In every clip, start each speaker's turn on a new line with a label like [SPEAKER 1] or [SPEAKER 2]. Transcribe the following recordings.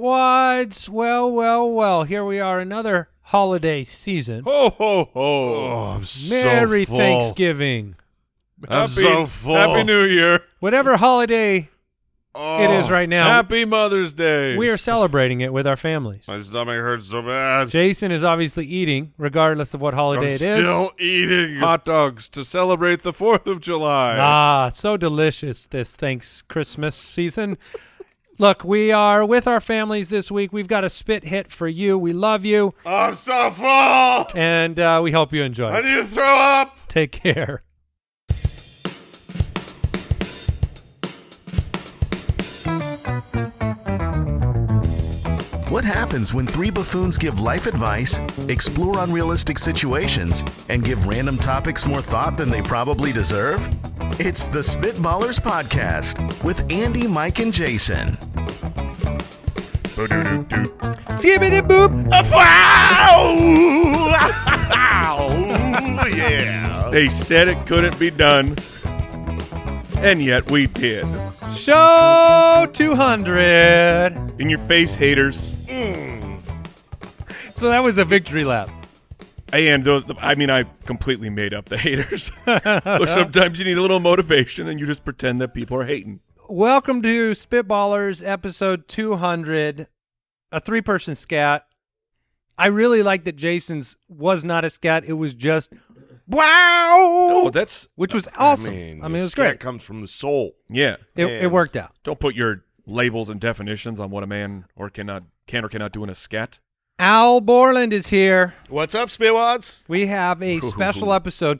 [SPEAKER 1] Spitwads, well, well, well. Here we are, another holiday season.
[SPEAKER 2] Ho ho ho!
[SPEAKER 3] Oh, I'm so
[SPEAKER 1] Merry
[SPEAKER 3] full.
[SPEAKER 1] Thanksgiving.
[SPEAKER 3] I'm so full.
[SPEAKER 2] Happy New Year!
[SPEAKER 1] Whatever holiday
[SPEAKER 3] Oh,
[SPEAKER 1] it is right now,
[SPEAKER 2] Happy Mother's Day!
[SPEAKER 1] we are celebrating it with our families.
[SPEAKER 3] My stomach hurts so bad.
[SPEAKER 1] Jason is obviously eating, regardless of what
[SPEAKER 3] I'm
[SPEAKER 1] holiday it is.
[SPEAKER 3] still eating.
[SPEAKER 2] hot dogs to celebrate the Fourth of July.
[SPEAKER 1] Ah, so delicious this thanks Christmas season. Look, we are with our families this week. We've got a spit hit for you. We love you,
[SPEAKER 3] I'm so full.
[SPEAKER 1] and uh, we hope you enjoy.
[SPEAKER 3] I
[SPEAKER 1] it.
[SPEAKER 3] need to throw up.
[SPEAKER 1] Take care.
[SPEAKER 4] What happens when three buffoons give life advice, explore unrealistic situations, and give random topics more thought than they probably deserve? It's the Spitballers Podcast with Andy, Mike, and Jason.
[SPEAKER 1] Skibbity boop.
[SPEAKER 3] Oh, yeah.
[SPEAKER 2] They said it couldn't be done, and yet we did.
[SPEAKER 1] Show 200.
[SPEAKER 2] In your face, haters.
[SPEAKER 1] So that was a victory lap.
[SPEAKER 2] And those, I mean, I completely made up the haters.
[SPEAKER 3] Oh,
[SPEAKER 2] Look, sometimes you need a little motivation, and you just pretend that people are hating.
[SPEAKER 1] Welcome to Spitballers episode 200, a three person scat. I really like that Jason's was not a scat. It was just wow,
[SPEAKER 2] Oh, that's
[SPEAKER 1] which was awesome.
[SPEAKER 3] I
[SPEAKER 1] I
[SPEAKER 3] mean,
[SPEAKER 1] mean, it was
[SPEAKER 3] scat
[SPEAKER 1] great.
[SPEAKER 3] comes from the soul.
[SPEAKER 2] yeah.
[SPEAKER 1] It,
[SPEAKER 3] man.
[SPEAKER 1] it worked out.
[SPEAKER 2] Don't put your labels and definitions on what a man or cannot can or cannot do in a scat.
[SPEAKER 1] Al Borland is here.
[SPEAKER 3] What's up, Spitwads?
[SPEAKER 1] We have a special episode,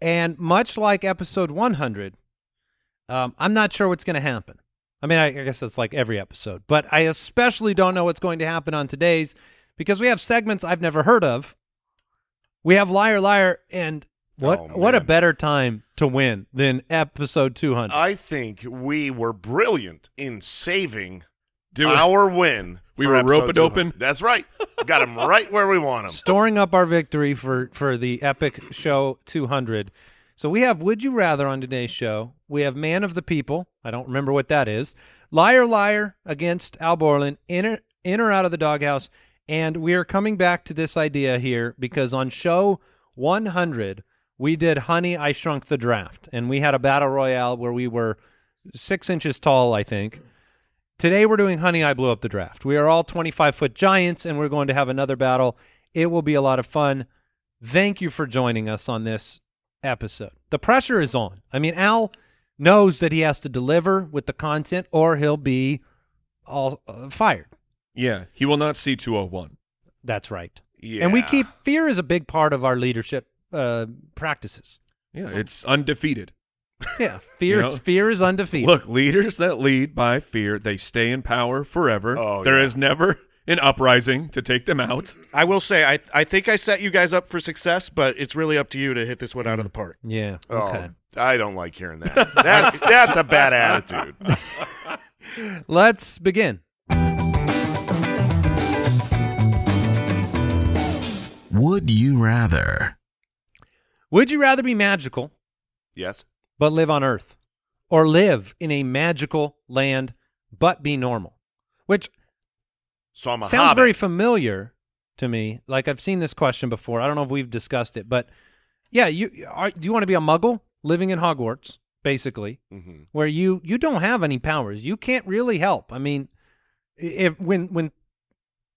[SPEAKER 1] and much like episode 100, um, I'm not sure what's going to happen. I mean, I, I guess that's like every episode, but I especially don't know what's going to happen on today's because we have segments I've never heard of. We have liar liar, and what
[SPEAKER 3] Oh,
[SPEAKER 1] what a
[SPEAKER 3] man.
[SPEAKER 1] better time to win than episode 200.
[SPEAKER 3] I think we were brilliant in saving
[SPEAKER 2] Do it.
[SPEAKER 3] our win.
[SPEAKER 2] We
[SPEAKER 3] for
[SPEAKER 2] were
[SPEAKER 3] episode
[SPEAKER 2] roping
[SPEAKER 3] 200.
[SPEAKER 2] open.
[SPEAKER 3] That's right. Got them right where we want them.
[SPEAKER 1] storing up our victory for for the epic show 200 so we have would you rather on today's show we have man of the people i don't remember what that is liar liar against al borland in or, in or out of the doghouse and we are coming back to this idea here because on show 100 we did honey i shrunk the draft and we had a battle royale where we were six inches tall i think Today we're doing Honey, I Blew Up the Draft. We are all 25 foot giants and we're going to have another battle. It will be a lot of fun. Thank you for joining us on this episode. The pressure is on. I mean, Al knows that he has to deliver with the content or he'll be all uh, fired.
[SPEAKER 2] Yeah, he will not see 201.
[SPEAKER 1] That's right.
[SPEAKER 3] Yeah.
[SPEAKER 1] And we keep fear is a big part of our leadership uh, practices.
[SPEAKER 2] Yeah, it's undefeated.
[SPEAKER 1] Yeah, fear
[SPEAKER 2] You know-
[SPEAKER 1] fear is undefeated.
[SPEAKER 2] Look, leaders that lead by fear, they stay in power forever.
[SPEAKER 3] Oh,
[SPEAKER 2] There
[SPEAKER 3] yeah.
[SPEAKER 2] is never an uprising to take them out.
[SPEAKER 5] I will say, I I think I set you guys up for success, but it's really up to you to hit this one out of the park.
[SPEAKER 1] yeah.
[SPEAKER 3] Oh,
[SPEAKER 1] Okay.
[SPEAKER 3] I don't like hearing that. That's that's a bad attitude.
[SPEAKER 1] Let's begin.
[SPEAKER 4] Would you rather?
[SPEAKER 1] Would you rather be magical
[SPEAKER 3] Yes.
[SPEAKER 1] but live on Earth, or live in a magical land but be normal, which
[SPEAKER 3] So I'm a
[SPEAKER 1] sounds
[SPEAKER 3] hobbit.
[SPEAKER 1] very familiar to me. Like I've seen this question before. I don't know if we've discussed it, but yeah, you are, do you want to be a muggle living in Hogwarts, basically,
[SPEAKER 3] Mhm.
[SPEAKER 1] where you you don't have any powers, you can't really help. I mean, i- if when when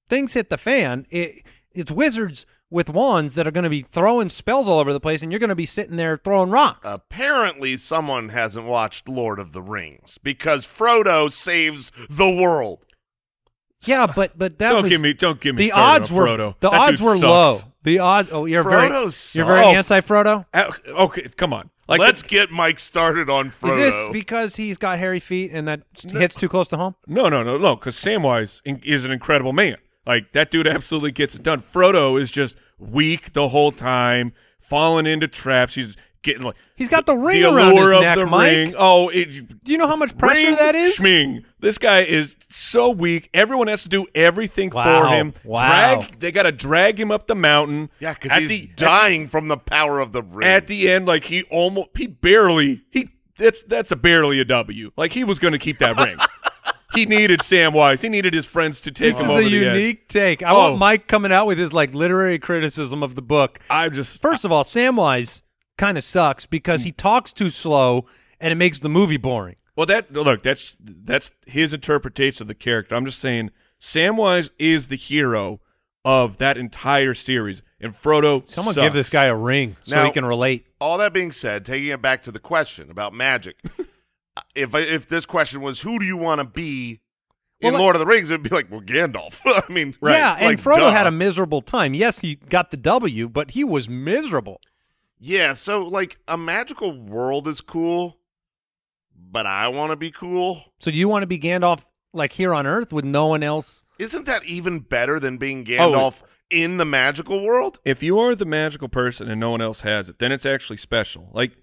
[SPEAKER 1] things hit the fan, it it's wizards with wands that are going to be throwing spells all over the place, and you're going to be sitting there throwing rocks.
[SPEAKER 3] Uh, Apparently, someone hasn't watched Lord of the Rings because Frodo saves the world.
[SPEAKER 1] yeah, but but that
[SPEAKER 2] don't
[SPEAKER 1] was,
[SPEAKER 2] give me, don't give me.
[SPEAKER 1] the
[SPEAKER 2] started
[SPEAKER 1] odds
[SPEAKER 2] on
[SPEAKER 1] were
[SPEAKER 2] Frodo.
[SPEAKER 1] the
[SPEAKER 2] That
[SPEAKER 1] odds
[SPEAKER 2] dude
[SPEAKER 1] were
[SPEAKER 2] sucks.
[SPEAKER 1] low. The odds. Oh, you're very
[SPEAKER 3] Frodo
[SPEAKER 1] you're very
[SPEAKER 2] sucks.
[SPEAKER 1] anti Frodo.
[SPEAKER 2] Uh, Okay, come on. Like
[SPEAKER 3] Let's get Mike started on
[SPEAKER 1] Is this
[SPEAKER 3] Frodo.
[SPEAKER 1] because he's got hairy feet and that hits too close to home?
[SPEAKER 2] no, no, no, no. Because Samwise in- is an incredible man. Like that dude absolutely gets it done. Frodo is just weak the whole time, falling into traps. He's getting like
[SPEAKER 1] He's got the ring
[SPEAKER 2] the
[SPEAKER 1] around
[SPEAKER 2] allure
[SPEAKER 1] his
[SPEAKER 2] of
[SPEAKER 1] neck,
[SPEAKER 2] the
[SPEAKER 1] Mike.
[SPEAKER 2] ring. Oh, it,
[SPEAKER 1] Do you know how much pressure
[SPEAKER 2] Ring
[SPEAKER 1] that is?
[SPEAKER 2] Schming. This guy is so weak. Everyone has to do everything
[SPEAKER 1] Wow.
[SPEAKER 2] for him.
[SPEAKER 1] Wow.
[SPEAKER 2] Drag. They got to drag him up the mountain.
[SPEAKER 3] yeah, because
[SPEAKER 2] At
[SPEAKER 3] he's
[SPEAKER 2] the-
[SPEAKER 3] dying from the power of the ring.
[SPEAKER 2] At the end, like he almost, he barely, he that's that's a barely a W. Like he was going to keep that ring. he needed Samwise. He needed his friends to take
[SPEAKER 1] This
[SPEAKER 2] him
[SPEAKER 1] is
[SPEAKER 2] over
[SPEAKER 1] a
[SPEAKER 2] the edge.
[SPEAKER 1] unique take. I
[SPEAKER 2] Oh.
[SPEAKER 1] want Mike coming out with his like literary criticism of the book.
[SPEAKER 2] I'm just
[SPEAKER 1] First of all, Samwise kind of sucks because he talks too slow and it makes the movie boring.
[SPEAKER 2] Well, that look, that's that's his interpretation of the character. I'm just saying, Samwise is the hero of that entire series, and Frodo.
[SPEAKER 1] Someone
[SPEAKER 2] sucks.
[SPEAKER 1] give this guy a ring so
[SPEAKER 3] Now-
[SPEAKER 1] he can relate.
[SPEAKER 3] All that being said, taking it back to the question about magic, if I, if this question was who do you want to be in
[SPEAKER 1] Well, like-
[SPEAKER 3] Lord of the Rings, it'd be like, well, Gandalf. I mean,
[SPEAKER 1] Yeah,
[SPEAKER 3] it's
[SPEAKER 1] and
[SPEAKER 3] like,
[SPEAKER 1] Frodo
[SPEAKER 3] duh.
[SPEAKER 1] had a miserable time. Yes, he got the W, but he was miserable.
[SPEAKER 3] Yeah, so like a magical world is cool, but I want to be cool.
[SPEAKER 1] So do you want to be Gandalf like here on Earth with no one else?
[SPEAKER 3] Isn't that even better than being Gandalf in the magical world?
[SPEAKER 2] If you are the magical person and no one else has it, then it's actually special. Like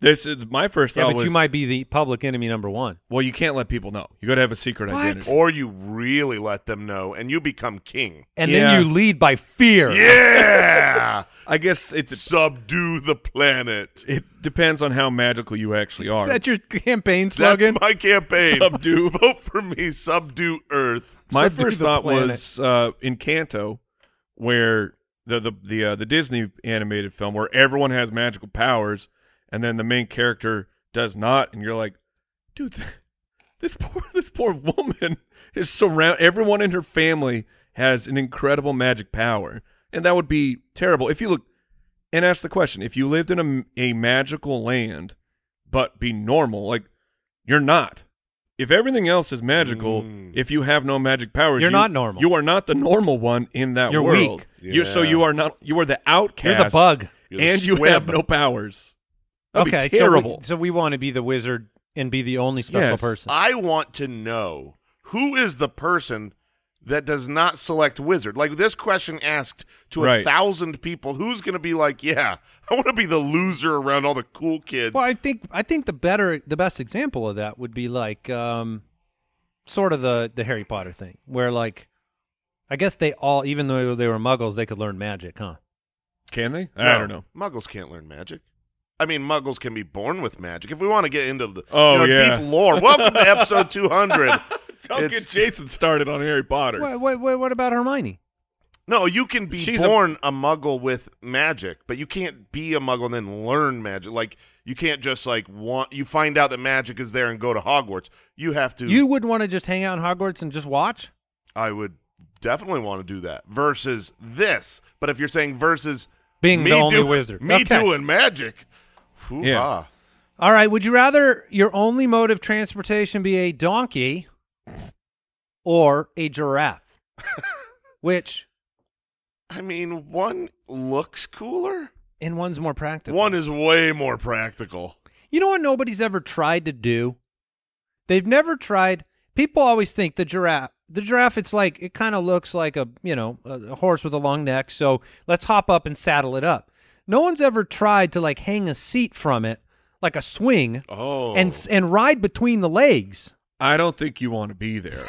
[SPEAKER 2] this is my first
[SPEAKER 1] Yeah,
[SPEAKER 2] thought
[SPEAKER 1] but
[SPEAKER 2] was,
[SPEAKER 1] you might be the public enemy number one.
[SPEAKER 2] Well, you can't let people know. You got to have a secret
[SPEAKER 1] What?
[SPEAKER 2] identity.
[SPEAKER 3] Or you really let them know and you become king.
[SPEAKER 1] And
[SPEAKER 2] Yeah.
[SPEAKER 1] then you lead by fear.
[SPEAKER 3] Yeah!
[SPEAKER 2] I guess it
[SPEAKER 3] Subdue the planet.
[SPEAKER 2] it depends on how magical you actually
[SPEAKER 1] Is
[SPEAKER 2] are.
[SPEAKER 1] that your campaign
[SPEAKER 3] That's
[SPEAKER 1] slogan?
[SPEAKER 3] my campaign.
[SPEAKER 2] Subdue.
[SPEAKER 3] Vote for me, subdue Earth.
[SPEAKER 2] My
[SPEAKER 1] Subdue
[SPEAKER 2] first
[SPEAKER 1] the
[SPEAKER 2] thought
[SPEAKER 1] planet.
[SPEAKER 2] was uh, in Canto, where the the the uh, the Disney animated film where everyone has magical powers, and then the main character does not, and you're like, dude, th- this poor this poor woman is surround. Everyone in her family has an incredible magic power, and that would be terrible if you look and ask the question: if you lived in a m- a magical land, but be normal, like you're not. If everything else is magical,
[SPEAKER 3] Mm.
[SPEAKER 2] if you have no magic powers,
[SPEAKER 1] You're
[SPEAKER 2] you-
[SPEAKER 1] not normal.
[SPEAKER 2] You are not the normal one in that
[SPEAKER 1] You're
[SPEAKER 2] world.
[SPEAKER 1] weak.
[SPEAKER 2] You so
[SPEAKER 3] Yeah.
[SPEAKER 2] you are not. You are the outcast.
[SPEAKER 1] You're the bug.
[SPEAKER 3] You're the
[SPEAKER 2] and you
[SPEAKER 3] squib.
[SPEAKER 2] have no powers. That'd
[SPEAKER 1] okay,
[SPEAKER 2] be terrible.
[SPEAKER 1] So we, so we want to be the wizard and be the only special
[SPEAKER 2] Yes.
[SPEAKER 1] person.
[SPEAKER 3] I want to know who is the person that does not select wizard. Like this question asked to a
[SPEAKER 2] Right.
[SPEAKER 3] thousand people, who's going to be like, yeah, I want to be the loser around all the cool kids.
[SPEAKER 1] Well, I think I think the better, the best example of that would be like, um, sort of the the Harry Potter thing, where like, I guess they all, even though they were Muggles, they could learn magic, huh?
[SPEAKER 2] Can they?
[SPEAKER 3] No,
[SPEAKER 2] I don't know.
[SPEAKER 3] Muggles can't learn magic. I mean, Muggles can be born with magic. If we want to get into the
[SPEAKER 2] Oh,
[SPEAKER 3] you know,
[SPEAKER 2] yeah.
[SPEAKER 3] deep lore, welcome to episode 200.
[SPEAKER 2] Don't
[SPEAKER 3] It's-
[SPEAKER 2] get Jason started on Harry Potter.
[SPEAKER 1] What what what, what about Hermione?
[SPEAKER 3] No, you can be
[SPEAKER 2] She's a-
[SPEAKER 3] born a-, Muggle with magic, but you can't be a Muggle and then learn magic. Like you can't just like want you find out that magic is there and go to Hogwarts. You have to.
[SPEAKER 1] You would want to just hang out in Hogwarts and just watch.
[SPEAKER 3] I would definitely want to do that versus this. But if you're saying versus
[SPEAKER 1] Being
[SPEAKER 3] me
[SPEAKER 1] the only
[SPEAKER 3] doing-
[SPEAKER 1] wizard.
[SPEAKER 3] me
[SPEAKER 1] Okay.
[SPEAKER 3] doing magic, Hoo-ha.
[SPEAKER 2] Yeah.
[SPEAKER 1] All right. Would you rather your only mode of transportation be a donkey or a giraffe? Which
[SPEAKER 3] I mean, one looks cooler.
[SPEAKER 1] and one's more practical.
[SPEAKER 3] One is way more practical.
[SPEAKER 1] You know what nobody's ever tried to do? They've never tried. People always think the giraffe. The giraffe, it's like it kind of looks like a you know a a horse with a long neck. So let's hop up and saddle it up. No one's ever tried to like hang a seat from it, like a swing,
[SPEAKER 3] Oh,
[SPEAKER 1] and s- and ride between the legs.
[SPEAKER 2] I don't think you want to be there.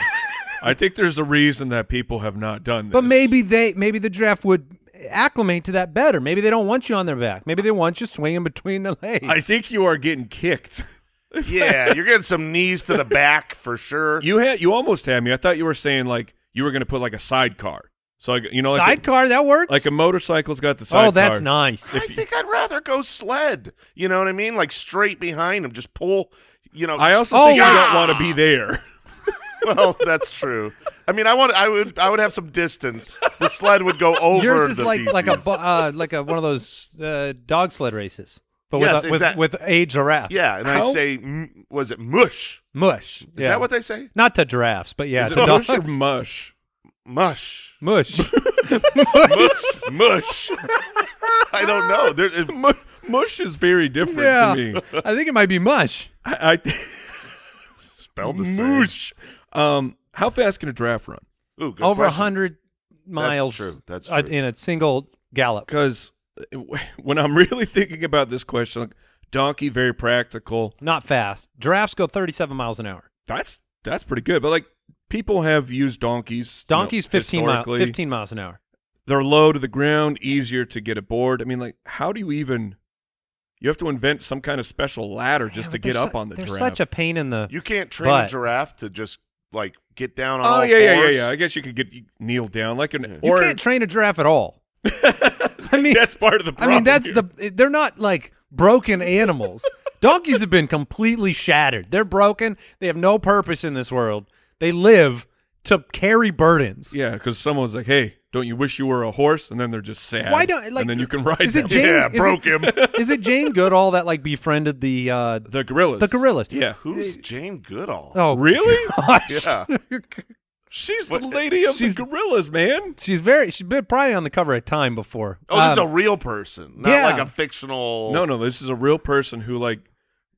[SPEAKER 2] I think there's a reason that people have not done this.
[SPEAKER 1] But maybe they maybe the giraffe would acclimate to that better. Maybe they don't want you on their back. Maybe they want you swinging between the legs.
[SPEAKER 2] I think you are getting kicked.
[SPEAKER 3] yeah, you're getting some knees to the back for sure.
[SPEAKER 2] You had you almost had me. I thought you were saying like you were going to put like a sidecar. So like you know like a-
[SPEAKER 1] sidecar that works.
[SPEAKER 2] like a motorcycle's got the sidecar.
[SPEAKER 1] oh, that's nice.
[SPEAKER 3] I think I'd rather go sled. You know what I mean? Like straight behind him, just pull. You know.
[SPEAKER 2] I also
[SPEAKER 1] Oh,
[SPEAKER 2] think you
[SPEAKER 1] wow.
[SPEAKER 2] don't want to be there.
[SPEAKER 3] well, that's true. I mean, I want. I would. I would have some distance. The sled would go over.
[SPEAKER 1] Yours is
[SPEAKER 3] the
[SPEAKER 1] like like a
[SPEAKER 3] feces.
[SPEAKER 1] bu- uh, like a one of those uh, dog sled races, but
[SPEAKER 3] Yes,
[SPEAKER 1] with, a,
[SPEAKER 3] exact-
[SPEAKER 1] with with a giraffe.
[SPEAKER 3] Yeah, and I
[SPEAKER 2] How-
[SPEAKER 3] say, m- was it mush?
[SPEAKER 1] mush.
[SPEAKER 3] Is that what they say?
[SPEAKER 1] Not to giraffes, but yeah,
[SPEAKER 2] Is it
[SPEAKER 1] to
[SPEAKER 2] mush or
[SPEAKER 1] dogs.
[SPEAKER 2] mush?
[SPEAKER 3] Mush,
[SPEAKER 1] mush.
[SPEAKER 3] mush, mush. I don't know. There, it-
[SPEAKER 2] Mu- Mush is very different
[SPEAKER 1] yeah,
[SPEAKER 2] to me.
[SPEAKER 1] I think it might be mush.
[SPEAKER 2] I, I
[SPEAKER 3] spelled the same.
[SPEAKER 2] mush. Um, how fast can a draft run?
[SPEAKER 3] Ooh, good
[SPEAKER 1] Over a
[SPEAKER 3] question.
[SPEAKER 1] hundred miles.
[SPEAKER 3] true. That's
[SPEAKER 1] uh,
[SPEAKER 3] true.
[SPEAKER 1] in a single gallop.
[SPEAKER 2] Because when I'm really thinking about this question, like, donkey very practical.
[SPEAKER 1] Not fast. Giraffes go thirty-seven miles an hour.
[SPEAKER 2] That's that's pretty good. But like people have used donkeys. you know,
[SPEAKER 1] Donkeys fifteen miles.
[SPEAKER 2] historically.
[SPEAKER 1] Fifteen miles an hour.
[SPEAKER 2] they're low to the ground, easier to get aboard. I mean, like, how do you even? You have to invent some kind of special ladder just
[SPEAKER 1] Yeah,
[SPEAKER 2] to
[SPEAKER 1] but
[SPEAKER 2] get
[SPEAKER 1] they're
[SPEAKER 2] up
[SPEAKER 1] su-
[SPEAKER 2] on the
[SPEAKER 1] They're
[SPEAKER 2] giraffe.
[SPEAKER 1] such a pain in the.
[SPEAKER 3] You can't train a
[SPEAKER 1] But-
[SPEAKER 3] giraffe to just like get down on
[SPEAKER 2] Oh
[SPEAKER 3] all
[SPEAKER 2] yeah, yeah, yeah,
[SPEAKER 3] fours.
[SPEAKER 2] yeah. I guess you could get you kneel down like an
[SPEAKER 1] You
[SPEAKER 2] or
[SPEAKER 1] can't train a giraffe at all. I mean,
[SPEAKER 2] that's part of the
[SPEAKER 1] I
[SPEAKER 2] problem.
[SPEAKER 1] mean, that's
[SPEAKER 2] here.
[SPEAKER 1] the they're not like broken animals. Donkeys have been completely shattered. They're broken. They have no purpose in this world. They live to carry burdens.
[SPEAKER 2] yeah, because someone's like, "Hey, don't you wish you were a horse?" And then they're just sad.
[SPEAKER 1] Why don't like?
[SPEAKER 2] and then you can ride
[SPEAKER 1] Is it
[SPEAKER 2] them.
[SPEAKER 1] Jane?
[SPEAKER 3] Yeah,
[SPEAKER 1] is it-
[SPEAKER 3] broke him.
[SPEAKER 1] Is it Jane Goodall that like befriended the? uh
[SPEAKER 2] the gorillas.
[SPEAKER 1] The gorillas.
[SPEAKER 2] Yeah.
[SPEAKER 3] Who's Jane Goodall?
[SPEAKER 1] Oh,
[SPEAKER 2] Really?
[SPEAKER 1] gosh.
[SPEAKER 3] Yeah,
[SPEAKER 2] She's the lady of the
[SPEAKER 1] She's-
[SPEAKER 2] gorillas, man.
[SPEAKER 1] She's very. She's been probably on the cover of Time before.
[SPEAKER 3] oh, this is
[SPEAKER 1] Um,
[SPEAKER 3] a real person, not
[SPEAKER 1] yeah.
[SPEAKER 3] like a fictional.
[SPEAKER 2] No, no, this is a real person who like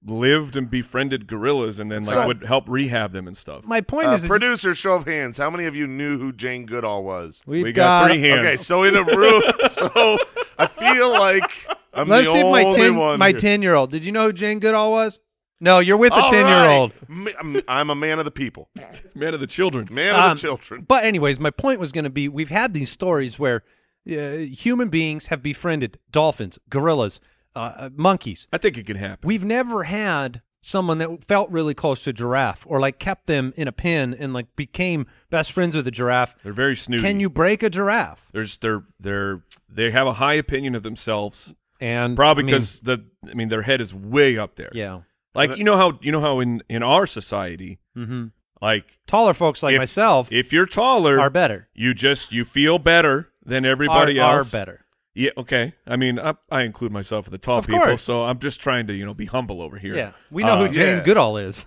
[SPEAKER 2] lived and befriended gorillas and then like
[SPEAKER 1] So-
[SPEAKER 2] would help rehab them and stuff.
[SPEAKER 1] my point
[SPEAKER 3] Uh,
[SPEAKER 1] is, that
[SPEAKER 3] producer, show of hands. How many of you knew who Jane Goodall was?
[SPEAKER 1] we've
[SPEAKER 2] we got, three hands.
[SPEAKER 3] Okay, so in a room, so I feel like I'm
[SPEAKER 1] Let's
[SPEAKER 3] the
[SPEAKER 1] see if
[SPEAKER 3] only
[SPEAKER 1] my ten
[SPEAKER 3] one.
[SPEAKER 1] my
[SPEAKER 3] here.
[SPEAKER 1] ten year old. Did you know who Jane Goodall was? No, you're with a
[SPEAKER 3] All
[SPEAKER 1] ten year old.
[SPEAKER 3] right. Me- I'm, I'm a man of the people,
[SPEAKER 2] Man of the children.
[SPEAKER 3] man of
[SPEAKER 1] Um,
[SPEAKER 3] the children.
[SPEAKER 1] But anyways, my point was going to be we've had these stories where uh, human beings have befriended dolphins, gorillas, uh, uh, monkeys.
[SPEAKER 2] I think it can happen.
[SPEAKER 1] We've never had someone that felt really close to a giraffe or like kept them in a pen and like became best friends with a giraffe.
[SPEAKER 2] They're very snooty.
[SPEAKER 1] Can you break a giraffe?
[SPEAKER 2] There's they're they're they have a high opinion of themselves.
[SPEAKER 1] And
[SPEAKER 2] Probably
[SPEAKER 1] I mean,
[SPEAKER 2] because the I mean their head is way up there.
[SPEAKER 1] yeah,
[SPEAKER 2] Like you know how you know how in in our society,
[SPEAKER 1] hmm
[SPEAKER 2] like
[SPEAKER 1] taller folks like
[SPEAKER 2] If-
[SPEAKER 1] myself
[SPEAKER 2] if you're taller,
[SPEAKER 1] are better.
[SPEAKER 2] you just you feel better than everybody
[SPEAKER 1] are,
[SPEAKER 2] else.
[SPEAKER 1] are better.
[SPEAKER 2] Yeah, okay. I mean, I, I include myself with the tall
[SPEAKER 1] Of
[SPEAKER 2] people,
[SPEAKER 1] course.
[SPEAKER 2] so I'm just trying to you know be humble over here.
[SPEAKER 1] Yeah, we know
[SPEAKER 2] Uh,
[SPEAKER 1] who Jane
[SPEAKER 3] Yeah.
[SPEAKER 1] Goodall is.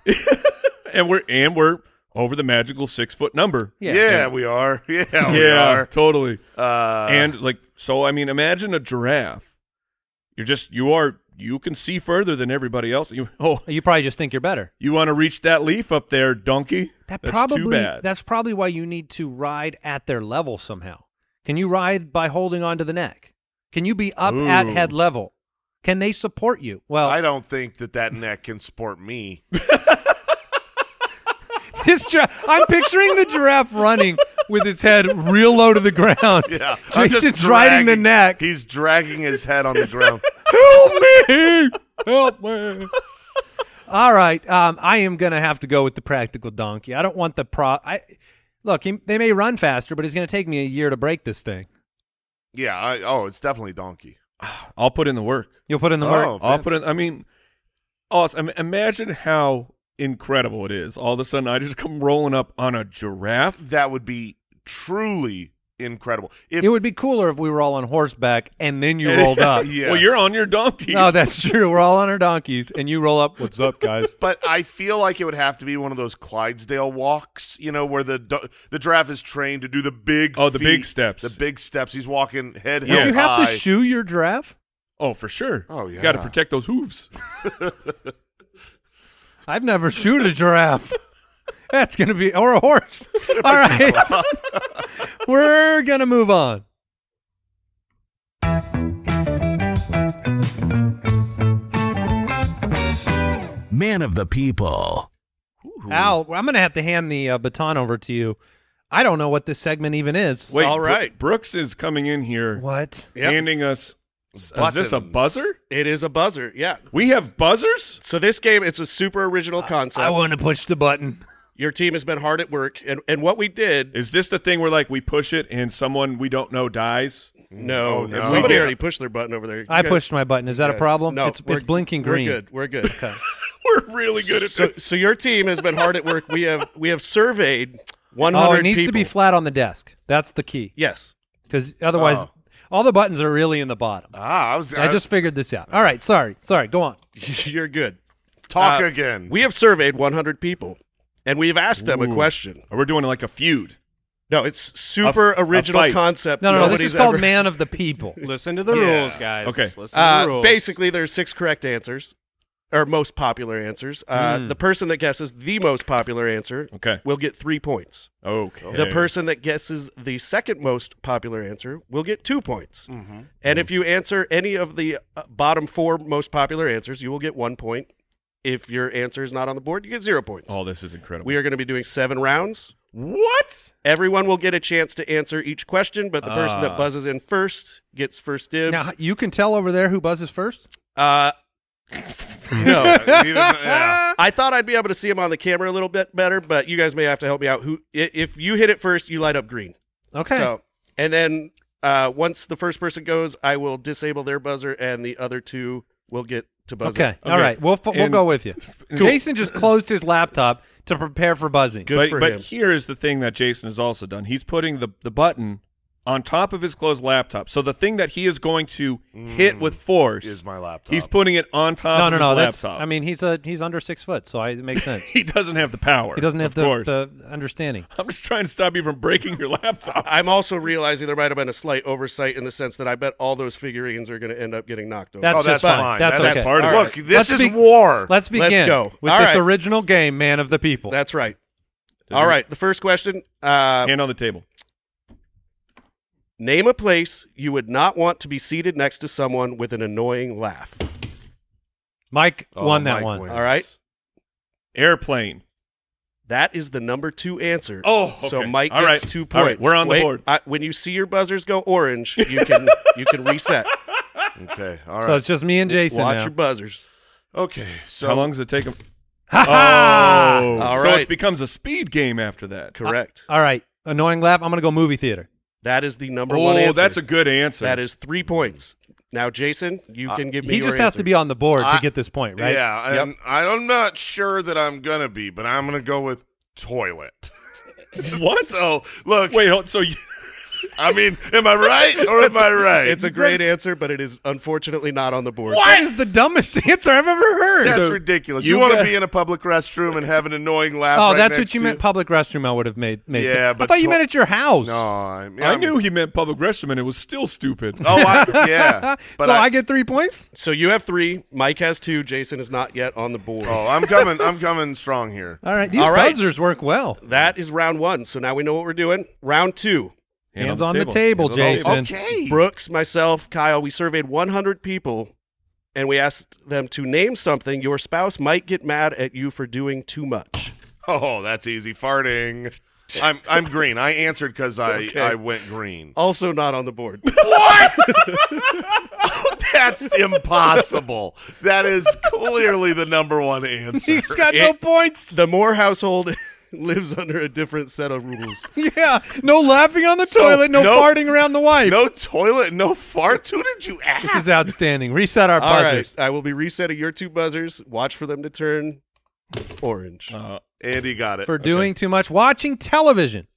[SPEAKER 2] and we're and we're over the magical six foot number.
[SPEAKER 1] Yeah.
[SPEAKER 3] Yeah, we are. Yeah, we are.
[SPEAKER 2] totally.
[SPEAKER 3] Uh,
[SPEAKER 2] and like so, I mean, imagine a giraffe. You're just you are you can see further than everybody else. You oh
[SPEAKER 1] you probably just think you're better.
[SPEAKER 2] you want to reach that leaf up there, donkey?
[SPEAKER 1] That
[SPEAKER 2] That's
[SPEAKER 1] probably
[SPEAKER 2] too bad.
[SPEAKER 1] that's probably why you need to ride at their level somehow. Can you ride by holding onto the neck? Can you be up at
[SPEAKER 2] Ooh.
[SPEAKER 1] head level? Can they support you? Well,
[SPEAKER 3] I don't think that that neck can support me.
[SPEAKER 1] this gi- I'm picturing the giraffe running with his head real low to the ground.
[SPEAKER 3] Yeah, I'm just
[SPEAKER 1] Jason's riding the
[SPEAKER 3] dragging-
[SPEAKER 1] neck.
[SPEAKER 3] He's dragging his head on the ground.
[SPEAKER 1] Help me! Help me! All right, um, I am gonna have to go with the practical donkey. I don't want the pro. I look, he, they may run faster, but it's gonna take me a year to break this thing.
[SPEAKER 3] Yeah. I, oh, it's definitely donkey.
[SPEAKER 2] I'll put in the work.
[SPEAKER 1] You'll put in the work.
[SPEAKER 3] Oh,
[SPEAKER 2] I'll put in. I mean, awesome. I mean, imagine how incredible it is. All of a sudden, I just come rolling up on a giraffe.
[SPEAKER 3] That would be truly incredible. If
[SPEAKER 1] it would be cooler if we were all on horseback and then you rolled up.
[SPEAKER 3] Yes.
[SPEAKER 2] Well, you're on your donkey.
[SPEAKER 1] No, that's true. We're all on our donkeys and you roll up. What's up, guys?
[SPEAKER 3] but I feel like it would have to be one of those Clydesdale walks, you know, where the do- the giraffe is trained to do the big
[SPEAKER 2] Oh, the
[SPEAKER 3] feet,
[SPEAKER 2] big steps.
[SPEAKER 3] the big steps. He's walking head
[SPEAKER 2] Yeah.
[SPEAKER 3] held
[SPEAKER 1] Would you have
[SPEAKER 3] high.
[SPEAKER 1] to shoe your giraffe?
[SPEAKER 2] Oh, for sure.
[SPEAKER 3] Oh,
[SPEAKER 2] Got to
[SPEAKER 3] yeah.
[SPEAKER 2] protect those hooves.
[SPEAKER 1] I've never shoot a giraffe. That's going to be, or a horse. All right. We're going to move on.
[SPEAKER 4] Man of the people.
[SPEAKER 1] Al, I'm going to have to hand the uh, baton over to you. I don't know what this segment even is.
[SPEAKER 2] Wait.
[SPEAKER 5] All
[SPEAKER 2] Bro-
[SPEAKER 5] right.
[SPEAKER 2] Brooks is coming in here,
[SPEAKER 1] What?
[SPEAKER 5] Yep.
[SPEAKER 2] handing us. Is this a
[SPEAKER 3] Buttons.
[SPEAKER 2] buzzer?
[SPEAKER 5] It is a buzzer. Yeah.
[SPEAKER 2] We have buzzers.
[SPEAKER 5] So this game, it's a super original concept.
[SPEAKER 1] I want to push the button.
[SPEAKER 5] Your team has been hard at work, and and what we did.
[SPEAKER 2] Is this the thing where like we push it and someone we don't know dies?
[SPEAKER 5] No,
[SPEAKER 3] Oh, no.
[SPEAKER 5] somebody already pushed their button over there. You
[SPEAKER 1] I
[SPEAKER 5] guys-
[SPEAKER 1] pushed my button. Is that a
[SPEAKER 5] Okay.
[SPEAKER 1] problem?
[SPEAKER 5] No,
[SPEAKER 1] it's,
[SPEAKER 5] we're-
[SPEAKER 1] it's blinking green.
[SPEAKER 5] We're good. We're good.
[SPEAKER 2] We're really good at
[SPEAKER 5] so,
[SPEAKER 2] this.
[SPEAKER 5] so your team has been hard at work. We have we have surveyed 100
[SPEAKER 1] Oh, it needs to be
[SPEAKER 5] people.
[SPEAKER 1] flat on the desk. That's the key.
[SPEAKER 5] yes.
[SPEAKER 1] because otherwise
[SPEAKER 3] Oh.
[SPEAKER 1] all the buttons are really in the bottom.
[SPEAKER 3] Ah, I was
[SPEAKER 1] I just figured this out. All right, sorry, sorry. Go on.
[SPEAKER 5] You're good.
[SPEAKER 3] talk
[SPEAKER 5] uh,
[SPEAKER 3] again.
[SPEAKER 5] We have surveyed 100 people and we've asked them a
[SPEAKER 2] Ooh.
[SPEAKER 5] question.
[SPEAKER 2] Or we're doing like a feud.
[SPEAKER 5] No, it's super
[SPEAKER 2] A f- a
[SPEAKER 5] original
[SPEAKER 2] fight.
[SPEAKER 5] concept.
[SPEAKER 1] No, no, no. This
[SPEAKER 5] Nobody's
[SPEAKER 1] is called
[SPEAKER 5] ever-
[SPEAKER 1] man of the people.
[SPEAKER 6] Listen to the
[SPEAKER 3] Yeah.
[SPEAKER 6] rules, guys.
[SPEAKER 2] Okay.
[SPEAKER 6] Listen to the
[SPEAKER 5] Uh,
[SPEAKER 6] rules.
[SPEAKER 5] basically, there's six correct answers, or most popular answers. Uh, The person that guesses the most popular answer
[SPEAKER 2] Okay.
[SPEAKER 5] will get three points.
[SPEAKER 2] Okay.
[SPEAKER 5] The person that guesses the second most popular answer will get two points. And if you answer any of the uh, bottom four most popular answers, you will get one point. If your answer is not on the board, you get zero points.
[SPEAKER 2] Oh, this is incredible.
[SPEAKER 5] We are going to be doing seven rounds.
[SPEAKER 2] what?
[SPEAKER 5] Everyone will get a chance to answer each question, but the person
[SPEAKER 2] Ah.
[SPEAKER 5] that buzzes in first gets first dibs.
[SPEAKER 1] Now you can tell over there who buzzes first.
[SPEAKER 5] Uh, No.
[SPEAKER 3] He didn't- yeah.
[SPEAKER 5] I thought I'd be able to see him on the camera a little bit better, but you guys may have to help me out. Who, i- if you hit it first, you light up green.
[SPEAKER 1] Okay.
[SPEAKER 5] So, and then uh, once the first person goes, I will disable their buzzer, and the other two will get to buzz.
[SPEAKER 1] okay. All
[SPEAKER 2] Okay.
[SPEAKER 1] right. We'll f- we'll
[SPEAKER 2] And-
[SPEAKER 1] go with you.
[SPEAKER 2] Cool.
[SPEAKER 1] Jason just closed his laptop to prepare for buzzing.
[SPEAKER 5] Good
[SPEAKER 2] but,
[SPEAKER 5] for
[SPEAKER 2] but
[SPEAKER 5] him.
[SPEAKER 2] here is the thing that Jason has also done. He's putting the, the button on top of his closed laptop. So the thing that he is going to hit with force
[SPEAKER 3] Is my laptop.
[SPEAKER 2] He's putting it on top
[SPEAKER 1] No,
[SPEAKER 2] of
[SPEAKER 1] no,
[SPEAKER 2] his
[SPEAKER 1] no. That's.
[SPEAKER 2] laptop.
[SPEAKER 1] I mean, he's a he's under six foot, so I, it makes sense.
[SPEAKER 2] he doesn't have the power.
[SPEAKER 1] He doesn't have
[SPEAKER 2] of
[SPEAKER 1] the,
[SPEAKER 2] course.
[SPEAKER 1] the understanding.
[SPEAKER 2] I'm just trying to stop you from breaking your laptop.
[SPEAKER 5] I'm also realizing there might have been a slight oversight in the sense that I bet all those figurines are going to end up getting knocked over.
[SPEAKER 3] oh,
[SPEAKER 1] That's
[SPEAKER 3] that's
[SPEAKER 1] just
[SPEAKER 3] fine.
[SPEAKER 1] fine. That's okay.
[SPEAKER 2] part of it.
[SPEAKER 3] Look, this
[SPEAKER 1] Let's
[SPEAKER 3] is
[SPEAKER 1] be-
[SPEAKER 3] war.
[SPEAKER 1] Let's begin
[SPEAKER 5] go.
[SPEAKER 1] with
[SPEAKER 5] All
[SPEAKER 1] this
[SPEAKER 5] right.
[SPEAKER 1] original game, Man of the People.
[SPEAKER 5] That's right.
[SPEAKER 2] Does
[SPEAKER 5] All
[SPEAKER 2] your-
[SPEAKER 5] right. The first question: uh,
[SPEAKER 2] Hand on the table.
[SPEAKER 5] Name a place you would not want to be seated next to someone with an annoying laugh.
[SPEAKER 1] Mike
[SPEAKER 3] Oh,
[SPEAKER 1] won that
[SPEAKER 3] Mike
[SPEAKER 1] one.
[SPEAKER 3] wins.
[SPEAKER 5] All right.
[SPEAKER 2] Airplane.
[SPEAKER 5] That is the number two answer.
[SPEAKER 2] Oh,
[SPEAKER 5] so
[SPEAKER 2] okay.
[SPEAKER 5] Mike
[SPEAKER 2] All
[SPEAKER 5] gets
[SPEAKER 2] right.
[SPEAKER 5] two points.
[SPEAKER 2] All right, we're on the
[SPEAKER 5] Wait,
[SPEAKER 2] board.
[SPEAKER 5] I, when you see your buzzers go orange, you can you can reset.
[SPEAKER 3] Okay. All
[SPEAKER 1] So
[SPEAKER 3] right.
[SPEAKER 1] it's just me and Jason
[SPEAKER 5] Watch
[SPEAKER 1] now.
[SPEAKER 5] your buzzers.
[SPEAKER 3] okay. So
[SPEAKER 2] How long does it take him?
[SPEAKER 1] Ha ha!
[SPEAKER 2] Oh,
[SPEAKER 5] All
[SPEAKER 2] so
[SPEAKER 5] right.
[SPEAKER 2] it becomes a speed game after that.
[SPEAKER 5] Correct.
[SPEAKER 1] All right, annoying laugh. I'm gonna go movie theater.
[SPEAKER 5] that is the number one
[SPEAKER 2] Oh,
[SPEAKER 5] answer.
[SPEAKER 2] that's a good answer. Uh,
[SPEAKER 5] that is three points. Now, Jason, you can give me.
[SPEAKER 1] He
[SPEAKER 5] your
[SPEAKER 1] just has
[SPEAKER 5] answer.
[SPEAKER 1] to be on the board to
[SPEAKER 3] I-
[SPEAKER 1] get this point, right?
[SPEAKER 3] Yeah, and I- I'm not sure that I'm gonna be, but I'm gonna go with toilet.
[SPEAKER 2] what? Oh,
[SPEAKER 3] So look,
[SPEAKER 2] Wait, hold- so you,
[SPEAKER 3] I mean, am I right or am I right?
[SPEAKER 5] It's a great answer, but it is unfortunately not on the board.
[SPEAKER 1] That is the dumbest answer I've ever heard.
[SPEAKER 3] That's
[SPEAKER 2] So
[SPEAKER 3] ridiculous.
[SPEAKER 2] you
[SPEAKER 3] You, want to
[SPEAKER 2] got-
[SPEAKER 3] be in a public restroom and have an annoying laugh?
[SPEAKER 1] oh,
[SPEAKER 3] right
[SPEAKER 1] that's
[SPEAKER 3] next
[SPEAKER 1] what you
[SPEAKER 3] to
[SPEAKER 1] meant. Public restroom. I would have made made.
[SPEAKER 3] Yeah,
[SPEAKER 1] sense. I
[SPEAKER 3] but
[SPEAKER 1] thought you
[SPEAKER 3] to-
[SPEAKER 1] meant at your house.
[SPEAKER 3] No, I, mean,
[SPEAKER 2] I
[SPEAKER 3] I'm-
[SPEAKER 2] knew he meant public restroom, and it was still stupid.
[SPEAKER 3] Oh, I, yeah. But
[SPEAKER 1] so I,
[SPEAKER 3] I,
[SPEAKER 1] get three points.
[SPEAKER 5] So you have three. Mike has two. Jason is not yet on the board.
[SPEAKER 3] oh, I'm coming. I'm coming strong here.
[SPEAKER 1] All right, these
[SPEAKER 5] All right.
[SPEAKER 1] buzzers work well.
[SPEAKER 5] That is round one. So now we know what we're doing. Round two.
[SPEAKER 2] Hand
[SPEAKER 1] Hands on the table,
[SPEAKER 2] Hands on the
[SPEAKER 1] Jason.
[SPEAKER 3] Okay.
[SPEAKER 5] Brooks, myself, Kyle, we surveyed 100 people and we asked them to name something your spouse might get mad at you for doing too much.
[SPEAKER 3] Oh, that's easy. Farting. I'm I'm green. I answered because I
[SPEAKER 5] Okay.
[SPEAKER 3] I went green.
[SPEAKER 5] Also not on the board.
[SPEAKER 3] That's impossible. That is clearly the number one answer.
[SPEAKER 1] He's got no
[SPEAKER 5] It-
[SPEAKER 1] points.
[SPEAKER 5] the Moore household lives under a different set of rules.
[SPEAKER 1] yeah, no laughing on the toilet, no,
[SPEAKER 3] no-
[SPEAKER 1] farting around the wife.
[SPEAKER 3] No toilet, no farts. Who did you ask?
[SPEAKER 1] This is outstanding. Reset our
[SPEAKER 5] All
[SPEAKER 1] buzzers.
[SPEAKER 5] right, I will be resetting your two buzzers. Watch for them to turn orange.
[SPEAKER 2] Uh,
[SPEAKER 3] Andy got it.
[SPEAKER 1] for doing too much watching television.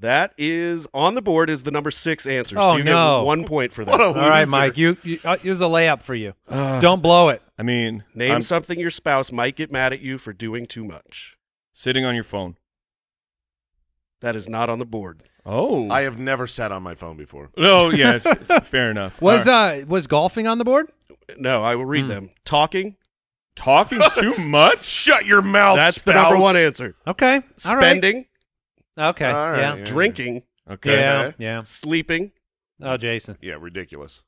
[SPEAKER 5] That is on the board is the number six answer.
[SPEAKER 1] Oh,
[SPEAKER 5] so you
[SPEAKER 1] no.
[SPEAKER 5] get one point for
[SPEAKER 3] What
[SPEAKER 5] that.
[SPEAKER 3] a
[SPEAKER 1] All right,
[SPEAKER 3] loser.
[SPEAKER 1] Mike, you, you uh, here's a layup for you. Don't blow it.
[SPEAKER 2] I mean,
[SPEAKER 5] Name
[SPEAKER 2] I'm
[SPEAKER 5] something your spouse might get mad at you for doing too much.
[SPEAKER 2] sitting on your phone.
[SPEAKER 5] That is not on the board.
[SPEAKER 2] Oh,
[SPEAKER 3] I have never sat on my phone before.
[SPEAKER 2] No, yeah, it's- it's fair enough.
[SPEAKER 1] Was
[SPEAKER 2] All right.
[SPEAKER 1] uh was golfing on the board?
[SPEAKER 5] No, I will read
[SPEAKER 1] Hmm.
[SPEAKER 5] them. Talking.
[SPEAKER 2] talking too much?
[SPEAKER 3] Shut your mouth.
[SPEAKER 5] That's the number
[SPEAKER 3] spouse.
[SPEAKER 5] one answer.
[SPEAKER 1] Okay. All right.
[SPEAKER 5] Spending,
[SPEAKER 1] Okay.
[SPEAKER 3] All right,
[SPEAKER 1] yeah.
[SPEAKER 3] yeah.
[SPEAKER 5] drinking,
[SPEAKER 2] Okay.
[SPEAKER 1] Yeah.
[SPEAKER 3] Okay.
[SPEAKER 1] Yeah.
[SPEAKER 5] sleeping,
[SPEAKER 1] Oh, Jason.
[SPEAKER 3] Yeah, ridiculous.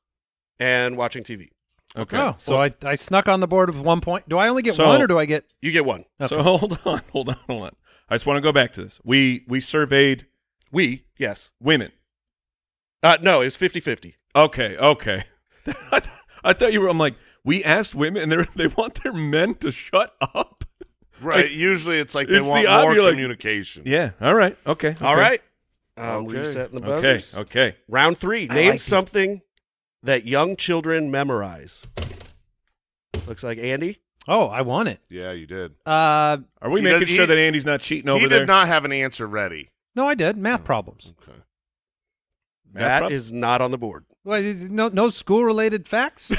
[SPEAKER 5] and watching TV.
[SPEAKER 2] Okay.
[SPEAKER 1] Oh, so
[SPEAKER 2] Well,
[SPEAKER 1] I, I snuck on the board with one point. Do I only get
[SPEAKER 2] So-
[SPEAKER 1] one or do I get?
[SPEAKER 5] You get one.
[SPEAKER 1] Okay.
[SPEAKER 2] So hold on, hold on, hold on. I just want to go back to this. We we surveyed
[SPEAKER 5] We, yes.
[SPEAKER 2] women.
[SPEAKER 5] Uh, no, it's 50 50.
[SPEAKER 2] Okay, okay. I, th- I thought you were. I'm like, we asked women, and they they want their men to shut up.
[SPEAKER 3] Right. Usually it's like they
[SPEAKER 2] it's the
[SPEAKER 3] want
[SPEAKER 2] ob-
[SPEAKER 3] more
[SPEAKER 2] you're like-
[SPEAKER 3] communication.
[SPEAKER 2] Yeah. All right. Okay.
[SPEAKER 5] All
[SPEAKER 2] okay.
[SPEAKER 5] right. Um,
[SPEAKER 3] Okay.
[SPEAKER 5] Resetting the
[SPEAKER 2] Okay.
[SPEAKER 5] buzzers.
[SPEAKER 2] Okay.
[SPEAKER 5] Round three.
[SPEAKER 1] I
[SPEAKER 5] Name
[SPEAKER 1] like these-
[SPEAKER 5] something that young children memorize. Looks like Andy.
[SPEAKER 1] Oh, I won it.
[SPEAKER 3] Yeah, you did.
[SPEAKER 1] Uh,
[SPEAKER 2] Are we
[SPEAKER 3] He
[SPEAKER 2] making
[SPEAKER 3] did-
[SPEAKER 2] sure
[SPEAKER 3] he-
[SPEAKER 2] that Andy's not cheating over
[SPEAKER 3] he did
[SPEAKER 2] there?
[SPEAKER 3] not have an answer ready.
[SPEAKER 1] no, I did math problems.
[SPEAKER 3] Okay.
[SPEAKER 2] Math
[SPEAKER 5] That
[SPEAKER 2] problem?
[SPEAKER 5] is not on the board.
[SPEAKER 1] Wait, is- no no school related facts.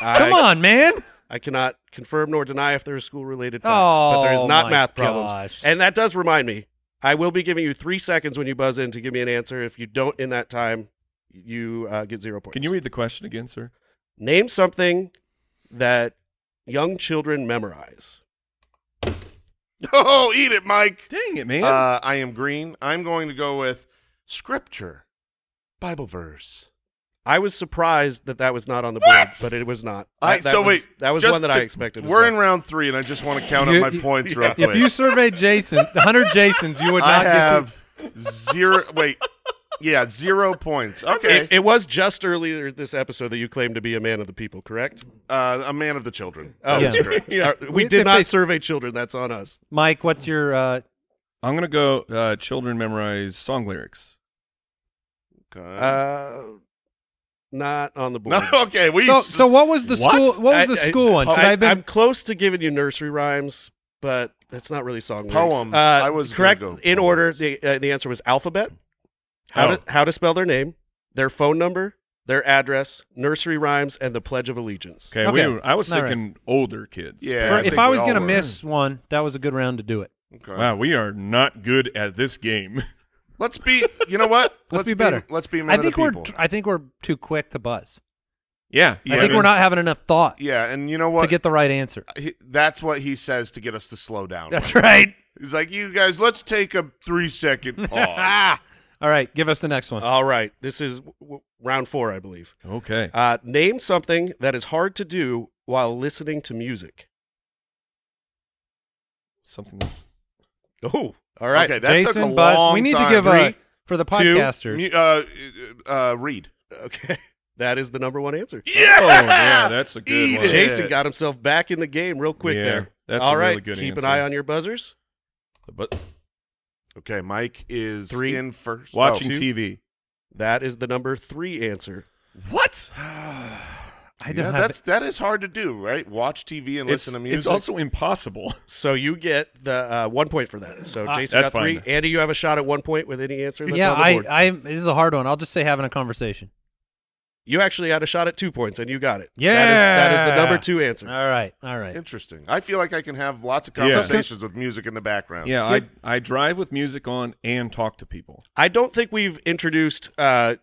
[SPEAKER 5] I,
[SPEAKER 1] Come on, man.
[SPEAKER 5] I cannot confirm nor deny if there are school related facts, but there is
[SPEAKER 1] Oh,
[SPEAKER 5] not
[SPEAKER 1] my
[SPEAKER 5] math problems.
[SPEAKER 1] gosh.
[SPEAKER 5] And that does remind me, I will be giving you three seconds when you buzz in to give me an answer. If you don't in that time, you uh, get zero points.
[SPEAKER 2] Can you read the question again, sir?
[SPEAKER 5] name something that young children memorize?
[SPEAKER 3] Oh, eat it, Mike.
[SPEAKER 2] Dang it, man.
[SPEAKER 3] Uh, I am green. I'm going to go with scripture, Bible verse.
[SPEAKER 5] I was surprised that that was not on the board,
[SPEAKER 3] What?
[SPEAKER 5] but it was not.
[SPEAKER 3] I,
[SPEAKER 5] That- that
[SPEAKER 3] so
[SPEAKER 5] was-
[SPEAKER 3] wait,
[SPEAKER 5] that was
[SPEAKER 3] just
[SPEAKER 5] one that I
[SPEAKER 3] to-
[SPEAKER 5] expected. as
[SPEAKER 3] We're
[SPEAKER 5] well.
[SPEAKER 3] in round three, and I just want to count
[SPEAKER 1] You-
[SPEAKER 3] up my
[SPEAKER 1] you-
[SPEAKER 3] points real quick.
[SPEAKER 1] If you surveyed Jason, 100 Jasons, you would not
[SPEAKER 3] I
[SPEAKER 1] get the-
[SPEAKER 3] have zero. Wait, yeah, zero points. Okay,
[SPEAKER 5] It, it was just earlier this episode that you claimed to be a man of the people, correct?
[SPEAKER 3] uh, a man of the children.
[SPEAKER 5] Oh,
[SPEAKER 1] Yeah.
[SPEAKER 3] That's correct.
[SPEAKER 5] All right, We
[SPEAKER 1] If
[SPEAKER 5] did
[SPEAKER 1] they-
[SPEAKER 5] not survey children. That's on us.
[SPEAKER 1] Mike, what's your uh,
[SPEAKER 2] I'm gonna go. Uh, children memorize song lyrics.
[SPEAKER 3] Okay.
[SPEAKER 5] Uh, not on the board.
[SPEAKER 3] no, okay, we.
[SPEAKER 1] so, so what was the
[SPEAKER 2] What?
[SPEAKER 1] school? What was the
[SPEAKER 5] I- I-
[SPEAKER 1] school one? Should I, have been
[SPEAKER 5] am close to giving you nursery rhymes, but that's not really song lyrics.
[SPEAKER 3] Poems.
[SPEAKER 5] Uh,
[SPEAKER 3] I was gonna
[SPEAKER 5] correct
[SPEAKER 3] go
[SPEAKER 5] in
[SPEAKER 3] poems.
[SPEAKER 5] order. The uh, the answer was alphabet. How
[SPEAKER 2] Oh.
[SPEAKER 5] to how to spell their name, their phone number, their address, nursery rhymes, and the Pledge of Allegiance.
[SPEAKER 2] Okay,
[SPEAKER 1] Okay.
[SPEAKER 2] We were, I was
[SPEAKER 1] All right.
[SPEAKER 2] thinking older kids.
[SPEAKER 3] Yeah.
[SPEAKER 1] for-
[SPEAKER 3] I
[SPEAKER 1] if
[SPEAKER 3] think
[SPEAKER 1] I
[SPEAKER 3] we
[SPEAKER 1] was
[SPEAKER 3] all
[SPEAKER 1] gonna
[SPEAKER 3] were.
[SPEAKER 1] miss one, that was a good round to do it.
[SPEAKER 3] okay.
[SPEAKER 2] Wow, we are not good at this game.
[SPEAKER 3] Let's be. You know what?
[SPEAKER 1] Let's, be better.
[SPEAKER 3] let's be. Men
[SPEAKER 1] I
[SPEAKER 3] of the
[SPEAKER 1] think we're.
[SPEAKER 3] people.
[SPEAKER 1] I think we're too quick to buzz.
[SPEAKER 2] yeah.
[SPEAKER 3] Yeah,
[SPEAKER 1] I think
[SPEAKER 3] mean-
[SPEAKER 1] we're not having enough thought
[SPEAKER 3] Yeah, and you know
[SPEAKER 1] to
[SPEAKER 3] what?
[SPEAKER 1] get the right answer.
[SPEAKER 3] He- that's what he says to get us to slow down.
[SPEAKER 1] That's right.
[SPEAKER 3] He's like, you guys, let's take a three second pause.
[SPEAKER 1] All right, give us the next one.
[SPEAKER 5] All right, this is w- w- round four, I believe.
[SPEAKER 2] Okay.
[SPEAKER 5] Uh, name something that is hard to do while listening to music.
[SPEAKER 2] Something. Else.
[SPEAKER 5] Oh, all right.
[SPEAKER 3] Okay, that took a
[SPEAKER 1] Jason, Buzz,
[SPEAKER 3] long
[SPEAKER 1] we need to
[SPEAKER 3] time.
[SPEAKER 1] give a for the
[SPEAKER 5] two,
[SPEAKER 1] podcasters.
[SPEAKER 3] Mu- uh, uh, read.
[SPEAKER 5] Okay. That is the number one answer.
[SPEAKER 3] Yeah,
[SPEAKER 2] Oh yeah, that's a good
[SPEAKER 3] Eat
[SPEAKER 2] one.
[SPEAKER 3] it.
[SPEAKER 5] Jason got himself back in the game real quick
[SPEAKER 2] Yeah,
[SPEAKER 5] there.
[SPEAKER 2] that's a
[SPEAKER 5] all right.
[SPEAKER 2] really good
[SPEAKER 5] Keep
[SPEAKER 2] answer.
[SPEAKER 5] an eye on your buzzers.
[SPEAKER 2] But
[SPEAKER 3] Okay, Mike is
[SPEAKER 5] Three.
[SPEAKER 3] in first.
[SPEAKER 2] watching
[SPEAKER 3] Oh, two.
[SPEAKER 2] TV.
[SPEAKER 5] That is the number three answer.
[SPEAKER 2] What?
[SPEAKER 1] I
[SPEAKER 3] yeah,
[SPEAKER 1] don't have.
[SPEAKER 3] that's that is hard to do, right? Watch TV and
[SPEAKER 2] It's,
[SPEAKER 3] listen to music.
[SPEAKER 2] it's also impossible.
[SPEAKER 5] So you get the uh, one point for that. So
[SPEAKER 1] Ah,
[SPEAKER 5] Jason got
[SPEAKER 2] that's
[SPEAKER 5] three.
[SPEAKER 2] fine.
[SPEAKER 5] Andy, you have a shot at one point with any answer that's
[SPEAKER 1] yeah,
[SPEAKER 5] on the board.
[SPEAKER 1] I, uh, I. This is a hard one. I'll just say having a conversation.
[SPEAKER 5] you actually had a shot at two points and you got it. That is, that is
[SPEAKER 1] Yeah. Uh,
[SPEAKER 5] the number two answer.
[SPEAKER 1] All right, all right.
[SPEAKER 3] interesting. I feel like I can have lots of
[SPEAKER 2] Yeah. So-
[SPEAKER 3] conversations with music in the background.
[SPEAKER 2] Yeah, I I drive with music on and talk to people.
[SPEAKER 5] I don't think we've introduced uh,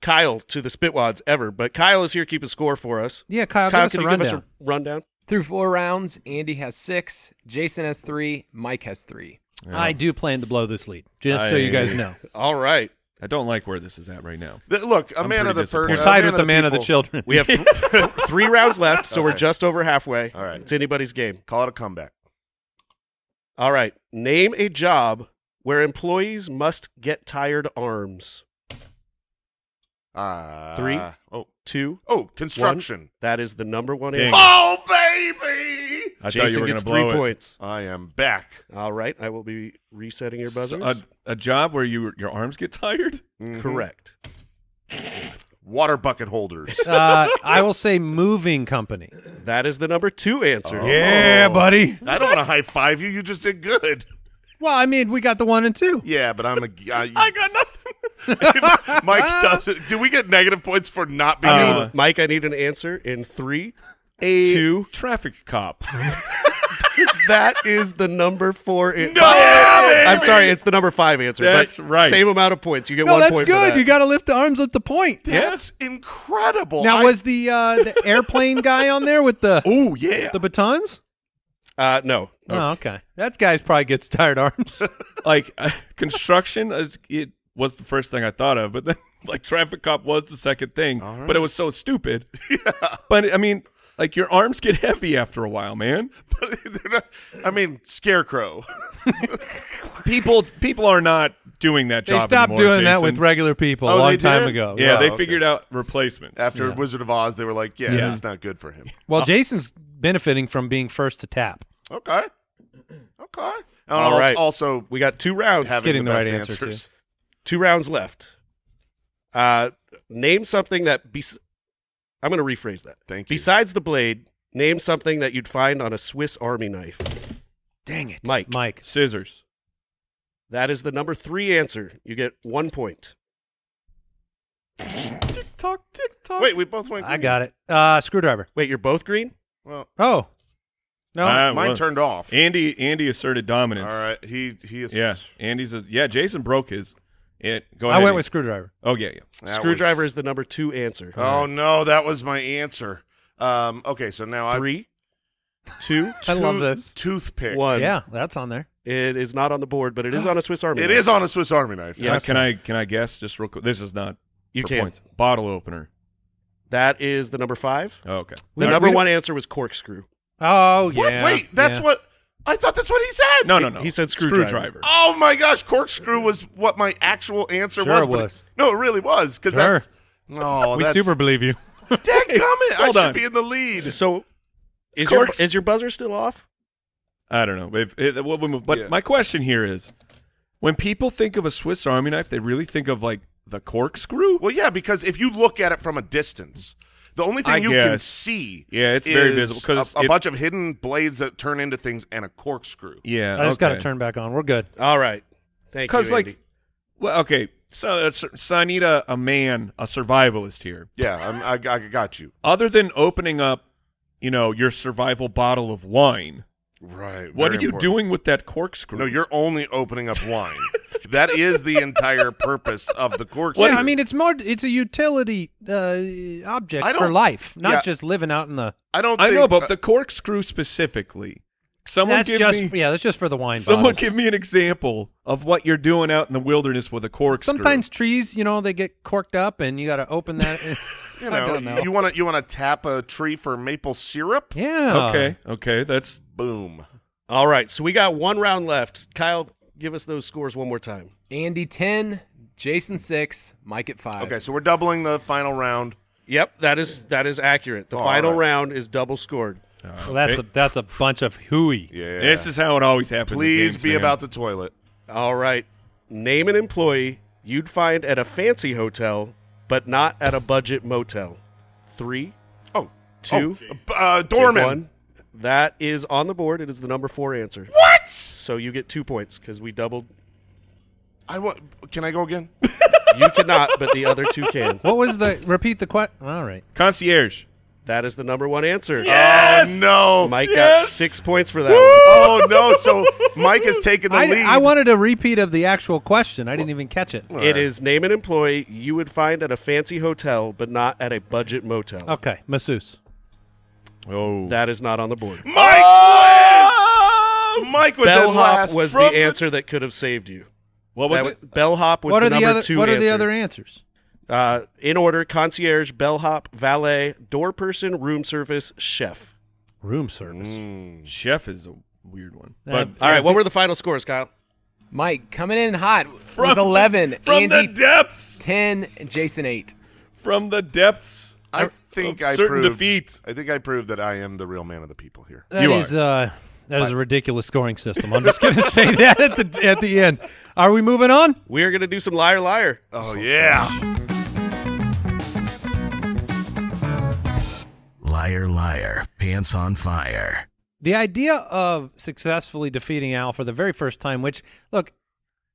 [SPEAKER 5] Kyle to the Spitwads ever, but Kyle is here keeping score for us.
[SPEAKER 1] Yeah, Kyle,
[SPEAKER 5] Kyle,
[SPEAKER 1] give
[SPEAKER 5] can
[SPEAKER 1] us a
[SPEAKER 5] you
[SPEAKER 1] rundown.
[SPEAKER 5] give us a rundown?
[SPEAKER 6] Through four rounds, Andy has six, Jason has three, Mike has three.
[SPEAKER 1] I do plan to blow this lead, just so you guys
[SPEAKER 2] I-
[SPEAKER 1] know.
[SPEAKER 5] All right.
[SPEAKER 2] I don't like where this is at right now.
[SPEAKER 3] Th- look, a
[SPEAKER 2] I'm
[SPEAKER 3] man
[SPEAKER 2] pretty
[SPEAKER 3] of the per-
[SPEAKER 2] disappointed.
[SPEAKER 1] We're
[SPEAKER 3] a
[SPEAKER 1] tied with the man of the
[SPEAKER 3] people.
[SPEAKER 1] children.
[SPEAKER 5] We have th- three rounds left, so we're
[SPEAKER 3] Okay.
[SPEAKER 5] just over halfway.
[SPEAKER 3] All right.
[SPEAKER 5] It's anybody's game.
[SPEAKER 3] Call it a comeback.
[SPEAKER 5] All right. Name a job where employees must get tired arms.
[SPEAKER 3] Uh,
[SPEAKER 5] Three.
[SPEAKER 3] Oh,
[SPEAKER 5] Two.
[SPEAKER 3] oh, construction.
[SPEAKER 5] That is the number one
[SPEAKER 2] Dang.
[SPEAKER 5] answer.
[SPEAKER 3] Oh, baby!
[SPEAKER 2] I
[SPEAKER 5] Jason
[SPEAKER 2] thought you were going
[SPEAKER 5] gets
[SPEAKER 2] to blow
[SPEAKER 5] three
[SPEAKER 2] it.
[SPEAKER 5] points.
[SPEAKER 3] I am back.
[SPEAKER 5] All right. I will be resetting your
[SPEAKER 2] So,
[SPEAKER 5] buzzers.
[SPEAKER 2] a, a job where you your arms get tired.
[SPEAKER 5] Mm-hmm.
[SPEAKER 3] Mhm.
[SPEAKER 5] Correct.
[SPEAKER 3] Water bucket holders.
[SPEAKER 1] uh, I will say moving company.
[SPEAKER 5] That is the number two answer.
[SPEAKER 2] Oh.
[SPEAKER 3] Yeah,
[SPEAKER 1] buddy.
[SPEAKER 3] Oh. I don't want to high five you. You just did good.
[SPEAKER 1] Well, I mean, we got the one and two.
[SPEAKER 3] Yeah, but I'm a. I,
[SPEAKER 2] I got nothing.
[SPEAKER 3] Mike doesn't. Do we get negative points for not being able
[SPEAKER 5] Uh,
[SPEAKER 3] to?
[SPEAKER 5] Mike, I need an answer in three.
[SPEAKER 2] A
[SPEAKER 5] Two.
[SPEAKER 2] traffic cop.
[SPEAKER 5] That is the number four. an-
[SPEAKER 3] Yeah,
[SPEAKER 5] I'm sorry, it's the number five answer.
[SPEAKER 2] That's
[SPEAKER 5] but
[SPEAKER 2] right.
[SPEAKER 5] Same amount of points. You get
[SPEAKER 1] No,
[SPEAKER 5] one
[SPEAKER 1] that's
[SPEAKER 5] point. For
[SPEAKER 1] good.
[SPEAKER 5] that.
[SPEAKER 1] You got to lift the arms up to point.
[SPEAKER 3] That's incredible.
[SPEAKER 1] Now,
[SPEAKER 3] I-
[SPEAKER 1] was the uh, the airplane guy on there with the
[SPEAKER 2] oh yeah,
[SPEAKER 1] the batons?
[SPEAKER 5] uh, no.
[SPEAKER 1] Oh, okay. That guy's probably gets tired arms.
[SPEAKER 2] like uh, construction. Is, it was the first thing I thought of, but then like traffic cop was the second thing.
[SPEAKER 3] All
[SPEAKER 2] But it was so stupid. But I mean, like your arms get heavy after a while, man.
[SPEAKER 3] They're not- I mean, scarecrow.
[SPEAKER 2] People people are not doing that
[SPEAKER 1] they
[SPEAKER 2] job.
[SPEAKER 1] stopped
[SPEAKER 2] anymore,
[SPEAKER 1] doing that
[SPEAKER 2] Jason.
[SPEAKER 1] with regular people
[SPEAKER 3] Oh,
[SPEAKER 1] a long
[SPEAKER 3] they
[SPEAKER 1] time
[SPEAKER 3] did?
[SPEAKER 1] ago.
[SPEAKER 2] Yeah,
[SPEAKER 3] Oh,
[SPEAKER 2] they
[SPEAKER 3] okay.
[SPEAKER 2] figured out replacements.
[SPEAKER 3] After
[SPEAKER 1] Yeah.
[SPEAKER 3] Wizard of Oz, they were like, "Yeah,
[SPEAKER 2] Yeah.
[SPEAKER 3] that's not good for him."
[SPEAKER 1] Well, Jason's benefiting from being first to tap.
[SPEAKER 3] Okay, okay. And
[SPEAKER 5] All
[SPEAKER 3] also,
[SPEAKER 5] right.
[SPEAKER 3] also
[SPEAKER 5] We got two rounds.
[SPEAKER 3] having
[SPEAKER 1] Oh, Getting
[SPEAKER 3] the,
[SPEAKER 1] the
[SPEAKER 3] best
[SPEAKER 1] right answer,
[SPEAKER 3] answers.
[SPEAKER 5] two rounds left. Uh, name something that be- I'm going to rephrase that.
[SPEAKER 3] Thank you.
[SPEAKER 5] Besides the blade, name something that you'd find on a Swiss Army knife.
[SPEAKER 1] Dang it,
[SPEAKER 5] Mike.
[SPEAKER 1] Mike.
[SPEAKER 2] scissors.
[SPEAKER 5] That is the number three answer. You get one point.
[SPEAKER 3] Wait, we both went.
[SPEAKER 1] I got it. Uh, screwdriver.
[SPEAKER 5] Wait, you're both green.
[SPEAKER 3] Well,
[SPEAKER 1] Oh, no.
[SPEAKER 2] I
[SPEAKER 3] mine
[SPEAKER 2] was-
[SPEAKER 3] turned off.
[SPEAKER 2] Ah, Andy Andy asserted
[SPEAKER 3] All
[SPEAKER 2] dominance.
[SPEAKER 3] right, he he is.
[SPEAKER 2] Yeah. Andy's a, yeah, Jason broke his. It, go
[SPEAKER 1] I
[SPEAKER 2] ahead,
[SPEAKER 1] went
[SPEAKER 2] Andy.
[SPEAKER 1] with screwdriver.
[SPEAKER 2] Oh yeah, yeah.
[SPEAKER 3] that was-
[SPEAKER 5] Screwdriver is the number two answer.
[SPEAKER 3] Oh no, that was my answer. Um, okay, so now I
[SPEAKER 5] Three, two.
[SPEAKER 1] I love
[SPEAKER 3] Tooth-
[SPEAKER 1] this.
[SPEAKER 3] toothpick.
[SPEAKER 5] One.
[SPEAKER 1] Yeah, that's on there.
[SPEAKER 5] It is not on the board, but it is on a Swiss Army.
[SPEAKER 3] It
[SPEAKER 5] knife.
[SPEAKER 3] is on a Swiss Army knife.
[SPEAKER 5] Yeah.
[SPEAKER 2] Uh, can I can I guess just real quick? This is not
[SPEAKER 5] You
[SPEAKER 2] for
[SPEAKER 5] can.
[SPEAKER 2] points. Bottle opener.
[SPEAKER 5] That is the number five.
[SPEAKER 2] Oh, okay.
[SPEAKER 1] We
[SPEAKER 5] The
[SPEAKER 1] don't-
[SPEAKER 5] number
[SPEAKER 1] we don't-
[SPEAKER 5] one answer was corkscrew.
[SPEAKER 1] Oh
[SPEAKER 3] What?
[SPEAKER 1] yeah.
[SPEAKER 3] Wait, that's
[SPEAKER 1] yeah.
[SPEAKER 3] what. I thought that's what he said.
[SPEAKER 2] No, no, no.
[SPEAKER 5] He said
[SPEAKER 2] screwdriver.
[SPEAKER 5] screwdriver.
[SPEAKER 3] Oh my gosh, corkscrew was what my actual answer
[SPEAKER 1] Sure
[SPEAKER 3] was.
[SPEAKER 1] it
[SPEAKER 3] but
[SPEAKER 1] was.
[SPEAKER 3] no, it really was because
[SPEAKER 1] Sure.
[SPEAKER 3] that's.
[SPEAKER 5] Oh,
[SPEAKER 3] No,
[SPEAKER 1] we
[SPEAKER 3] that's
[SPEAKER 1] super believe you.
[SPEAKER 3] Dadgummit, I
[SPEAKER 2] Hold
[SPEAKER 3] should
[SPEAKER 2] on.
[SPEAKER 3] be in the lead.
[SPEAKER 5] So is your,
[SPEAKER 2] Corks-
[SPEAKER 5] is your buzzer still off?
[SPEAKER 2] I don't know. If, it, well, we- but
[SPEAKER 3] Yeah.
[SPEAKER 2] my question here is, when people think of a Swiss Army knife, they really think of like the corkscrew.
[SPEAKER 3] Well, yeah, because if you look at it from a distance, the only thing
[SPEAKER 2] I
[SPEAKER 3] you can
[SPEAKER 2] guess.
[SPEAKER 3] see,
[SPEAKER 2] Yeah, it's very
[SPEAKER 3] is
[SPEAKER 2] visible, 'cause
[SPEAKER 3] a, a
[SPEAKER 2] it-
[SPEAKER 3] bunch of hidden blades that turn into things and a corkscrew.
[SPEAKER 2] Yeah,
[SPEAKER 1] I just got
[SPEAKER 2] okay.
[SPEAKER 1] to turn back on. We're good.
[SPEAKER 5] All right. Thank you.
[SPEAKER 2] Because, like,
[SPEAKER 5] Andy.
[SPEAKER 2] well, okay, so, uh, so, so I need a, a man, a survivalist here.
[SPEAKER 3] Yeah, I'm, I, I got you.
[SPEAKER 2] Other than opening up, you know, your survival bottle of wine,
[SPEAKER 3] Right.
[SPEAKER 2] what are
[SPEAKER 3] very
[SPEAKER 2] you
[SPEAKER 3] important.
[SPEAKER 2] doing with that corkscrew?
[SPEAKER 3] No, you're only opening up wine. that is the entire purpose of the corkscrew.
[SPEAKER 1] yeah, I mean, it's more. It's a utility uh, object
[SPEAKER 3] I
[SPEAKER 1] for
[SPEAKER 3] don't-
[SPEAKER 1] life, not
[SPEAKER 3] yeah.
[SPEAKER 1] just living out in the.
[SPEAKER 3] I don't.
[SPEAKER 2] I
[SPEAKER 3] think,
[SPEAKER 2] know, but
[SPEAKER 3] uh,
[SPEAKER 2] the corkscrew specifically. Someone
[SPEAKER 1] that's
[SPEAKER 2] give
[SPEAKER 1] just
[SPEAKER 2] me
[SPEAKER 1] yeah, that's just for the wine.
[SPEAKER 2] someone
[SPEAKER 1] bottles.
[SPEAKER 2] give me an example of what you're doing out in the wilderness with a corkscrew.
[SPEAKER 1] Sometimes trees, you know, they get corked up, and you got to open that.
[SPEAKER 3] you know, you want to you want to tap a tree for maple syrup?
[SPEAKER 1] yeah.
[SPEAKER 2] Okay, okay, that's
[SPEAKER 3] Boom.
[SPEAKER 5] All right. So we got one round left. Kyle, give us those scores one more time.
[SPEAKER 6] Andy 10, Jason 6, Mike at 5.
[SPEAKER 3] Okay, so we're doubling the final round.
[SPEAKER 5] Yep, that is that is accurate. The
[SPEAKER 3] All
[SPEAKER 5] final
[SPEAKER 3] right.
[SPEAKER 5] round is double scored.
[SPEAKER 1] Well, that's a that's a bunch of hooey.
[SPEAKER 3] Yeah.
[SPEAKER 2] this is how it always happens. in
[SPEAKER 3] Please
[SPEAKER 2] games,
[SPEAKER 3] be
[SPEAKER 2] man.
[SPEAKER 3] about the toilet.
[SPEAKER 5] All right. Name an employee you'd find at a fancy hotel, but not at a budget motel. Three,
[SPEAKER 3] Oh,
[SPEAKER 5] Two.
[SPEAKER 3] oh, uh, doorman.
[SPEAKER 5] one. That is on the board. It is the number four answer.
[SPEAKER 3] What?
[SPEAKER 5] So you get two points because we doubled.
[SPEAKER 3] I wa- Can I go again?
[SPEAKER 5] You cannot, but the other two can.
[SPEAKER 1] What was the repeat the question? All right.
[SPEAKER 2] concierge.
[SPEAKER 5] That is the number one answer.
[SPEAKER 3] Oh no,
[SPEAKER 5] Mike got
[SPEAKER 2] Yes!
[SPEAKER 5] six points for that one.
[SPEAKER 3] Oh no. So Mike has taken the
[SPEAKER 1] I,
[SPEAKER 3] lead.
[SPEAKER 1] I wanted a repeat of the actual question. I didn't even catch it.
[SPEAKER 5] It is name an employee you would find at a fancy hotel, but not at a budget motel.
[SPEAKER 1] Okay, masseuse.
[SPEAKER 2] Oh,
[SPEAKER 5] That is not on the board.
[SPEAKER 3] Mike. wins! Mike was in
[SPEAKER 5] Bellhop
[SPEAKER 3] last.
[SPEAKER 5] was the
[SPEAKER 3] from
[SPEAKER 5] answer that could have saved you.
[SPEAKER 2] what was
[SPEAKER 5] That
[SPEAKER 2] it?
[SPEAKER 5] w- Bellhop was
[SPEAKER 1] what
[SPEAKER 5] the
[SPEAKER 1] are the
[SPEAKER 5] number
[SPEAKER 1] other
[SPEAKER 5] two
[SPEAKER 1] What are the
[SPEAKER 5] answer.
[SPEAKER 1] other answers?
[SPEAKER 5] Uh, in order, concierge, bellhop, valet, door person, room service, chef.
[SPEAKER 1] Room service.
[SPEAKER 5] Mm.
[SPEAKER 2] Chef is a weird one.
[SPEAKER 1] Uh,
[SPEAKER 2] But
[SPEAKER 5] All right, what were the final scores, Kyle?
[SPEAKER 6] Mike coming in hot
[SPEAKER 2] from
[SPEAKER 6] with 11,
[SPEAKER 2] from
[SPEAKER 6] Andy
[SPEAKER 2] the depths,
[SPEAKER 6] 10, and Jason 8.
[SPEAKER 2] from the depths.
[SPEAKER 3] I
[SPEAKER 2] of-
[SPEAKER 3] think
[SPEAKER 2] of
[SPEAKER 3] I
[SPEAKER 2] certain
[SPEAKER 3] proved.
[SPEAKER 2] defeat.
[SPEAKER 3] I think I proved that I am the real man of the people here.
[SPEAKER 1] That
[SPEAKER 2] You
[SPEAKER 1] is uh, that is a ridiculous scoring system. I'm just going to say that at the at the end. Are we moving on?
[SPEAKER 5] We are going to do some liar, liar.
[SPEAKER 3] Oh yeah.
[SPEAKER 4] Liar, liar, pants on fire.
[SPEAKER 1] The idea of successfully defeating Al for the very first time, which look,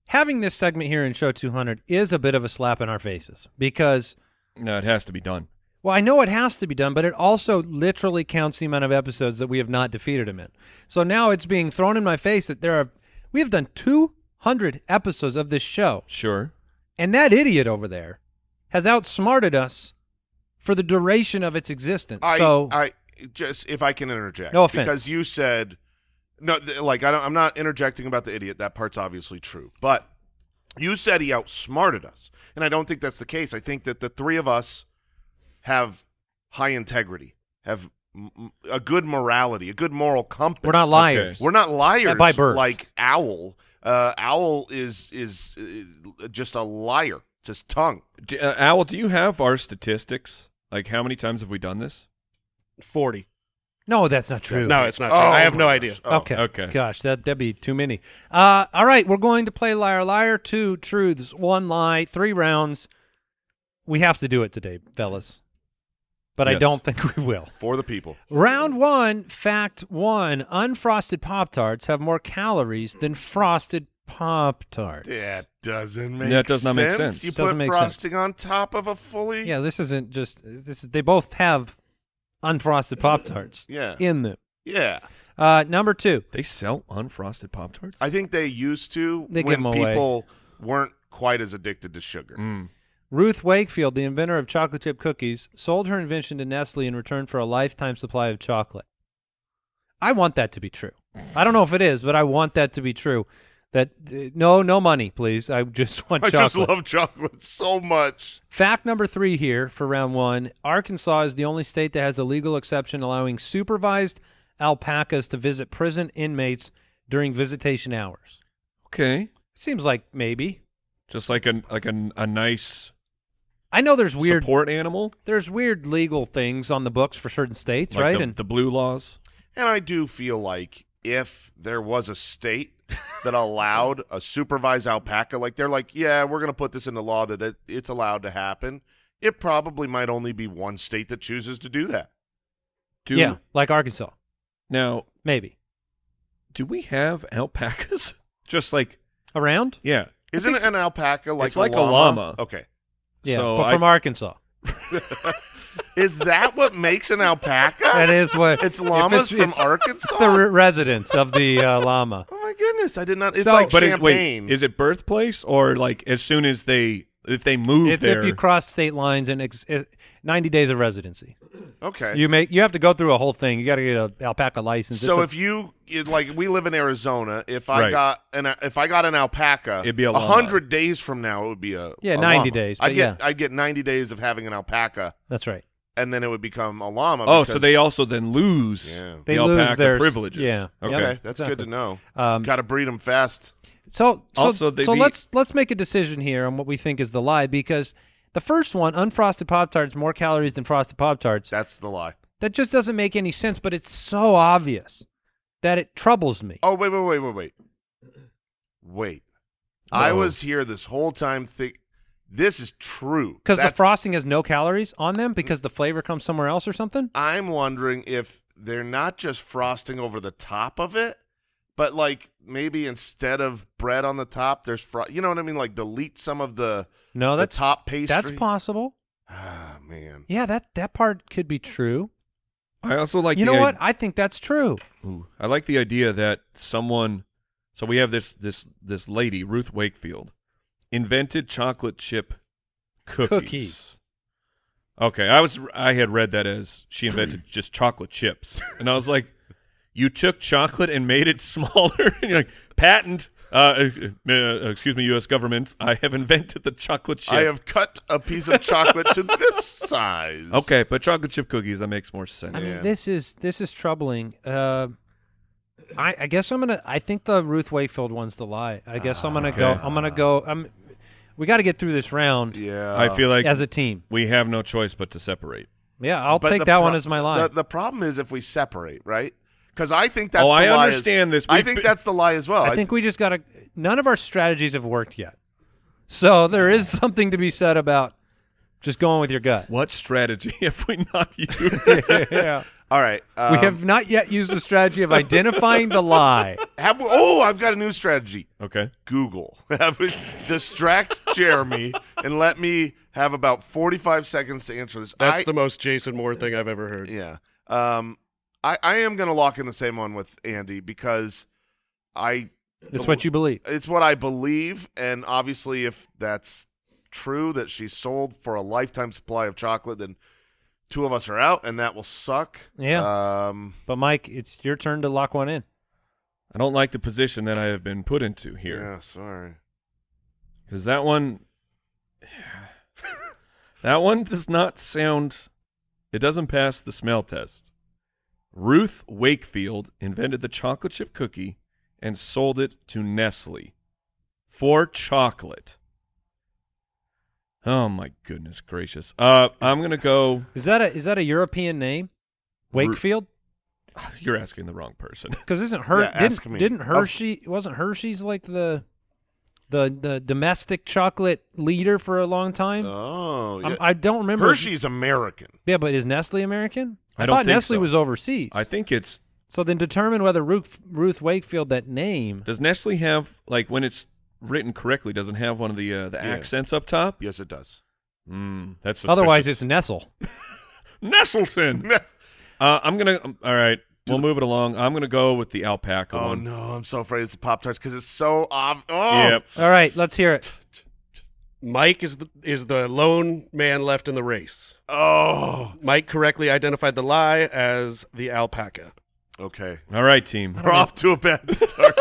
[SPEAKER 1] having this segment here in show 200 is a bit of a slap in our faces because
[SPEAKER 2] No, it has to be done.
[SPEAKER 1] Well, I know it has to be done, but it also literally counts the amount of episodes that we have not defeated him in. So now it's being thrown in my face that there are we have done 200 episodes of this show,
[SPEAKER 2] Sure.
[SPEAKER 1] and that idiot over there has outsmarted us for the duration of its existence.
[SPEAKER 3] I,
[SPEAKER 1] so
[SPEAKER 3] I just if I can interject.
[SPEAKER 1] No offense.
[SPEAKER 3] Because you said no. Th- like I don't. I'm not interjecting about the idiot. That part's obviously true. But you said he outsmarted us, and I don't think that's the case. I think that the three of us have high integrity, have m- m- a good morality, a good moral compass.
[SPEAKER 1] we're not liars.
[SPEAKER 3] We're not liars
[SPEAKER 1] By birth.
[SPEAKER 3] Like owl. Uh, owl is is uh, just a liar. It's his tongue.
[SPEAKER 2] D- uh, Owl, do you have our statistics? Like, how many times have we done this?
[SPEAKER 5] 40.
[SPEAKER 1] No, that's not true.
[SPEAKER 5] No, it's not. true. I have no
[SPEAKER 3] my
[SPEAKER 5] idea.
[SPEAKER 3] gosh. Oh.
[SPEAKER 1] okay.
[SPEAKER 2] okay.
[SPEAKER 1] Gosh, that that'd be too many. Uh, all right, we're going to play liar liar. Two truths, one lie, three rounds. We have to do it today, fellas. But I
[SPEAKER 2] Yes.
[SPEAKER 1] don't think we will.
[SPEAKER 3] For the people.
[SPEAKER 1] Round one, fact one unfrosted Pop Tarts have more calories than frosted Pop Tarts.
[SPEAKER 3] That doesn't make
[SPEAKER 2] That does not make sense.
[SPEAKER 3] You
[SPEAKER 1] Doesn't
[SPEAKER 3] put
[SPEAKER 1] make
[SPEAKER 3] frosting on top of a fully
[SPEAKER 1] Yeah, this isn't just this is they both have unfrosted Pop Tarts
[SPEAKER 3] Yeah.
[SPEAKER 1] in them.
[SPEAKER 3] Yeah.
[SPEAKER 1] Uh, number two.
[SPEAKER 2] They sell unfrosted Pop Tarts?
[SPEAKER 3] I think they used to
[SPEAKER 1] They give
[SPEAKER 3] when
[SPEAKER 1] 'em away.
[SPEAKER 3] people weren't quite as addicted to sugar.
[SPEAKER 2] Mm.
[SPEAKER 1] Ruth Wakefield, the inventor of chocolate chip cookies, sold her invention to Nestle in return for a lifetime supply of chocolate. I want that to be true. I don't know if it is, but I want that to be true. That uh, no, no money, please. I just want
[SPEAKER 3] I
[SPEAKER 1] chocolate.
[SPEAKER 3] just love chocolate so much.
[SPEAKER 1] Fact number three here for round one Arkansas is the only state that has a legal exception allowing supervised alpacas to visit prison inmates during visitation hours.
[SPEAKER 2] Okay.
[SPEAKER 1] Seems like maybe.
[SPEAKER 2] Just like a like a, a nice
[SPEAKER 1] I know there's weird
[SPEAKER 2] support animal,
[SPEAKER 1] there's weird legal things on the books for certain states,
[SPEAKER 2] like
[SPEAKER 1] right?
[SPEAKER 2] The,
[SPEAKER 1] and
[SPEAKER 2] the blue laws.
[SPEAKER 3] And I do feel like if there was a state that allowed a supervised alpaca, like they're like, yeah, we're going to put this into law that it, it's allowed to happen, it probably might only be one state that chooses to do that.
[SPEAKER 2] Do
[SPEAKER 1] yeah, like Arkansas,
[SPEAKER 2] now
[SPEAKER 1] maybe
[SPEAKER 2] do we have alpacas? Just like
[SPEAKER 1] around.
[SPEAKER 2] yeah.
[SPEAKER 3] Isn't an alpaca like
[SPEAKER 2] it's
[SPEAKER 3] a
[SPEAKER 2] like a
[SPEAKER 3] llama?
[SPEAKER 2] llama.
[SPEAKER 3] Okay.
[SPEAKER 1] Yeah,
[SPEAKER 2] So
[SPEAKER 1] but
[SPEAKER 2] I-
[SPEAKER 1] from Arkansas,
[SPEAKER 3] Is that what makes an
[SPEAKER 1] that
[SPEAKER 3] alpaca?
[SPEAKER 1] is what
[SPEAKER 3] It's
[SPEAKER 1] if
[SPEAKER 3] llamas from
[SPEAKER 1] it's,
[SPEAKER 3] Arkansas.
[SPEAKER 1] It's the re- residence of the uh, llama.
[SPEAKER 3] oh my goodness, I did not. It's
[SPEAKER 1] So-
[SPEAKER 3] like
[SPEAKER 2] But it,
[SPEAKER 3] champagne.
[SPEAKER 2] wait, is it birthplace or like as soon as they if they move
[SPEAKER 1] It's
[SPEAKER 2] there?
[SPEAKER 1] if you cross state lines and ex- eh, ninety days of residency.
[SPEAKER 3] okay.
[SPEAKER 1] You make you have to go through a whole thing. You got to get an alpaca license.
[SPEAKER 3] so
[SPEAKER 1] It's a-
[SPEAKER 3] if you it- like, we live in Arizona. If I
[SPEAKER 2] Right.
[SPEAKER 3] got an if I got an alpaca,
[SPEAKER 2] It'd be a llama.
[SPEAKER 3] hundred days from now. It would be a
[SPEAKER 1] Yeah,
[SPEAKER 3] a
[SPEAKER 1] 90
[SPEAKER 3] llama.
[SPEAKER 1] days,
[SPEAKER 3] I
[SPEAKER 1] but
[SPEAKER 3] get I get ninety days of having an alpaca,
[SPEAKER 1] that's right.
[SPEAKER 3] and then it would become a llama.
[SPEAKER 2] oh,
[SPEAKER 3] because-
[SPEAKER 2] so they also then lose
[SPEAKER 3] Yeah.
[SPEAKER 2] the
[SPEAKER 1] They lose
[SPEAKER 2] alpaca
[SPEAKER 1] their s-
[SPEAKER 2] privileges.
[SPEAKER 1] yeah.
[SPEAKER 2] Okay.
[SPEAKER 1] Yep.
[SPEAKER 3] Okay, that's
[SPEAKER 1] exactly.
[SPEAKER 3] good to know.
[SPEAKER 1] Um,
[SPEAKER 3] got to breed them fast.
[SPEAKER 1] So, so,
[SPEAKER 2] Also, they
[SPEAKER 1] so
[SPEAKER 2] be-
[SPEAKER 1] let's let's make a decision here on what we think is the lie because the first one, unfrosted pop tarts, more calories than frosted pop tarts.
[SPEAKER 3] That's the lie.
[SPEAKER 1] That just doesn't make any sense, but it's so obvious that it troubles me.
[SPEAKER 3] Oh wait, wait, wait, wait, wait, wait. I was here this whole time. Think this is true
[SPEAKER 1] Because the
[SPEAKER 3] That's-
[SPEAKER 1] frosting has no calories on them because the flavor comes somewhere else or something.
[SPEAKER 3] I'm wondering if they're not just frosting over the top of it, but like maybe instead of bread on the top, there's fro. You know what I mean? Like delete some of the
[SPEAKER 1] No,
[SPEAKER 3] the
[SPEAKER 1] that's
[SPEAKER 3] top pastry.
[SPEAKER 1] that's possible.
[SPEAKER 3] Ah man.
[SPEAKER 1] Yeah, that that part could be true.
[SPEAKER 2] I also like
[SPEAKER 1] you
[SPEAKER 2] the
[SPEAKER 1] know
[SPEAKER 2] i-
[SPEAKER 1] what? I think that's true.
[SPEAKER 2] Ooh, I like the idea that someone. So we have this this this lady Ruth Wakefield invented chocolate chip cookies.
[SPEAKER 1] Cookies.
[SPEAKER 2] Okay, I was I had read that as she invented just chocolate chips, and I was like, you took chocolate and made it smaller, and you're like patent. Uh, uh, uh, excuse me, U.S. government. I have invented the chocolate chip.
[SPEAKER 3] I have cut a piece of chocolate to this size.
[SPEAKER 2] Okay, but chocolate chip cookies that makes more sense.
[SPEAKER 1] I mean, this is this is troubling. Uh, I, I guess I'm gonna. I think the Ruth Wakefield one's the lie. I guess I'm
[SPEAKER 3] Ah,
[SPEAKER 1] gonna go. I'm gonna go. I'm. We got to get through this round
[SPEAKER 3] Yeah.
[SPEAKER 2] I feel like
[SPEAKER 1] as a team.
[SPEAKER 2] we have no choice but to separate.
[SPEAKER 1] Yeah, I'll
[SPEAKER 3] But
[SPEAKER 1] take
[SPEAKER 3] the
[SPEAKER 1] that
[SPEAKER 3] pro-
[SPEAKER 1] one as my lie.
[SPEAKER 3] The, the problem is if we separate, right? Because I think that's
[SPEAKER 2] Oh,
[SPEAKER 3] the
[SPEAKER 2] I
[SPEAKER 3] lie
[SPEAKER 2] understand this.
[SPEAKER 3] is- I
[SPEAKER 2] We've
[SPEAKER 3] think
[SPEAKER 2] been-
[SPEAKER 3] that's the lie as well.
[SPEAKER 1] I think we just got to. None of our strategies have worked yet, so there is something to be said about just going with your gut.
[SPEAKER 2] What strategy have we not used?
[SPEAKER 1] yeah,
[SPEAKER 3] all right. Um,
[SPEAKER 1] we have not yet used the strategy of identifying the lie.
[SPEAKER 3] have- oh, I've got a new strategy.
[SPEAKER 2] okay.
[SPEAKER 3] Google. Have it- Distract Jeremy and let me have about 45 seconds to answer this.
[SPEAKER 5] That's
[SPEAKER 3] I,
[SPEAKER 5] the most Jason Moore thing I've ever heard.
[SPEAKER 3] yeah. Um, I, I am going to lock in the same one with Andy because I
[SPEAKER 1] It's what you believe.
[SPEAKER 3] it's what I believe, and obviously, if that's true that she sold for a lifetime supply of chocolate, then two of us are out, and that will suck.
[SPEAKER 1] Yeah.
[SPEAKER 3] Um,
[SPEAKER 1] But Mike, it's your turn to lock one in.
[SPEAKER 2] I don't like the position that I have been put into here
[SPEAKER 3] Yeah. Sorry.
[SPEAKER 2] because that one, that one does not sound. It doesn't pass the smell test. Ruth Wakefield invented the chocolate chip cookie and sold it to Nestle for chocolate. Oh my goodness gracious! Uh, I'm gonna go.
[SPEAKER 1] Is that a is that a European name?
[SPEAKER 2] Ru-
[SPEAKER 1] Wakefield?
[SPEAKER 2] You're asking the wrong person.
[SPEAKER 1] Because isn't her
[SPEAKER 3] Yeah, ask
[SPEAKER 1] didn't,
[SPEAKER 3] me.
[SPEAKER 1] didn't
[SPEAKER 3] Of-
[SPEAKER 1] Hershey wasn't Hershey's like the the the domestic chocolate leader for a long time?
[SPEAKER 3] Oh,
[SPEAKER 1] I'm-
[SPEAKER 3] yeah.
[SPEAKER 1] I don't remember. if-
[SPEAKER 3] Hershey's American.
[SPEAKER 1] Yeah, but is Nestle American?
[SPEAKER 2] I don't
[SPEAKER 1] thought
[SPEAKER 2] think
[SPEAKER 1] Nestle
[SPEAKER 2] so.
[SPEAKER 1] was overseas.
[SPEAKER 2] I think it's
[SPEAKER 1] so then determine whether Ruth, Ruth Wakefield that name.
[SPEAKER 2] Does Nestle have like when it's written correctly? Doesn't have one of the uh, the accents up top.
[SPEAKER 3] Yes, it does.
[SPEAKER 2] Mm, that's suspicious.
[SPEAKER 1] Otherwise, it's Nestle.
[SPEAKER 2] Nestleton. uh, I'm gonna. um, all right, we'll move it along. I'm gonna go with the alpaca
[SPEAKER 3] Oh
[SPEAKER 2] one.
[SPEAKER 3] no, I'm so afraid it's the Pop Tarts because it's so ob- oh.
[SPEAKER 2] Yep.
[SPEAKER 1] All right, let's hear it.
[SPEAKER 5] Mike is the, is the lone man left in the race.
[SPEAKER 3] Oh,
[SPEAKER 5] Mike correctly identified the lie as the alpaca.
[SPEAKER 3] okay.
[SPEAKER 2] All right, team.
[SPEAKER 3] We're off to a bad start.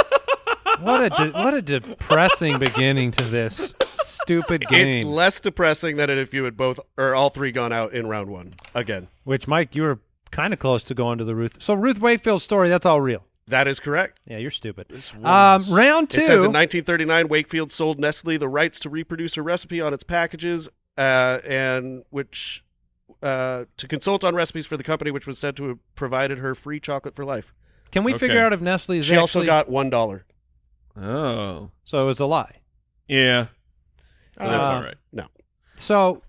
[SPEAKER 1] What a de- what a depressing beginning to this stupid
[SPEAKER 5] It's
[SPEAKER 1] game.
[SPEAKER 5] less depressing than if you had both or all three gone out in round one again.
[SPEAKER 1] which Mike, you were kind of close to going to the Ruth. So Ruth Wakefield's story, that's all real.
[SPEAKER 5] That is correct.
[SPEAKER 1] Yeah, you're stupid. Um, round two.
[SPEAKER 5] It says in 1939, Wakefield sold Nestle the rights to reproduce a recipe on its packages, uh, and which uh, to consult on recipes for the company, which was said to have provided her free chocolate for life.
[SPEAKER 1] can we figure
[SPEAKER 2] Okay.
[SPEAKER 1] out if Nestle is
[SPEAKER 5] she also
[SPEAKER 1] actually-
[SPEAKER 5] got one dollar.
[SPEAKER 2] Oh,
[SPEAKER 1] So it was a lie.
[SPEAKER 2] yeah, that's
[SPEAKER 1] Uh,
[SPEAKER 2] all right.
[SPEAKER 1] So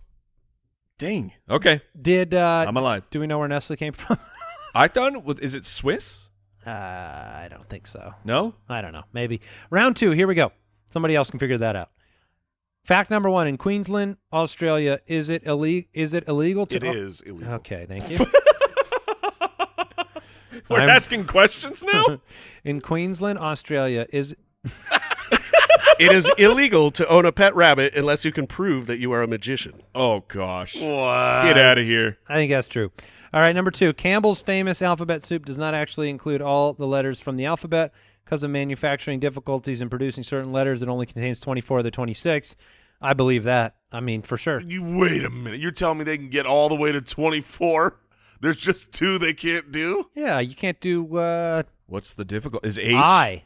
[SPEAKER 2] Dang. Okay,
[SPEAKER 1] did uh,
[SPEAKER 2] I'm alive.
[SPEAKER 1] do we know where Nestle came from?
[SPEAKER 2] I thought it was- is it Swiss?
[SPEAKER 1] uh, I don't think so.
[SPEAKER 2] No.
[SPEAKER 1] I don't know. Maybe. Round two, here we go. Somebody else can figure that out. Fact number one in Queensland, Australia, is it illegal is it illegal to
[SPEAKER 3] It is illegal.
[SPEAKER 1] Okay, thank you.
[SPEAKER 2] We're
[SPEAKER 1] I'm-
[SPEAKER 2] asking questions now.
[SPEAKER 1] in Queensland, Australia, is
[SPEAKER 5] it is illegal to own a pet rabbit unless you can prove that you are a magician.
[SPEAKER 2] oh gosh.
[SPEAKER 3] What?
[SPEAKER 2] Get out of here.
[SPEAKER 1] I think that's true. All right, number two, Campbell's famous alphabet soup does not actually include all the letters from the alphabet because of manufacturing difficulties in producing certain letters. It only contains 24 of the 26. I believe that. I mean, for sure.
[SPEAKER 3] You wait a minute. You're telling me they can get all the way to 24? There's just two they can't do?
[SPEAKER 1] Yeah, you can't do uh,
[SPEAKER 2] What's the difficult? Is H?
[SPEAKER 1] I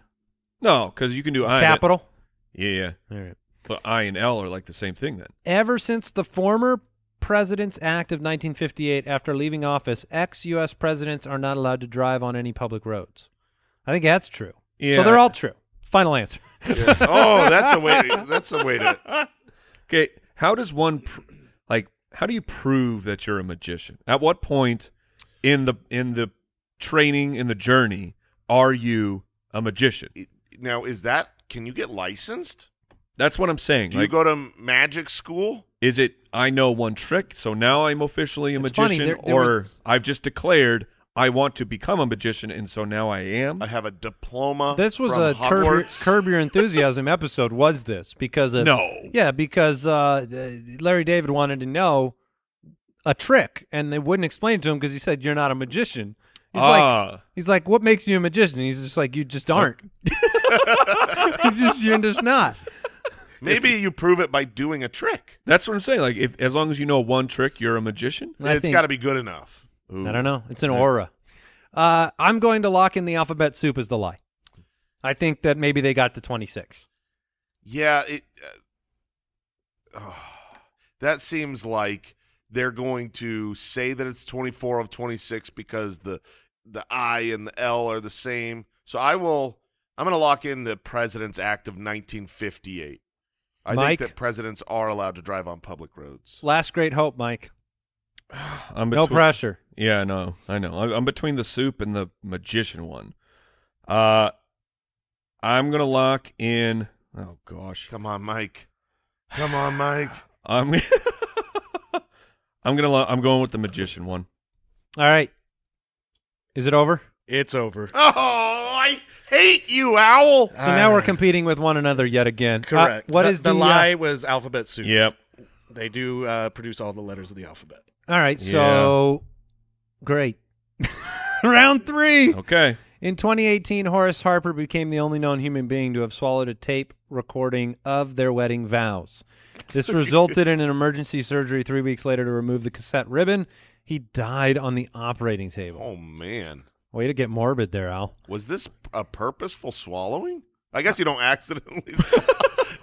[SPEAKER 2] No, because you can do I. and-
[SPEAKER 1] capital.
[SPEAKER 2] Yeah, yeah.
[SPEAKER 1] All right.
[SPEAKER 2] But I and L are like the same thing then.
[SPEAKER 1] Ever since the former President's Act of 1958, after leaving office, ex U.S. presidents are not allowed to drive on any public roads. I think that's true.
[SPEAKER 2] Yeah.
[SPEAKER 1] So they're all true. Final answer.
[SPEAKER 3] oh, that's a way. That's a way to.
[SPEAKER 2] Okay, how does one pr- like how do you prove that you're a magician? At what point in the in the training in the journey are you a magician?
[SPEAKER 3] Now, is that? Can you get licensed?
[SPEAKER 2] That's what I'm saying.
[SPEAKER 3] Do
[SPEAKER 2] Like,
[SPEAKER 3] you go to magic school?
[SPEAKER 2] is it I know one trick, so now I'm officially a
[SPEAKER 1] It's funny,
[SPEAKER 2] magician,
[SPEAKER 1] there- there
[SPEAKER 2] or
[SPEAKER 1] was-
[SPEAKER 2] I've just declared I want to become a magician, and so now I am.
[SPEAKER 3] I have a diploma.
[SPEAKER 1] This was
[SPEAKER 3] from
[SPEAKER 1] a curb, Your-
[SPEAKER 3] Hogwarts.
[SPEAKER 1] curb your enthusiasm episode, was this? Because of,
[SPEAKER 2] no,
[SPEAKER 1] yeah, because uh, uh, Larry David wanted to know a trick, and they wouldn't explain it to him because he said you're not a magician. He's like,
[SPEAKER 2] ah,
[SPEAKER 1] he's like, what makes you a magician? And he's just like, you just aren't. he's just you're just not.
[SPEAKER 3] Maybe you prove it by doing a trick.
[SPEAKER 2] that's what I'm saying. Like, if as long as you know one trick, you're a magician.
[SPEAKER 1] I
[SPEAKER 3] it's
[SPEAKER 1] think-
[SPEAKER 3] got to be good enough.
[SPEAKER 2] Ooh.
[SPEAKER 1] I don't know. It's an aura. Uh, I'm going to lock in the alphabet soup as the lie. I think that maybe they got to 26.
[SPEAKER 3] Yeah, it. Uh, oh, that seems like they're going to say that it's 24 of 26 because the the I and the L are the same. So I will. I'm going to lock in the President's Act of 1958. I
[SPEAKER 1] Mike?
[SPEAKER 3] think that presidents are allowed to drive on public roads.
[SPEAKER 1] Last great hope, Mike.
[SPEAKER 2] I'm
[SPEAKER 1] No
[SPEAKER 2] between-
[SPEAKER 1] pressure.
[SPEAKER 2] Yeah, I know. I know. I- I'm between the soup and the magician one. Uh I'm going to lock in Oh gosh.
[SPEAKER 3] Come on, Mike. Come on, Mike.
[SPEAKER 2] I'm I'm going to lo- I'm going with the magician one.
[SPEAKER 1] All right. Is it over?
[SPEAKER 5] It's over.
[SPEAKER 3] Oh, I hate you, Owl.
[SPEAKER 1] Oh, So now we're
[SPEAKER 5] Ah.
[SPEAKER 1] competing with one another yet again. Uh,
[SPEAKER 5] Correct.
[SPEAKER 1] What
[SPEAKER 5] the,
[SPEAKER 1] is
[SPEAKER 5] the,
[SPEAKER 1] uh,
[SPEAKER 5] lie? Was alphabet soup?
[SPEAKER 2] Yep.
[SPEAKER 5] They do uh, produce all the letters of the alphabet.
[SPEAKER 1] all right. So great. Round three.
[SPEAKER 2] Okay.
[SPEAKER 1] In 2018, Horace Harper became the only known human being to have swallowed a tape recording of their wedding vows. This resulted in an emergency surgery three weeks later to remove the cassette ribbon. He died on the operating table.
[SPEAKER 3] Oh man,
[SPEAKER 1] Way to get morbid there, Al.
[SPEAKER 3] was this a purposeful swallowing? I guess you don't accidentally.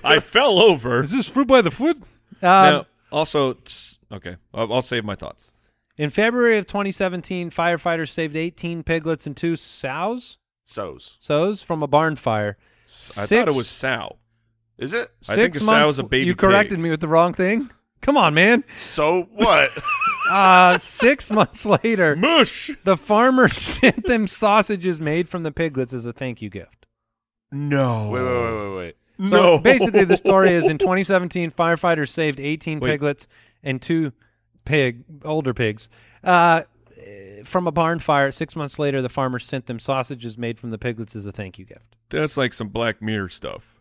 [SPEAKER 2] I fell over.
[SPEAKER 1] this fruit by the foot? Um,
[SPEAKER 2] Now, also tss, okay. I'll, I'll save my thoughts.
[SPEAKER 1] In February of 2017, firefighters saved 18 piglets and two sows,
[SPEAKER 3] So's.
[SPEAKER 1] sows from a barn fire.
[SPEAKER 2] S- I thought it
[SPEAKER 1] Six-
[SPEAKER 2] was sow.
[SPEAKER 3] Is it?
[SPEAKER 2] I think
[SPEAKER 1] Six
[SPEAKER 2] a sow
[SPEAKER 1] months.
[SPEAKER 2] is a baby
[SPEAKER 1] you corrected
[SPEAKER 2] pig.
[SPEAKER 1] me with the wrong thing. Come on, man.
[SPEAKER 3] So what?
[SPEAKER 1] Uh, six months later,
[SPEAKER 2] Mush.
[SPEAKER 1] The farmer sent them sausages made from the piglets as a thank you gift.
[SPEAKER 2] No.
[SPEAKER 3] wait, wait, wait, wait, wait.
[SPEAKER 1] So
[SPEAKER 2] no.
[SPEAKER 1] basically, the story is in 2017, firefighters saved 18
[SPEAKER 2] Wait.
[SPEAKER 1] piglets and two pig older pigs uh, from a barn fire. Six months later, the farmer sent them sausages made from the piglets as a thank you gift.
[SPEAKER 2] That's like some black mirror stuff.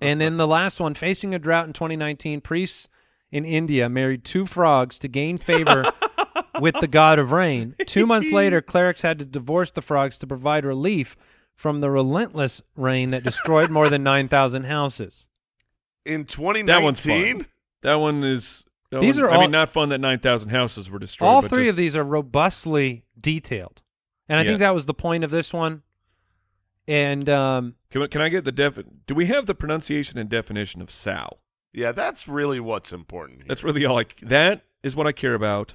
[SPEAKER 1] And then the last one, facing a drought in 2019, priests in India married two frogs to gain favor with the god of rain. Two months later, clerics had to divorce the frogs to provide relief from the relentless rain that destroyed more than 9,000 houses.
[SPEAKER 3] In
[SPEAKER 2] That one's
[SPEAKER 3] 2019,
[SPEAKER 2] fun. That one is No,
[SPEAKER 1] These are
[SPEAKER 2] I
[SPEAKER 1] all-
[SPEAKER 2] mean, not fun that nine thousand houses were destroyed.
[SPEAKER 1] All
[SPEAKER 2] but
[SPEAKER 1] three
[SPEAKER 2] just-
[SPEAKER 1] of these are robustly detailed, and I think
[SPEAKER 2] Yeah.
[SPEAKER 1] that was the point of this one. And um,
[SPEAKER 2] Can, we- can I get the def? Do we have the pronunciation and definition of sow?
[SPEAKER 3] Yeah, that's really what's important. Here.
[SPEAKER 2] That's really all. Like that is what I care about,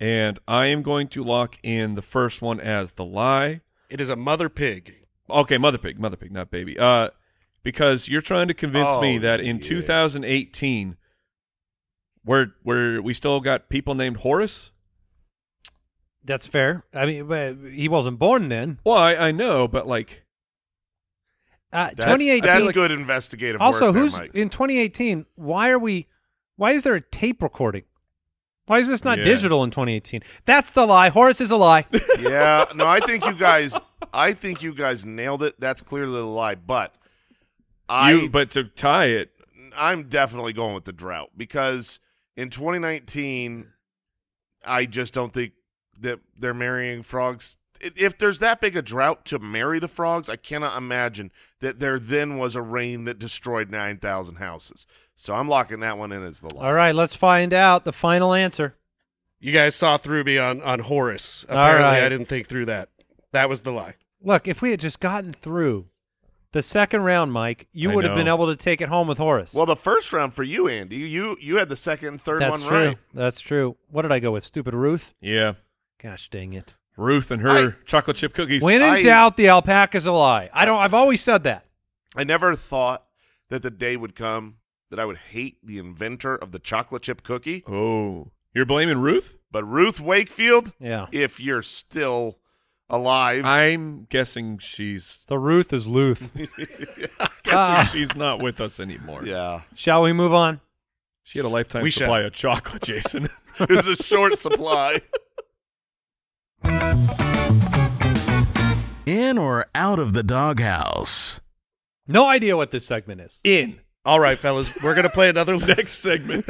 [SPEAKER 2] and I am going to lock in the first one as the lie.
[SPEAKER 5] It is a mother pig.
[SPEAKER 2] Okay, mother pig, mother pig, not baby. Uh, because you're trying to convince me
[SPEAKER 3] Oh,
[SPEAKER 2] that in
[SPEAKER 3] yeah.
[SPEAKER 2] 2018, where where we still got people named Horace.
[SPEAKER 1] that's fair. I mean, but he wasn't born then.
[SPEAKER 2] Well, I, I know, but like,
[SPEAKER 1] Uh,
[SPEAKER 3] That's-
[SPEAKER 1] 2018.
[SPEAKER 3] That's good investigative
[SPEAKER 1] also,
[SPEAKER 3] work there,
[SPEAKER 1] who's
[SPEAKER 3] Mike.
[SPEAKER 1] in 2018? Why are we? Why is there a tape recording? Why is this not
[SPEAKER 2] Yeah.
[SPEAKER 1] digital in 2018? That's the lie. Horace is a lie.
[SPEAKER 3] yeah, no, I think you guys, I think you guys nailed it. That's clearly the lie, but I,
[SPEAKER 2] you, but to tie it,
[SPEAKER 3] I'm definitely going with the drought because in 2019, I just don't think that they're marrying frogs. I- If there's that big a drought to marry the frogs, I cannot imagine that there then was a rain that destroyed 9,000 houses. So I'm locking that one in as the lie.
[SPEAKER 1] All right, let's find out the final answer.
[SPEAKER 5] You guys saw through me on on Horace.
[SPEAKER 1] All
[SPEAKER 5] Apparently,
[SPEAKER 1] right.
[SPEAKER 5] I didn't think through that. That was the lie.
[SPEAKER 1] Look, if we had just gotten through the second round, Mike, you
[SPEAKER 2] I
[SPEAKER 1] would have been
[SPEAKER 2] know.
[SPEAKER 1] able to take it home with Horace.
[SPEAKER 3] Well, the first round for you, Andy, you you had the second and third
[SPEAKER 1] that's
[SPEAKER 3] one
[SPEAKER 1] true.
[SPEAKER 3] right.
[SPEAKER 1] That's true. What did I go with? Stupid Ruth.
[SPEAKER 2] yeah,
[SPEAKER 1] Gosh, dang it!
[SPEAKER 2] Ruth and her chocolate chip cookies.
[SPEAKER 1] When in
[SPEAKER 3] I-
[SPEAKER 1] doubt, the alpaca's a lie. I don't. I've always said that.
[SPEAKER 3] I never thought that the day would come that I would hate the inventor of the chocolate chip cookie.
[SPEAKER 2] Oh, you're blaming Ruth?
[SPEAKER 3] But Ruth Wakefield,
[SPEAKER 1] Yeah.
[SPEAKER 3] if you're still alive,
[SPEAKER 2] I'm guessing she's.
[SPEAKER 1] The Ruth is Luth.
[SPEAKER 2] Guessing
[SPEAKER 1] Ah.
[SPEAKER 2] she's not with us anymore.
[SPEAKER 3] yeah,
[SPEAKER 1] Shall we move on?
[SPEAKER 2] She had a lifetime
[SPEAKER 5] We shall.
[SPEAKER 2] supply of chocolate, Jason.
[SPEAKER 3] it's a short supply.
[SPEAKER 4] In or out of the doghouse?
[SPEAKER 1] No idea what this segment is.
[SPEAKER 2] In
[SPEAKER 5] All right, fellas, we're gonna play another.
[SPEAKER 2] next segment.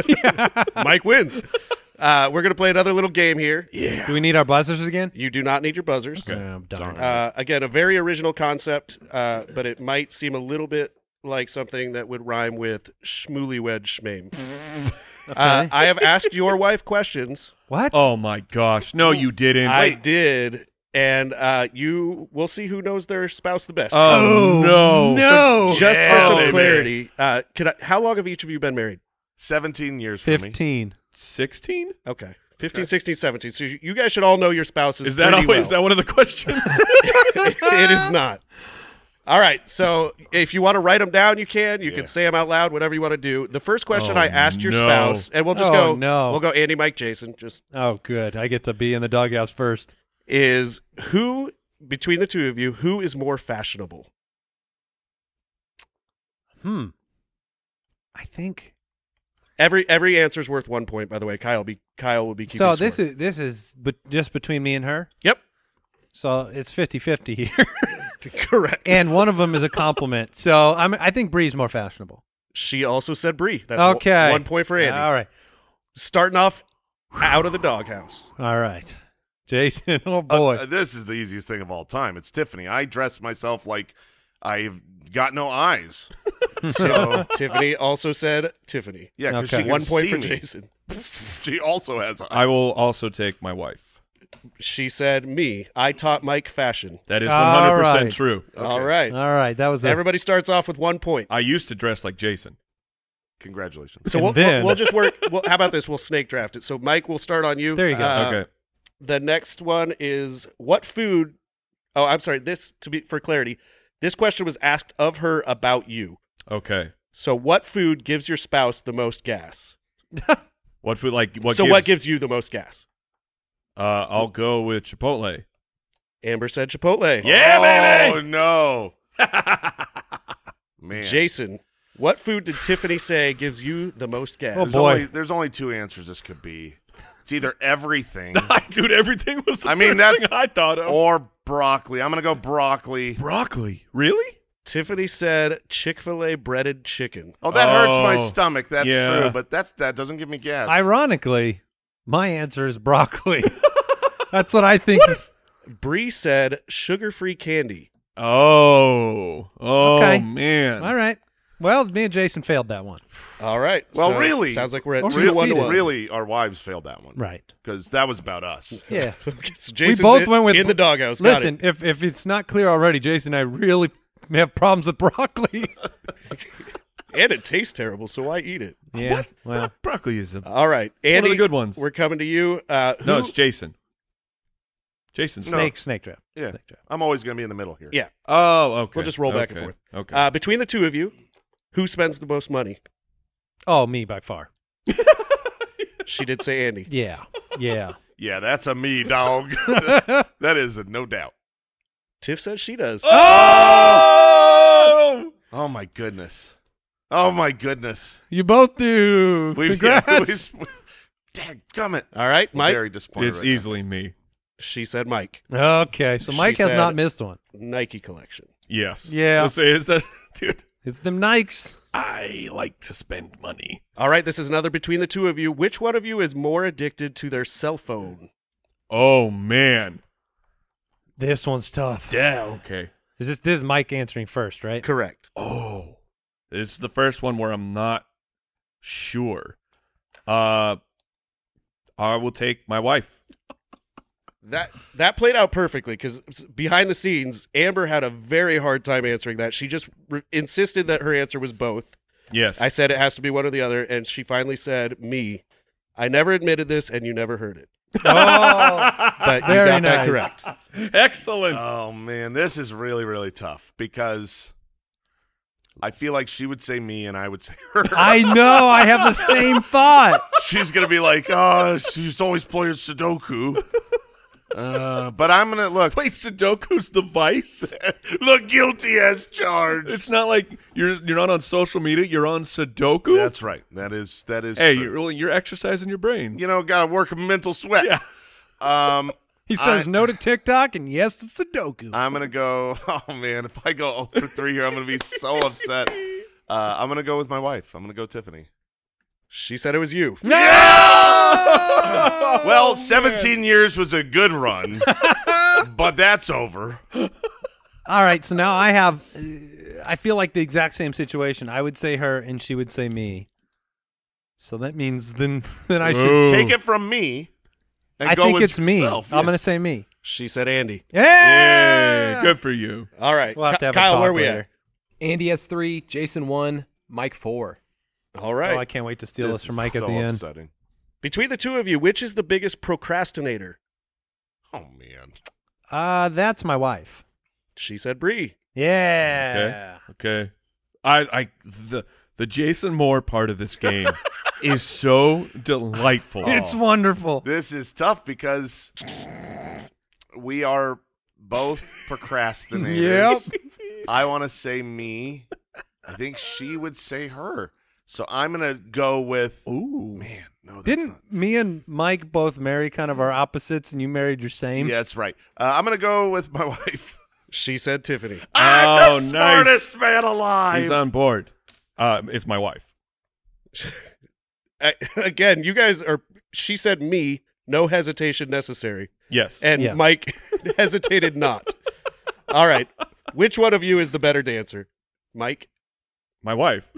[SPEAKER 5] Mike wins. Uh, we're gonna play another little game here.
[SPEAKER 1] Do we need our buzzers again?
[SPEAKER 5] You do not need your buzzers.
[SPEAKER 2] Okay.
[SPEAKER 1] Oh, darn.
[SPEAKER 5] Uh, again, a very original concept, uh, but it might seem a little bit like something that would rhyme with schmoolywed schmame. Uh, I have asked your wife questions.
[SPEAKER 1] what?
[SPEAKER 2] Oh my gosh! No, you didn't.
[SPEAKER 5] I did, and uh, you we'll see who knows their spouse the best.
[SPEAKER 2] oh, no!
[SPEAKER 1] No.
[SPEAKER 5] Just
[SPEAKER 3] yeah,
[SPEAKER 5] for some
[SPEAKER 3] baby.
[SPEAKER 5] clarity, uh, could I, how long have each of you been married?
[SPEAKER 3] Seventeen years for me.
[SPEAKER 1] Fifteen.
[SPEAKER 2] Sixteen?
[SPEAKER 5] Okay. 15, 16, 17. So you you guys should all know your spouses.
[SPEAKER 2] Is that
[SPEAKER 5] pretty
[SPEAKER 2] always is that
[SPEAKER 5] well.
[SPEAKER 2] one of the questions?
[SPEAKER 5] it is not. All right. So if you want to write them down, you can. You
[SPEAKER 3] Yeah.
[SPEAKER 5] can say them out loud, whatever you want to do. The first question
[SPEAKER 2] Oh,
[SPEAKER 5] I asked your
[SPEAKER 2] no.
[SPEAKER 5] spouse, and we'll just
[SPEAKER 1] Oh,
[SPEAKER 5] go,
[SPEAKER 1] no.
[SPEAKER 5] we'll go Andy, Mike, Jason, just
[SPEAKER 1] Oh, good. I get to be in the doghouse first.
[SPEAKER 5] is who, between the two of you, who is more fashionable?
[SPEAKER 1] Hmm. I think
[SPEAKER 5] Every every answer is worth one point, by the way. Kyle be Kyle will be keeping
[SPEAKER 1] so. This
[SPEAKER 5] score.
[SPEAKER 1] is this is but just between me and her.
[SPEAKER 5] Yep.
[SPEAKER 1] So it's 50-50 here,
[SPEAKER 5] Correct.
[SPEAKER 1] and one of them is a compliment. So I'm I think Bree's more fashionable.
[SPEAKER 5] She also said Bree. That's one-
[SPEAKER 1] okay.
[SPEAKER 5] One point for Andy.
[SPEAKER 1] All right.
[SPEAKER 5] Starting off out of the doghouse.
[SPEAKER 1] All right. Jason. Oh
[SPEAKER 3] Uh,
[SPEAKER 1] boy.
[SPEAKER 3] uh, this is the easiest thing of all time. It's Tiffany. I dress myself like I've got no eyes. So
[SPEAKER 5] Tiffany also said Tiffany.
[SPEAKER 3] yeah, because she
[SPEAKER 1] Okay.
[SPEAKER 3] can
[SPEAKER 5] One point
[SPEAKER 3] see
[SPEAKER 5] for
[SPEAKER 3] me.
[SPEAKER 5] Jason.
[SPEAKER 3] She also has eyes.
[SPEAKER 2] I will also take my wife.
[SPEAKER 5] She said me. I taught Mike fashion.
[SPEAKER 2] That is one
[SPEAKER 1] All
[SPEAKER 2] hundred percent
[SPEAKER 1] right.
[SPEAKER 2] true.
[SPEAKER 5] All right.
[SPEAKER 1] All right. Uh, That was the
[SPEAKER 5] Everybody starts off with one point.
[SPEAKER 2] I used to dress like Jason.
[SPEAKER 3] Congratulations.
[SPEAKER 5] So
[SPEAKER 1] And
[SPEAKER 5] we'll,
[SPEAKER 1] then-
[SPEAKER 5] we'll, we'll just work. We'll, how about this? We'll snake draft it. So Mike, we'll start on you.
[SPEAKER 1] There you go.
[SPEAKER 5] Uh,
[SPEAKER 2] okay.
[SPEAKER 5] The next one is what food? Oh, I'm sorry. This to be for clarity. This question was asked of her about you.
[SPEAKER 2] Okay.
[SPEAKER 5] So what food gives your spouse the most gas?
[SPEAKER 2] What food like what
[SPEAKER 5] so
[SPEAKER 2] gives,
[SPEAKER 5] what gives you the most gas?
[SPEAKER 2] uh I'll go with Chipotle.
[SPEAKER 5] Amber said Chipotle.
[SPEAKER 2] Yeah,
[SPEAKER 3] oh,
[SPEAKER 2] baby.
[SPEAKER 3] no. Oh, Man.
[SPEAKER 5] Jason, what food did Tiffany say gives you the most gas?
[SPEAKER 1] Oh,
[SPEAKER 3] there's,
[SPEAKER 1] boy.
[SPEAKER 3] Only, there's only two answers this could be. It's either everything
[SPEAKER 2] Dude, everything was the
[SPEAKER 3] I mean,
[SPEAKER 2] first
[SPEAKER 3] that's-
[SPEAKER 2] thing I thought of.
[SPEAKER 3] or broccoli. I'm gonna go broccoli.
[SPEAKER 2] broccoli. Really?
[SPEAKER 5] Tiffany said Chick fil A breaded chicken.
[SPEAKER 3] Oh, that hurts my
[SPEAKER 2] Oh,
[SPEAKER 3] stomach. That's
[SPEAKER 2] yeah.
[SPEAKER 3] true, but that's that doesn't give me gas.
[SPEAKER 1] Ironically, my answer is broccoli. That's what I think. is-
[SPEAKER 5] Bree said sugar free candy.
[SPEAKER 2] Oh. Oh
[SPEAKER 1] Okay.
[SPEAKER 2] man.
[SPEAKER 1] All right. Well, me and Jason failed that one.
[SPEAKER 5] All right.
[SPEAKER 3] Well,
[SPEAKER 5] so
[SPEAKER 3] really- Oh,
[SPEAKER 5] sounds like we're at
[SPEAKER 1] Or
[SPEAKER 5] two to one to
[SPEAKER 1] succeeded.
[SPEAKER 5] one.
[SPEAKER 3] Really, our wives failed that one.
[SPEAKER 1] Right.
[SPEAKER 3] Because that was about us.
[SPEAKER 1] Yeah.
[SPEAKER 5] Okay, so Jason's
[SPEAKER 1] we both
[SPEAKER 5] in-
[SPEAKER 1] went with
[SPEAKER 5] in the doghouse. Got
[SPEAKER 1] Listen, if if it's not clear already, Jason, and I really have problems with broccoli.
[SPEAKER 5] it. and it tastes terrible, so why eat it?
[SPEAKER 1] yeah.
[SPEAKER 2] Oh.
[SPEAKER 1] Well,
[SPEAKER 2] broccoli is
[SPEAKER 1] Uh,
[SPEAKER 2] a,
[SPEAKER 5] All right,
[SPEAKER 2] one of
[SPEAKER 5] Andy,
[SPEAKER 2] the good ones.
[SPEAKER 5] We're coming to you. Uh, who-
[SPEAKER 2] no, it's Jason. Jason's
[SPEAKER 3] No.
[SPEAKER 1] snake snake trap.
[SPEAKER 3] Yeah.
[SPEAKER 1] Snake trap.
[SPEAKER 3] I'm always going to be in the middle here.
[SPEAKER 5] Yeah.
[SPEAKER 2] Oh, okay.
[SPEAKER 5] We'll just roll back and
[SPEAKER 2] Okay.
[SPEAKER 5] forth.
[SPEAKER 2] Okay.
[SPEAKER 5] uh, between the two of you, who spends the most money?
[SPEAKER 1] Oh, me by far.
[SPEAKER 5] She did say Andy.
[SPEAKER 1] Yeah. Yeah.
[SPEAKER 3] Yeah, that's a me, dog. that is a no doubt.
[SPEAKER 5] Tiff says she does.
[SPEAKER 2] oh!
[SPEAKER 3] Oh, my goodness. Oh, my goodness.
[SPEAKER 1] you both do.
[SPEAKER 3] We've,
[SPEAKER 1] Congrats.
[SPEAKER 3] Yeah, we, dadgummit.
[SPEAKER 5] All right,
[SPEAKER 3] I'm
[SPEAKER 5] Mike.
[SPEAKER 3] very disappointed.
[SPEAKER 2] It's
[SPEAKER 3] right
[SPEAKER 2] easily me.
[SPEAKER 5] She said Mike.
[SPEAKER 1] Okay, so
[SPEAKER 5] She
[SPEAKER 1] Mike has
[SPEAKER 5] said-
[SPEAKER 1] not missed one.
[SPEAKER 5] Nike collection.
[SPEAKER 2] Yes.
[SPEAKER 1] Yeah.
[SPEAKER 2] Let's say it's that, dude.
[SPEAKER 1] It's them Nikes.
[SPEAKER 2] I like to spend money.
[SPEAKER 5] All right, this is another between the two of you. Which one of you is more addicted to their cell phone?
[SPEAKER 2] Oh man.
[SPEAKER 1] This one's tough.
[SPEAKER 2] Yeah. Okay.
[SPEAKER 1] Is this this is Mike answering first, right?
[SPEAKER 5] Correct.
[SPEAKER 2] Oh, this is the first one where I'm not sure. Uh, I will take my wife.
[SPEAKER 5] That that played out perfectly because behind the scenes, Amber had a very hard time answering that. She just re- insisted that her answer was both.
[SPEAKER 2] Yes.
[SPEAKER 5] I said it has to be one or the other, and she finally said me. I never admitted this, and you never heard it,
[SPEAKER 1] Oh,
[SPEAKER 5] but you
[SPEAKER 1] Very
[SPEAKER 5] got that
[SPEAKER 1] nice.
[SPEAKER 5] correct.
[SPEAKER 2] Excellent.
[SPEAKER 3] now. Oh, man. This is really, really tough because I feel like she would say me and I would say her.
[SPEAKER 1] I know. I have the same thought.
[SPEAKER 3] she's gonna be like, oh, she's always playing Sudoku. Uh, but I'm gonna look,
[SPEAKER 2] Wait, Sudoku's the vice.
[SPEAKER 3] look guilty as charged.
[SPEAKER 2] It's not like you're you're not on social media. You're on Sudoku.
[SPEAKER 3] That's right. That is that is.
[SPEAKER 2] hey,
[SPEAKER 3] true.
[SPEAKER 2] you're really- you're exercising your brain.
[SPEAKER 3] you know, gotta work a mental sweat.
[SPEAKER 2] Yeah.
[SPEAKER 3] Um,
[SPEAKER 1] He says
[SPEAKER 3] I-
[SPEAKER 1] no to TikTok and yes to Sudoku.
[SPEAKER 3] I'm gonna go. Oh man, if I go over three here, I'm gonna be so upset. Uh, I'm gonna go with my wife. I'm gonna go Tiffany.
[SPEAKER 5] She said it was you.
[SPEAKER 1] no! Oh,
[SPEAKER 3] well, 17 years was a good run, but that's over.
[SPEAKER 1] All right, so now I have. uh, I feel like the exact same situation. I would say her, and she would say me. So that means then then I should.
[SPEAKER 2] Whoa.
[SPEAKER 3] Take it from me. And
[SPEAKER 1] I
[SPEAKER 3] go
[SPEAKER 1] think
[SPEAKER 3] with
[SPEAKER 1] it's me.
[SPEAKER 3] yourself.
[SPEAKER 1] I'm
[SPEAKER 3] Yeah.
[SPEAKER 1] gonna say me.
[SPEAKER 5] She said Andy.
[SPEAKER 1] Yeah.
[SPEAKER 2] Yay, Good for you.
[SPEAKER 5] All right,
[SPEAKER 1] We'll have to have a
[SPEAKER 5] Kyle,
[SPEAKER 1] talk
[SPEAKER 5] where are we
[SPEAKER 1] later.
[SPEAKER 6] Andy has three, Jason one, Mike four.
[SPEAKER 5] at? All
[SPEAKER 1] Oh,
[SPEAKER 5] right,
[SPEAKER 1] I can't wait to steal this,
[SPEAKER 3] is
[SPEAKER 1] from Mike
[SPEAKER 3] so
[SPEAKER 1] at the end.
[SPEAKER 3] upsetting.
[SPEAKER 5] between the two of you, which is the biggest procrastinator?
[SPEAKER 3] Oh man.
[SPEAKER 1] Uh, that's my wife.
[SPEAKER 5] She said Bree.
[SPEAKER 1] Yeah.
[SPEAKER 2] Okay. I I the the Jason Moore part of this game is so delightful.
[SPEAKER 1] It's wonderful.
[SPEAKER 3] This is tough because we are both procrastinators. I want to say me. I think she would say her. So I'm going to go with
[SPEAKER 2] Ooh.
[SPEAKER 3] man, no that's
[SPEAKER 1] Didn't
[SPEAKER 3] not.
[SPEAKER 1] me and Mike both marry kind of our opposites, and you married your same?
[SPEAKER 3] Yeah, that's right. Uh, I'm going to go with my wife.
[SPEAKER 5] She said Tiffany.
[SPEAKER 2] Oh,
[SPEAKER 3] I'm
[SPEAKER 2] nice.
[SPEAKER 3] the smartest man alive.
[SPEAKER 2] He's on board. Uh, it's my wife.
[SPEAKER 5] I, again, you guys are. She said me. No hesitation necessary.
[SPEAKER 2] Yes.
[SPEAKER 5] And
[SPEAKER 1] Yeah.
[SPEAKER 5] Mike hesitated not. All right, which one of you is the better dancer? Mike.
[SPEAKER 2] my wife.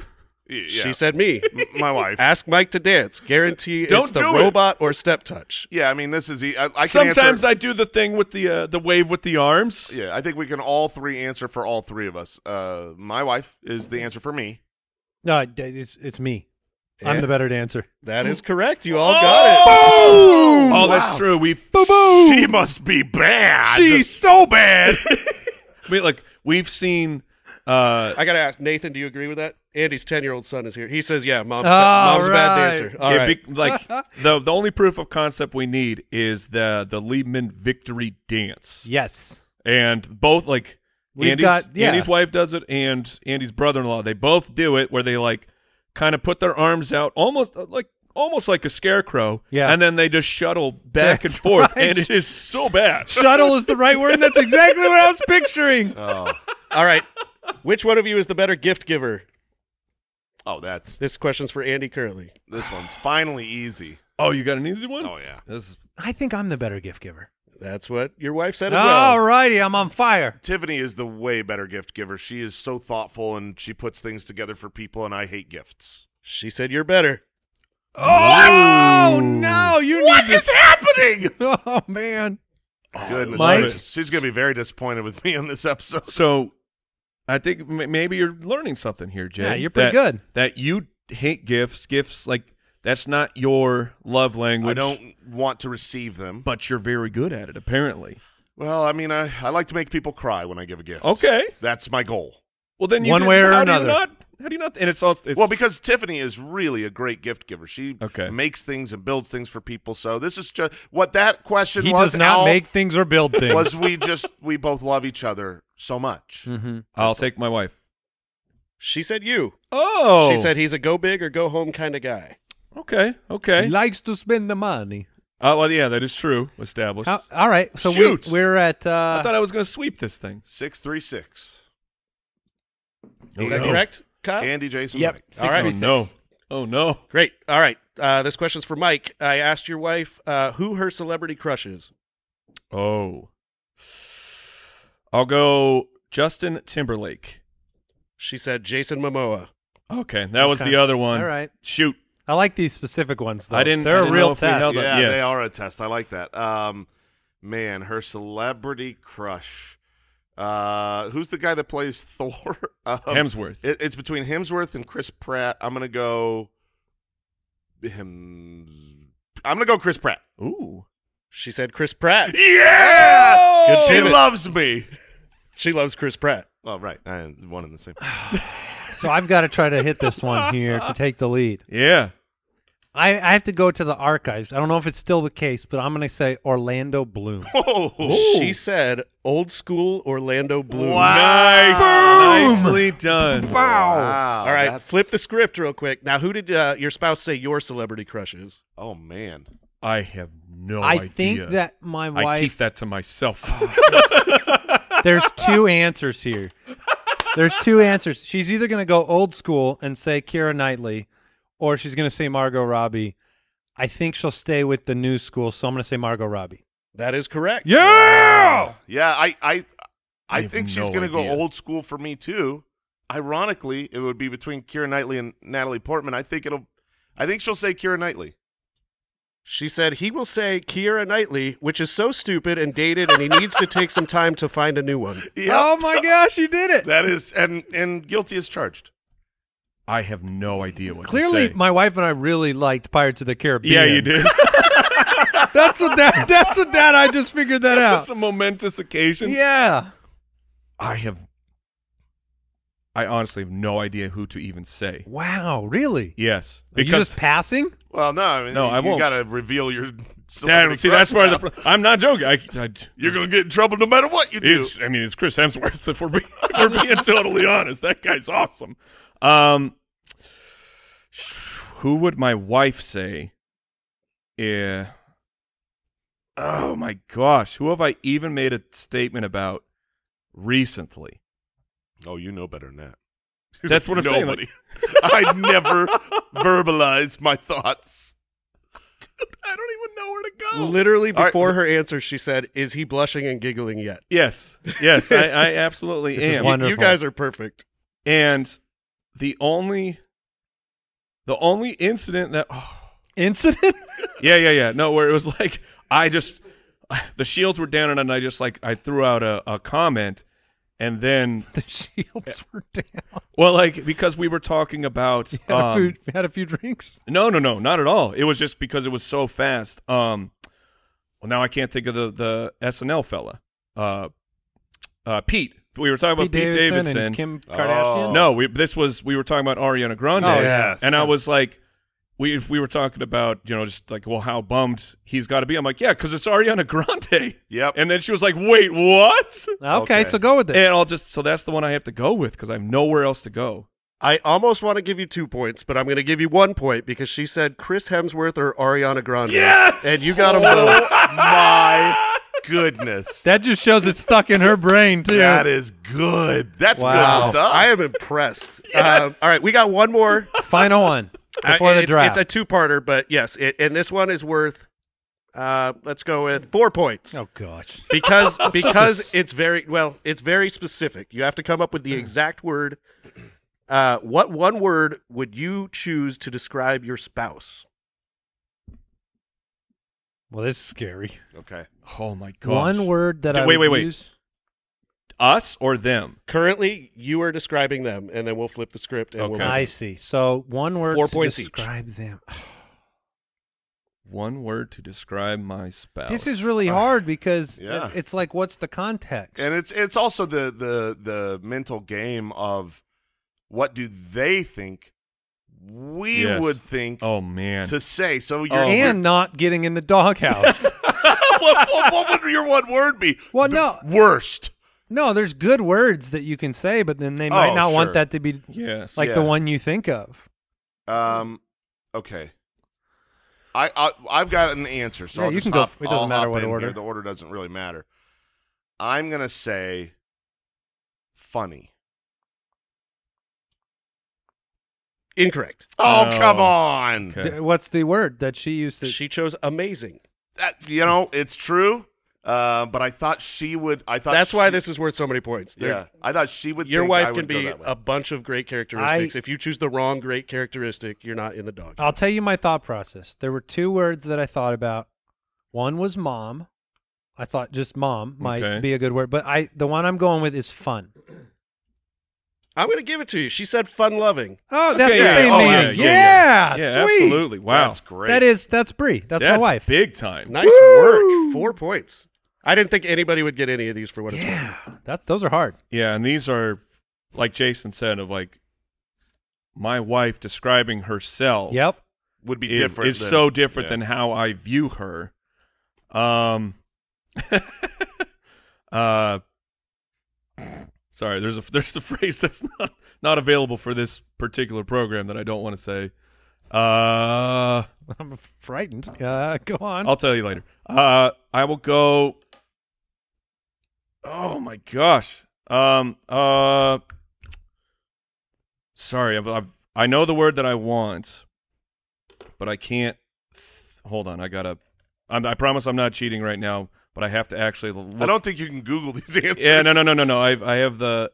[SPEAKER 3] Y-
[SPEAKER 5] She
[SPEAKER 3] yeah.
[SPEAKER 5] said me.
[SPEAKER 3] M- my wife.
[SPEAKER 5] Ask Mike to dance. Guarantee
[SPEAKER 2] Don't
[SPEAKER 5] it's the
[SPEAKER 2] do it.
[SPEAKER 5] robot or step touch.
[SPEAKER 3] Yeah, I mean this is e- I, I can
[SPEAKER 2] Sometimes
[SPEAKER 3] answer
[SPEAKER 2] I do the thing with the uh, the wave with the arms.
[SPEAKER 3] Yeah, I think we can all three answer for all three of us. Uh, my wife is the answer for me.
[SPEAKER 1] No, it- it's it's me. I'm
[SPEAKER 5] Yeah.
[SPEAKER 1] the better dancer.
[SPEAKER 5] That is correct. You all got it.
[SPEAKER 2] Oh, that's true. We've
[SPEAKER 3] She must be bad.
[SPEAKER 2] so bad. I mean, like we've seen. Uh,
[SPEAKER 5] I gotta ask Nathan. Do you agree with that? Andy's ten-year-old son is here. He says, "Yeah, mom's,
[SPEAKER 1] All
[SPEAKER 5] mom's a bad
[SPEAKER 1] right.
[SPEAKER 5] dancer." All
[SPEAKER 2] it
[SPEAKER 5] right.
[SPEAKER 2] be- like the the only proof of concept we need is the the Liebman victory dance,
[SPEAKER 1] Yes.
[SPEAKER 2] and both like
[SPEAKER 1] We've
[SPEAKER 2] Andy's
[SPEAKER 1] got- yeah.
[SPEAKER 2] Andy's wife does it, and Andy's brother in law. They both do it where they like kind of put their arms out, almost uh, like almost like a scarecrow,
[SPEAKER 1] Yeah.
[SPEAKER 2] and then they just shuttle back and
[SPEAKER 1] That's
[SPEAKER 2] forth,
[SPEAKER 1] right.
[SPEAKER 2] and it is so bad.
[SPEAKER 1] Shuttle is the right word. and That's exactly what I was picturing.
[SPEAKER 3] Oh,
[SPEAKER 5] all right. Which one of you is the better gift giver?
[SPEAKER 3] oh, that's
[SPEAKER 5] This question's for Andy currently.
[SPEAKER 3] this one's finally easy.
[SPEAKER 2] Oh, you got an easy one?
[SPEAKER 3] Oh yeah.
[SPEAKER 2] This is-
[SPEAKER 1] I think I'm the better gift giver.
[SPEAKER 5] That's what your wife said as
[SPEAKER 1] All
[SPEAKER 5] well.
[SPEAKER 1] righty, I'm on fire.
[SPEAKER 3] Tiffany is the way better gift giver. She is so thoughtful and she puts things together for people, and I hate gifts.
[SPEAKER 5] She said you're better.
[SPEAKER 1] Oh no, you need to.
[SPEAKER 3] happening?
[SPEAKER 1] Oh man,
[SPEAKER 3] Goodness
[SPEAKER 1] Oh, Mike?
[SPEAKER 3] gracious. She's going to be very disappointed with me on this episode.
[SPEAKER 2] So I think m- maybe you're learning something here, Jay.
[SPEAKER 1] Yeah, you're pretty
[SPEAKER 2] that-
[SPEAKER 1] good.
[SPEAKER 2] That you hate gifts. Gifts like that's not your love language.
[SPEAKER 3] I don't want to receive them.
[SPEAKER 2] But you're very good at it, apparently.
[SPEAKER 3] Well, I mean, I, I like to make people cry when I give a gift.
[SPEAKER 2] Okay.
[SPEAKER 3] That's my goal.
[SPEAKER 2] Well, then you
[SPEAKER 1] One
[SPEAKER 2] did-
[SPEAKER 1] way or
[SPEAKER 2] how
[SPEAKER 1] another.
[SPEAKER 2] Do you not, how do you not? And it's all. It's,
[SPEAKER 3] well, because Tiffany is really a great gift giver. She
[SPEAKER 2] Okay.
[SPEAKER 3] makes things and builds things for people. So this is just what that question
[SPEAKER 1] he
[SPEAKER 3] was.
[SPEAKER 1] does not
[SPEAKER 3] Al,
[SPEAKER 1] make things or build things.
[SPEAKER 3] was we just we both love each other so much.
[SPEAKER 1] hmm
[SPEAKER 2] I'll take my wife.
[SPEAKER 5] She said you.
[SPEAKER 2] Oh,
[SPEAKER 5] She said he's a go big or go home kind of guy.
[SPEAKER 2] Okay, okay.
[SPEAKER 1] He likes to spend the money.
[SPEAKER 2] Uh, well, yeah, that is true. Established.
[SPEAKER 1] How- all right, so
[SPEAKER 2] Shoot.
[SPEAKER 1] we, we're at. Uh,
[SPEAKER 2] I thought I was going to sweep this thing.
[SPEAKER 3] Six three six.
[SPEAKER 5] Is that
[SPEAKER 2] Oh, no.
[SPEAKER 5] correct, Kyle?
[SPEAKER 3] Andy, Jason,
[SPEAKER 6] Yep.
[SPEAKER 3] Mike.
[SPEAKER 6] Six,
[SPEAKER 5] right.
[SPEAKER 6] three,
[SPEAKER 2] Oh
[SPEAKER 6] six.
[SPEAKER 2] no! Oh no!
[SPEAKER 5] Great. All right. Uh, this question's for Mike. I asked your wife uh, who her celebrity crush is.
[SPEAKER 2] Oh. I'll go Justin Timberlake.
[SPEAKER 5] She said Jason Momoa.
[SPEAKER 2] Okay, that was
[SPEAKER 1] Okay.
[SPEAKER 2] the other one.
[SPEAKER 1] All right.
[SPEAKER 2] Shoot.
[SPEAKER 1] I like these specific ones. Though.
[SPEAKER 2] I didn't-
[SPEAKER 1] They're
[SPEAKER 2] I
[SPEAKER 1] a
[SPEAKER 2] didn't
[SPEAKER 1] real
[SPEAKER 2] know if we
[SPEAKER 1] test.
[SPEAKER 2] held it.
[SPEAKER 3] Yeah,
[SPEAKER 2] Yes.
[SPEAKER 3] they are a test. I like that. Um, man, her celebrity crush. Uh, who's the guy that plays Thor? Um,
[SPEAKER 2] Hemsworth.
[SPEAKER 3] It, it's between Hemsworth and Chris Pratt. I'm gonna go. Him. I'm gonna go Chris Pratt.
[SPEAKER 2] Ooh.
[SPEAKER 5] She said Chris Pratt.
[SPEAKER 3] Yeah,
[SPEAKER 5] Good
[SPEAKER 3] she
[SPEAKER 5] pivot.
[SPEAKER 3] loves me.
[SPEAKER 5] She loves Chris Pratt.
[SPEAKER 3] Well, right, I one and the same.
[SPEAKER 1] So I've got to try to hit this one here to take the lead.
[SPEAKER 2] Yeah.
[SPEAKER 1] I, I have to go to the archives. I don't know if it's still the case, but I'm going to say Orlando Bloom.
[SPEAKER 2] Oh,
[SPEAKER 3] Whoa!
[SPEAKER 5] She said old school Orlando Bloom.
[SPEAKER 2] Nice.
[SPEAKER 1] Boom.
[SPEAKER 2] Nicely done.
[SPEAKER 3] Wow.
[SPEAKER 5] All right,
[SPEAKER 3] that's-
[SPEAKER 5] flip the script real quick. Now, who did uh, your spouse say your celebrity crush is?
[SPEAKER 3] Oh man.
[SPEAKER 2] I have no
[SPEAKER 1] I
[SPEAKER 2] idea.
[SPEAKER 1] think that my
[SPEAKER 2] I keep
[SPEAKER 1] wife.
[SPEAKER 2] that to myself.
[SPEAKER 1] There's two answers here. There's two answers. She's either going to go old school and say Kira Knightley, or she's going to say Margot Robbie. I think she'll stay with the new school, so I'm going to say Margot Robbie.
[SPEAKER 5] That is correct.
[SPEAKER 2] yeah.
[SPEAKER 3] Yeah, I I
[SPEAKER 2] I
[SPEAKER 3] I,
[SPEAKER 2] have
[SPEAKER 3] think she's
[SPEAKER 2] no
[SPEAKER 3] gonna
[SPEAKER 2] idea.
[SPEAKER 3] go old school for me too. Ironically, it would be between Kira Knightley and Natalie Portman. I think it'll I think she'll say Kira Knightley.
[SPEAKER 5] She said he will say Kiera Knightley, which is so stupid and dated, and he needs to take some time to find a new one.
[SPEAKER 1] Oh my gosh, you did it!
[SPEAKER 3] That is and and guilty as charged.
[SPEAKER 2] I have no idea what. to
[SPEAKER 1] Clearly,
[SPEAKER 2] say.
[SPEAKER 1] my wife and I really liked Pirates of the Caribbean.
[SPEAKER 2] yeah, you did.
[SPEAKER 1] That's what that. That's what that. I just figured that out.
[SPEAKER 2] It's a momentous occasion.
[SPEAKER 1] Yeah.
[SPEAKER 2] I have. I honestly have no idea who to even say.
[SPEAKER 1] Wow. Really?
[SPEAKER 2] Yes,
[SPEAKER 1] Are you
[SPEAKER 2] because
[SPEAKER 1] just passing?
[SPEAKER 3] Well, no, I mean,
[SPEAKER 2] No,
[SPEAKER 3] you,
[SPEAKER 2] I won't.
[SPEAKER 3] got to reveal your.
[SPEAKER 2] Dad,
[SPEAKER 3] celebrity
[SPEAKER 2] see,
[SPEAKER 3] crush
[SPEAKER 2] that's where
[SPEAKER 3] now.
[SPEAKER 2] the. pro- I'm not joking. I, I,
[SPEAKER 3] You're gonna get in trouble no matter what you do.
[SPEAKER 2] It's, I mean, it's Chris Hemsworth. If we're being, if we're being totally honest, that guy's awesome. Um, who would my wife say? Yeah. Oh my gosh, who have I even made a statement about recently?
[SPEAKER 3] Oh, you know better than that.
[SPEAKER 2] That's what I'm saying,
[SPEAKER 3] Nobody. I never verbalize my thoughts.
[SPEAKER 2] I don't even know where to
[SPEAKER 5] Literally
[SPEAKER 3] All right.
[SPEAKER 5] before her answer, she said, "Is he blushing and giggling yet?"
[SPEAKER 2] Yes, yes, I, I absolutely
[SPEAKER 1] This is
[SPEAKER 2] am.
[SPEAKER 5] You- You
[SPEAKER 1] Wonderful.
[SPEAKER 5] guys are perfect.
[SPEAKER 2] and the only, the only incident that. oh,
[SPEAKER 1] Incident?
[SPEAKER 2] Yeah, yeah, yeah. No, where it was like I just the shields were down and I just like I threw out a, a comment and then
[SPEAKER 1] the shields were down.
[SPEAKER 2] well like because we were talking about
[SPEAKER 1] Had, a
[SPEAKER 2] um,
[SPEAKER 1] few, had a few drinks.
[SPEAKER 2] no no no not at all. It was just because it was so fast. Um well now I can't think of the the SNL fella. Uh uh Pete. We were talking about Pete, Davidson.
[SPEAKER 1] and Kim
[SPEAKER 3] Oh.
[SPEAKER 1] Kardashian.
[SPEAKER 2] no, we, this was we were talking about Ariana Grande.
[SPEAKER 1] Oh,
[SPEAKER 3] yes.
[SPEAKER 2] And I was like, we if we were talking about you know just like well how bummed he's got to be. I'm like yeah because it's Ariana Grande.
[SPEAKER 3] Yep.
[SPEAKER 2] And then she was like, wait what?
[SPEAKER 1] Okay,
[SPEAKER 3] Okay.
[SPEAKER 1] so go with it.
[SPEAKER 2] And I'll just so that's the one I have to go with because I have nowhere else to go.
[SPEAKER 5] I almost want to give you two points, but I'm going to give you one point because she said Chris Hemsworth or Ariana Grande.
[SPEAKER 2] Yes!
[SPEAKER 5] and you got them both.
[SPEAKER 3] My goodness.
[SPEAKER 1] that just shows it's stuck in her brain too.
[SPEAKER 3] That is good. That's
[SPEAKER 1] Wow.
[SPEAKER 3] good stuff.
[SPEAKER 5] I am impressed. um, all right, we got one more
[SPEAKER 1] Final one
[SPEAKER 5] Uh,
[SPEAKER 1] before the
[SPEAKER 5] it's-
[SPEAKER 1] draft.
[SPEAKER 5] It's a two-parter, but yes, it, and this one is worth Uh, let's go with four points
[SPEAKER 1] Oh gosh.
[SPEAKER 5] because because it's very well it's very specific. You have to come up with the exact word. Uh, what one word would you choose to describe your spouse?
[SPEAKER 1] Well, this is scary.
[SPEAKER 3] Okay.
[SPEAKER 2] Oh my gosh.
[SPEAKER 1] One word that
[SPEAKER 2] D-
[SPEAKER 1] I
[SPEAKER 2] wait,
[SPEAKER 1] would
[SPEAKER 2] wait, wait.
[SPEAKER 1] use.
[SPEAKER 2] Us or them?
[SPEAKER 5] Currently, you are describing them, and then we'll flip the script. And we'll
[SPEAKER 2] Okay.
[SPEAKER 1] I see. So one word
[SPEAKER 5] Four
[SPEAKER 1] to
[SPEAKER 5] points each.
[SPEAKER 1] describe them.
[SPEAKER 2] One word to describe my spouse.
[SPEAKER 1] This is really hard because
[SPEAKER 3] Yeah.
[SPEAKER 1] it- it's like, what's the context?
[SPEAKER 3] And it's it's also the the the mental game of what do they think we
[SPEAKER 2] Yes.
[SPEAKER 3] would think
[SPEAKER 2] Oh man.
[SPEAKER 3] to say.
[SPEAKER 1] Oh,
[SPEAKER 3] So you're
[SPEAKER 1] and not getting in the doghouse.
[SPEAKER 3] what, what, what would your one word be?
[SPEAKER 1] well,
[SPEAKER 3] The
[SPEAKER 1] no,
[SPEAKER 3] Worst.
[SPEAKER 1] no. There's good words that you can say, but then they might
[SPEAKER 3] Oh,
[SPEAKER 1] not want
[SPEAKER 3] sure.
[SPEAKER 1] that to be
[SPEAKER 2] yes.
[SPEAKER 1] like
[SPEAKER 3] Yeah.
[SPEAKER 1] the one you think of.
[SPEAKER 3] Um. Okay. I, I I've got an answer, so
[SPEAKER 1] Yeah,
[SPEAKER 3] I'll
[SPEAKER 1] you
[SPEAKER 3] just
[SPEAKER 1] can go
[SPEAKER 3] hop-
[SPEAKER 1] f- it doesn't
[SPEAKER 3] I'll
[SPEAKER 1] matter
[SPEAKER 3] hop
[SPEAKER 1] what
[SPEAKER 3] in
[SPEAKER 1] order.
[SPEAKER 3] Here. The order doesn't really matter. I'm gonna say funny.
[SPEAKER 5] Incorrect.
[SPEAKER 3] Oh,
[SPEAKER 2] Oh,
[SPEAKER 3] come on!
[SPEAKER 2] okay.
[SPEAKER 1] D- What's the word that she used to?
[SPEAKER 5] She chose amazing.
[SPEAKER 3] That you know it's true. Uh, but I thought she would. I thought
[SPEAKER 5] That's why
[SPEAKER 3] she-
[SPEAKER 5] this is worth so many points. There-
[SPEAKER 3] Yeah, I thought she would.
[SPEAKER 5] Your
[SPEAKER 3] think I
[SPEAKER 5] wife can
[SPEAKER 3] would go
[SPEAKER 5] be
[SPEAKER 3] that way.
[SPEAKER 5] a bunch of great characteristics. if you choose the wrong great characteristic, you're not in the dog.
[SPEAKER 1] I'll tell you my thought process. There were two words that I thought about. One was mom. I thought just mom might
[SPEAKER 2] Okay.
[SPEAKER 1] be a good word, but I the one I'm going with is fun.
[SPEAKER 5] I'm going to give it to you. She said fun loving.
[SPEAKER 1] Oh, that's
[SPEAKER 2] Okay,
[SPEAKER 1] the
[SPEAKER 2] yeah,
[SPEAKER 1] same
[SPEAKER 2] oh, yeah,
[SPEAKER 1] meaning.
[SPEAKER 2] yeah, yeah.
[SPEAKER 1] Yeah,
[SPEAKER 2] Yeah,
[SPEAKER 1] ah, sweet.
[SPEAKER 2] absolutely. Wow.
[SPEAKER 3] That's great.
[SPEAKER 1] That is that's Bree. That's, my wife.
[SPEAKER 2] Big time.
[SPEAKER 5] Nice work. Four points. I didn't think anybody would get any of these for what it's worth.
[SPEAKER 1] Yeah, that those are hard.
[SPEAKER 2] Yeah, and these are like Jason said of like my wife describing herself.
[SPEAKER 1] Yep.
[SPEAKER 3] would be
[SPEAKER 2] is-
[SPEAKER 3] different.
[SPEAKER 2] is
[SPEAKER 3] than-
[SPEAKER 2] so different
[SPEAKER 3] yeah.
[SPEAKER 2] than how I view her. Um. uh. Sorry, there's a there's a phrase that's not not available for this particular program that I don't want to say. Uh,
[SPEAKER 1] I'm frightened. Uh, go on.
[SPEAKER 2] I'll tell you later. Uh, I will go. Oh my gosh. Um. Uh. Sorry, I've, I've I know the word that I want, but I can't. Hold on, I gotta. I'm, I promise I'm not cheating right now, but I have to actually. Look.
[SPEAKER 3] I don't think you can Google these answers.
[SPEAKER 2] Yeah, no, no, no, no, no. I I have the.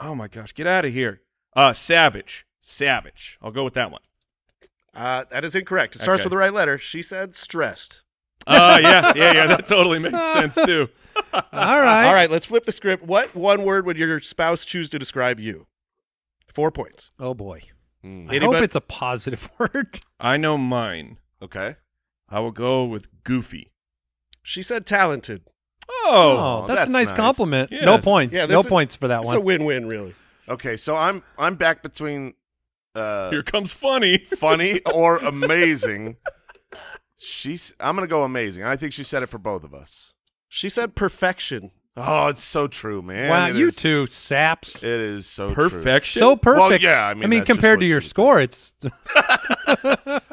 [SPEAKER 2] Oh my gosh, get out of here. Uh, savage, savage. I'll go with that one.
[SPEAKER 5] Uh, that is incorrect. It starts
[SPEAKER 2] Okay.
[SPEAKER 5] with the right letter. She said stressed.
[SPEAKER 2] Uh, yeah, yeah, yeah. That totally makes sense too.
[SPEAKER 1] All right.
[SPEAKER 5] All right, let's flip the script. What one word would your spouse choose to describe you? Four points.
[SPEAKER 1] Oh boy.
[SPEAKER 3] Mm,
[SPEAKER 1] I hope
[SPEAKER 5] Anybody-
[SPEAKER 1] it's a positive word.
[SPEAKER 2] I know mine.
[SPEAKER 3] okay.
[SPEAKER 2] I will go with Goofy.
[SPEAKER 5] She said talented.
[SPEAKER 2] Oh,
[SPEAKER 1] Oh, that's,
[SPEAKER 3] that's
[SPEAKER 1] a nice,
[SPEAKER 3] nice.
[SPEAKER 1] compliment.
[SPEAKER 2] Yes.
[SPEAKER 1] No points.
[SPEAKER 5] Yeah,
[SPEAKER 1] no
[SPEAKER 5] this is-
[SPEAKER 1] points for that
[SPEAKER 5] It's
[SPEAKER 1] one.
[SPEAKER 5] a win-win, really.
[SPEAKER 3] Okay. So I'm I'm back between uh,
[SPEAKER 2] Oh, here comes funny.
[SPEAKER 3] funny or amazing. She's. I'm gonna go amazing. I think she said it for both of us.
[SPEAKER 5] She said perfection.
[SPEAKER 3] Oh, it's so true, man.
[SPEAKER 1] wow,
[SPEAKER 3] It
[SPEAKER 1] you
[SPEAKER 3] is-
[SPEAKER 1] two saps.
[SPEAKER 3] It is so true.
[SPEAKER 2] Perfection.
[SPEAKER 1] So perfect.
[SPEAKER 3] Well, yeah, I mean, that's just
[SPEAKER 1] compared
[SPEAKER 3] what
[SPEAKER 1] to your
[SPEAKER 3] she-
[SPEAKER 1] score, it's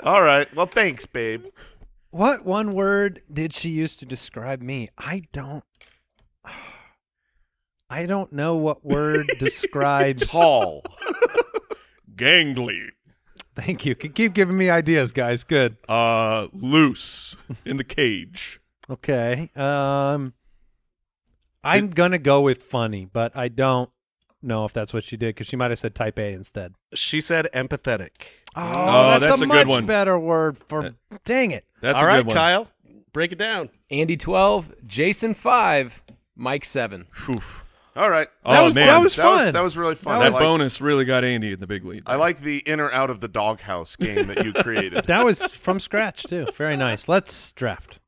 [SPEAKER 3] All right. Well, thanks, babe.
[SPEAKER 1] What one word did she use to describe me? I don't. I don't know what word describes.
[SPEAKER 3] Tall.
[SPEAKER 2] gangly.
[SPEAKER 1] Thank you. Keep giving me ideas, guys. Good.
[SPEAKER 2] Uh, loose in the cage.
[SPEAKER 1] Okay. Um, I'm gonna go with funny, but I don't know if that's what she did because she might have said type A instead.
[SPEAKER 5] She said empathetic.
[SPEAKER 1] Oh,
[SPEAKER 2] Oh, that's a good
[SPEAKER 1] much
[SPEAKER 2] one.
[SPEAKER 1] better word for.
[SPEAKER 2] Uh,
[SPEAKER 1] dang it.
[SPEAKER 2] That's
[SPEAKER 5] All
[SPEAKER 2] a
[SPEAKER 5] right,
[SPEAKER 2] good one.
[SPEAKER 5] Kyle, break it down.
[SPEAKER 6] Andy 12, Jason 5, Mike 7.
[SPEAKER 2] Oof.
[SPEAKER 3] All right.
[SPEAKER 2] Oh, That was- man. that
[SPEAKER 1] was
[SPEAKER 3] that was,
[SPEAKER 1] fun.
[SPEAKER 3] that was really fun.
[SPEAKER 2] That
[SPEAKER 3] I, like,
[SPEAKER 2] bonus really got Andy in the big lead.
[SPEAKER 3] I like the in or out of the doghouse game that you created.
[SPEAKER 1] That was from scratch too. Very nice. Let's draft.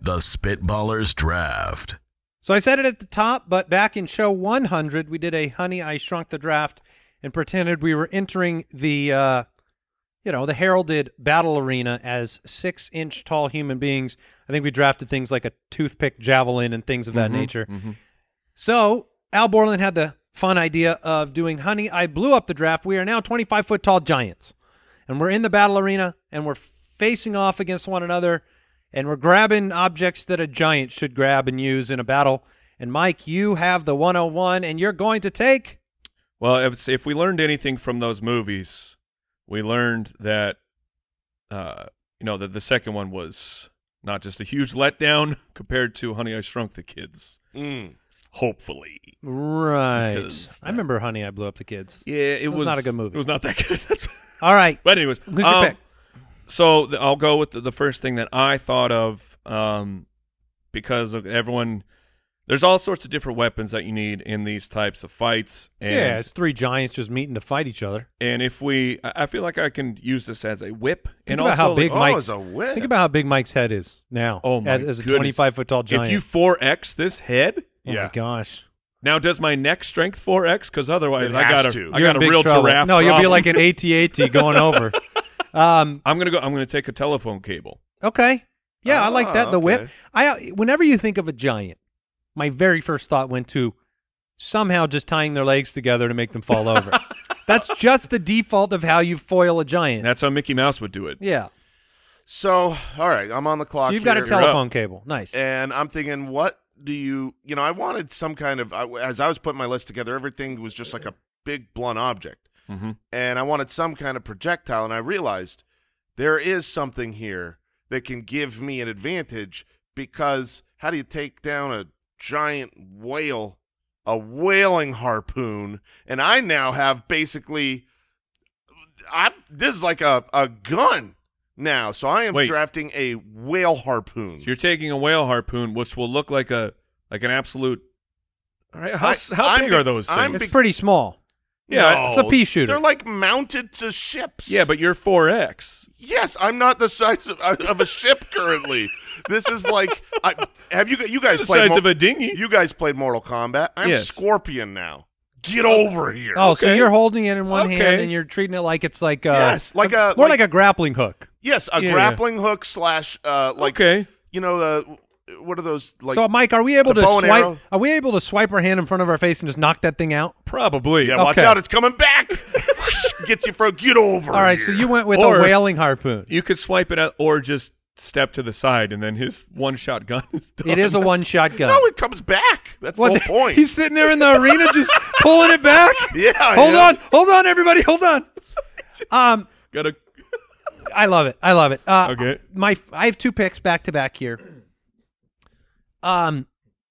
[SPEAKER 4] The Spitballers Draft.
[SPEAKER 1] So I said it at the top, but back in show 100, we did a Honey, I Shrunk the Draft and pretended we were entering the, uh, you know, the heralded battle arena as six inch tall human beings. I think we drafted things like a toothpick javelin and things of that nature.
[SPEAKER 2] mhm.
[SPEAKER 1] So Al Borland had the fun idea of doing Honey, I Blew Up the Draft. We are now 25 foot tall giants, and we're in the battle arena and we're facing off against one another and we're grabbing objects that a giant should grab and use in a battle. And Mike, you have the 101, and you're going to take.
[SPEAKER 2] Well, if, if we learned anything from those movies, we learned that uh you know that the second one was not just a huge letdown compared to Honey I Shrunk the Kids.
[SPEAKER 3] Mm.
[SPEAKER 2] Hopefully.
[SPEAKER 1] Right.
[SPEAKER 2] Because
[SPEAKER 1] I remember Honey, I Blew Up the Kids.
[SPEAKER 2] Yeah, it
[SPEAKER 1] was not a good movie.
[SPEAKER 2] It was not that good. That's
[SPEAKER 1] All right.
[SPEAKER 2] But anyways, um,
[SPEAKER 1] Who's your pick?
[SPEAKER 2] So the, I'll go with the, the first thing that I thought of, um, because of everyone. There's all sorts of different weapons that you need in these types of fights, and
[SPEAKER 1] yeah, it's three giants just meeting to fight each other.
[SPEAKER 2] and if we, I I feel like I can use this as a whip,
[SPEAKER 1] Think
[SPEAKER 2] and
[SPEAKER 1] about
[SPEAKER 2] also
[SPEAKER 1] how big
[SPEAKER 3] Oh,
[SPEAKER 1] Mike's.
[SPEAKER 3] it's a whip.
[SPEAKER 1] Think about how big Mike's head is now.
[SPEAKER 2] Oh my
[SPEAKER 1] as, as a
[SPEAKER 2] goodness.
[SPEAKER 1] twenty-five foot tall giant.
[SPEAKER 2] if you four X this head,
[SPEAKER 1] oh
[SPEAKER 3] Yeah.
[SPEAKER 1] my gosh,
[SPEAKER 2] now does my neck strength four X? Because otherwise,
[SPEAKER 3] It
[SPEAKER 2] I
[SPEAKER 3] has
[SPEAKER 2] got a,
[SPEAKER 3] to.
[SPEAKER 2] I
[SPEAKER 1] You're
[SPEAKER 2] got
[SPEAKER 1] in
[SPEAKER 2] a
[SPEAKER 1] big
[SPEAKER 2] real
[SPEAKER 1] trouble.
[SPEAKER 2] giraffe.
[SPEAKER 1] No, you'll be
[SPEAKER 2] problem.
[SPEAKER 1] like an AT-AT going over. Um,
[SPEAKER 2] I'm gonna go. I'm gonna take a telephone cable.
[SPEAKER 1] okay, yeah, I like
[SPEAKER 3] Ah,
[SPEAKER 1] that. The whip.
[SPEAKER 3] okay.
[SPEAKER 1] I whenever you think of a giant, my very first thought went to somehow just tying their legs together to make them fall over. That's just the default of how you foil a giant.
[SPEAKER 2] That's how Mickey Mouse would do it.
[SPEAKER 1] yeah.
[SPEAKER 3] So, all right, I'm on the clock.
[SPEAKER 1] So you've got a
[SPEAKER 3] here.
[SPEAKER 1] telephone cable. Nice.
[SPEAKER 3] and I'm thinking, what do you, you know, I wanted some kind of, I, as I was putting my list together, everything was just like a big blunt object.
[SPEAKER 2] Mhm.
[SPEAKER 3] And I wanted some kind of projectile. And I realized there is something here that can give me an advantage because how do you take down a giant whale, a whaling harpoon? And I now have basically, I this is like a, a gun now. So I am
[SPEAKER 2] Wait.
[SPEAKER 3] drafting a whale harpoon.
[SPEAKER 2] So you're taking a whale harpoon, which will look like a like an absolute. All right, how,
[SPEAKER 3] I-
[SPEAKER 2] s- how
[SPEAKER 3] I'm
[SPEAKER 2] big
[SPEAKER 3] be-
[SPEAKER 2] are those
[SPEAKER 3] I'm
[SPEAKER 2] things?
[SPEAKER 1] it's
[SPEAKER 3] big-
[SPEAKER 1] pretty small.
[SPEAKER 2] yeah,
[SPEAKER 1] it's a pea shooter.
[SPEAKER 3] They're like mounted to ships.
[SPEAKER 2] yeah, but you're four X.
[SPEAKER 3] yes, I'm not the size of, of a ship currently. This is like, I, have you you guys
[SPEAKER 2] The
[SPEAKER 3] played?
[SPEAKER 2] size
[SPEAKER 3] Mor-
[SPEAKER 2] of a dinghy.
[SPEAKER 3] you guys played Mortal Kombat. I'm
[SPEAKER 2] Yes.
[SPEAKER 3] Scorpion now. Get over here.
[SPEAKER 1] Oh, so
[SPEAKER 2] Okay.
[SPEAKER 1] you're holding it in one hand
[SPEAKER 2] Okay.
[SPEAKER 1] and you're treating it like it's like a,
[SPEAKER 3] Yes, like a-
[SPEAKER 1] more
[SPEAKER 3] like-
[SPEAKER 1] like, a grappling hook.
[SPEAKER 3] yes, a
[SPEAKER 2] Yeah, yeah.
[SPEAKER 3] grappling hook slash uh, like
[SPEAKER 2] okay,
[SPEAKER 3] you know the what are those like?
[SPEAKER 1] so, Mike, are we able
[SPEAKER 3] the
[SPEAKER 1] to
[SPEAKER 3] bow and
[SPEAKER 1] swipe?
[SPEAKER 3] arrow?
[SPEAKER 1] Are we able to swipe our hand in front of our face and just knock that thing out?
[SPEAKER 2] probably.
[SPEAKER 3] yeah, watch
[SPEAKER 1] okay.
[SPEAKER 3] out, it's coming back. Gets you for get over.
[SPEAKER 1] All right,
[SPEAKER 3] here.
[SPEAKER 1] so you went with
[SPEAKER 2] Or-
[SPEAKER 1] a whaling harpoon.
[SPEAKER 2] You could swipe it out, or just step to the side, and then his one shot gun is done.
[SPEAKER 1] It is a one shot gun.
[SPEAKER 3] no, it comes back. That's
[SPEAKER 1] What
[SPEAKER 3] the
[SPEAKER 1] the-
[SPEAKER 3] whole point.
[SPEAKER 1] He's sitting there in the arena just pulling it back.
[SPEAKER 3] yeah.
[SPEAKER 1] Hold
[SPEAKER 3] yeah.
[SPEAKER 1] on, hold on, everybody, hold on. Um,
[SPEAKER 2] Got a
[SPEAKER 1] I love it. I love it. Uh,
[SPEAKER 2] Okay.
[SPEAKER 1] My I have two picks back to back here. Um,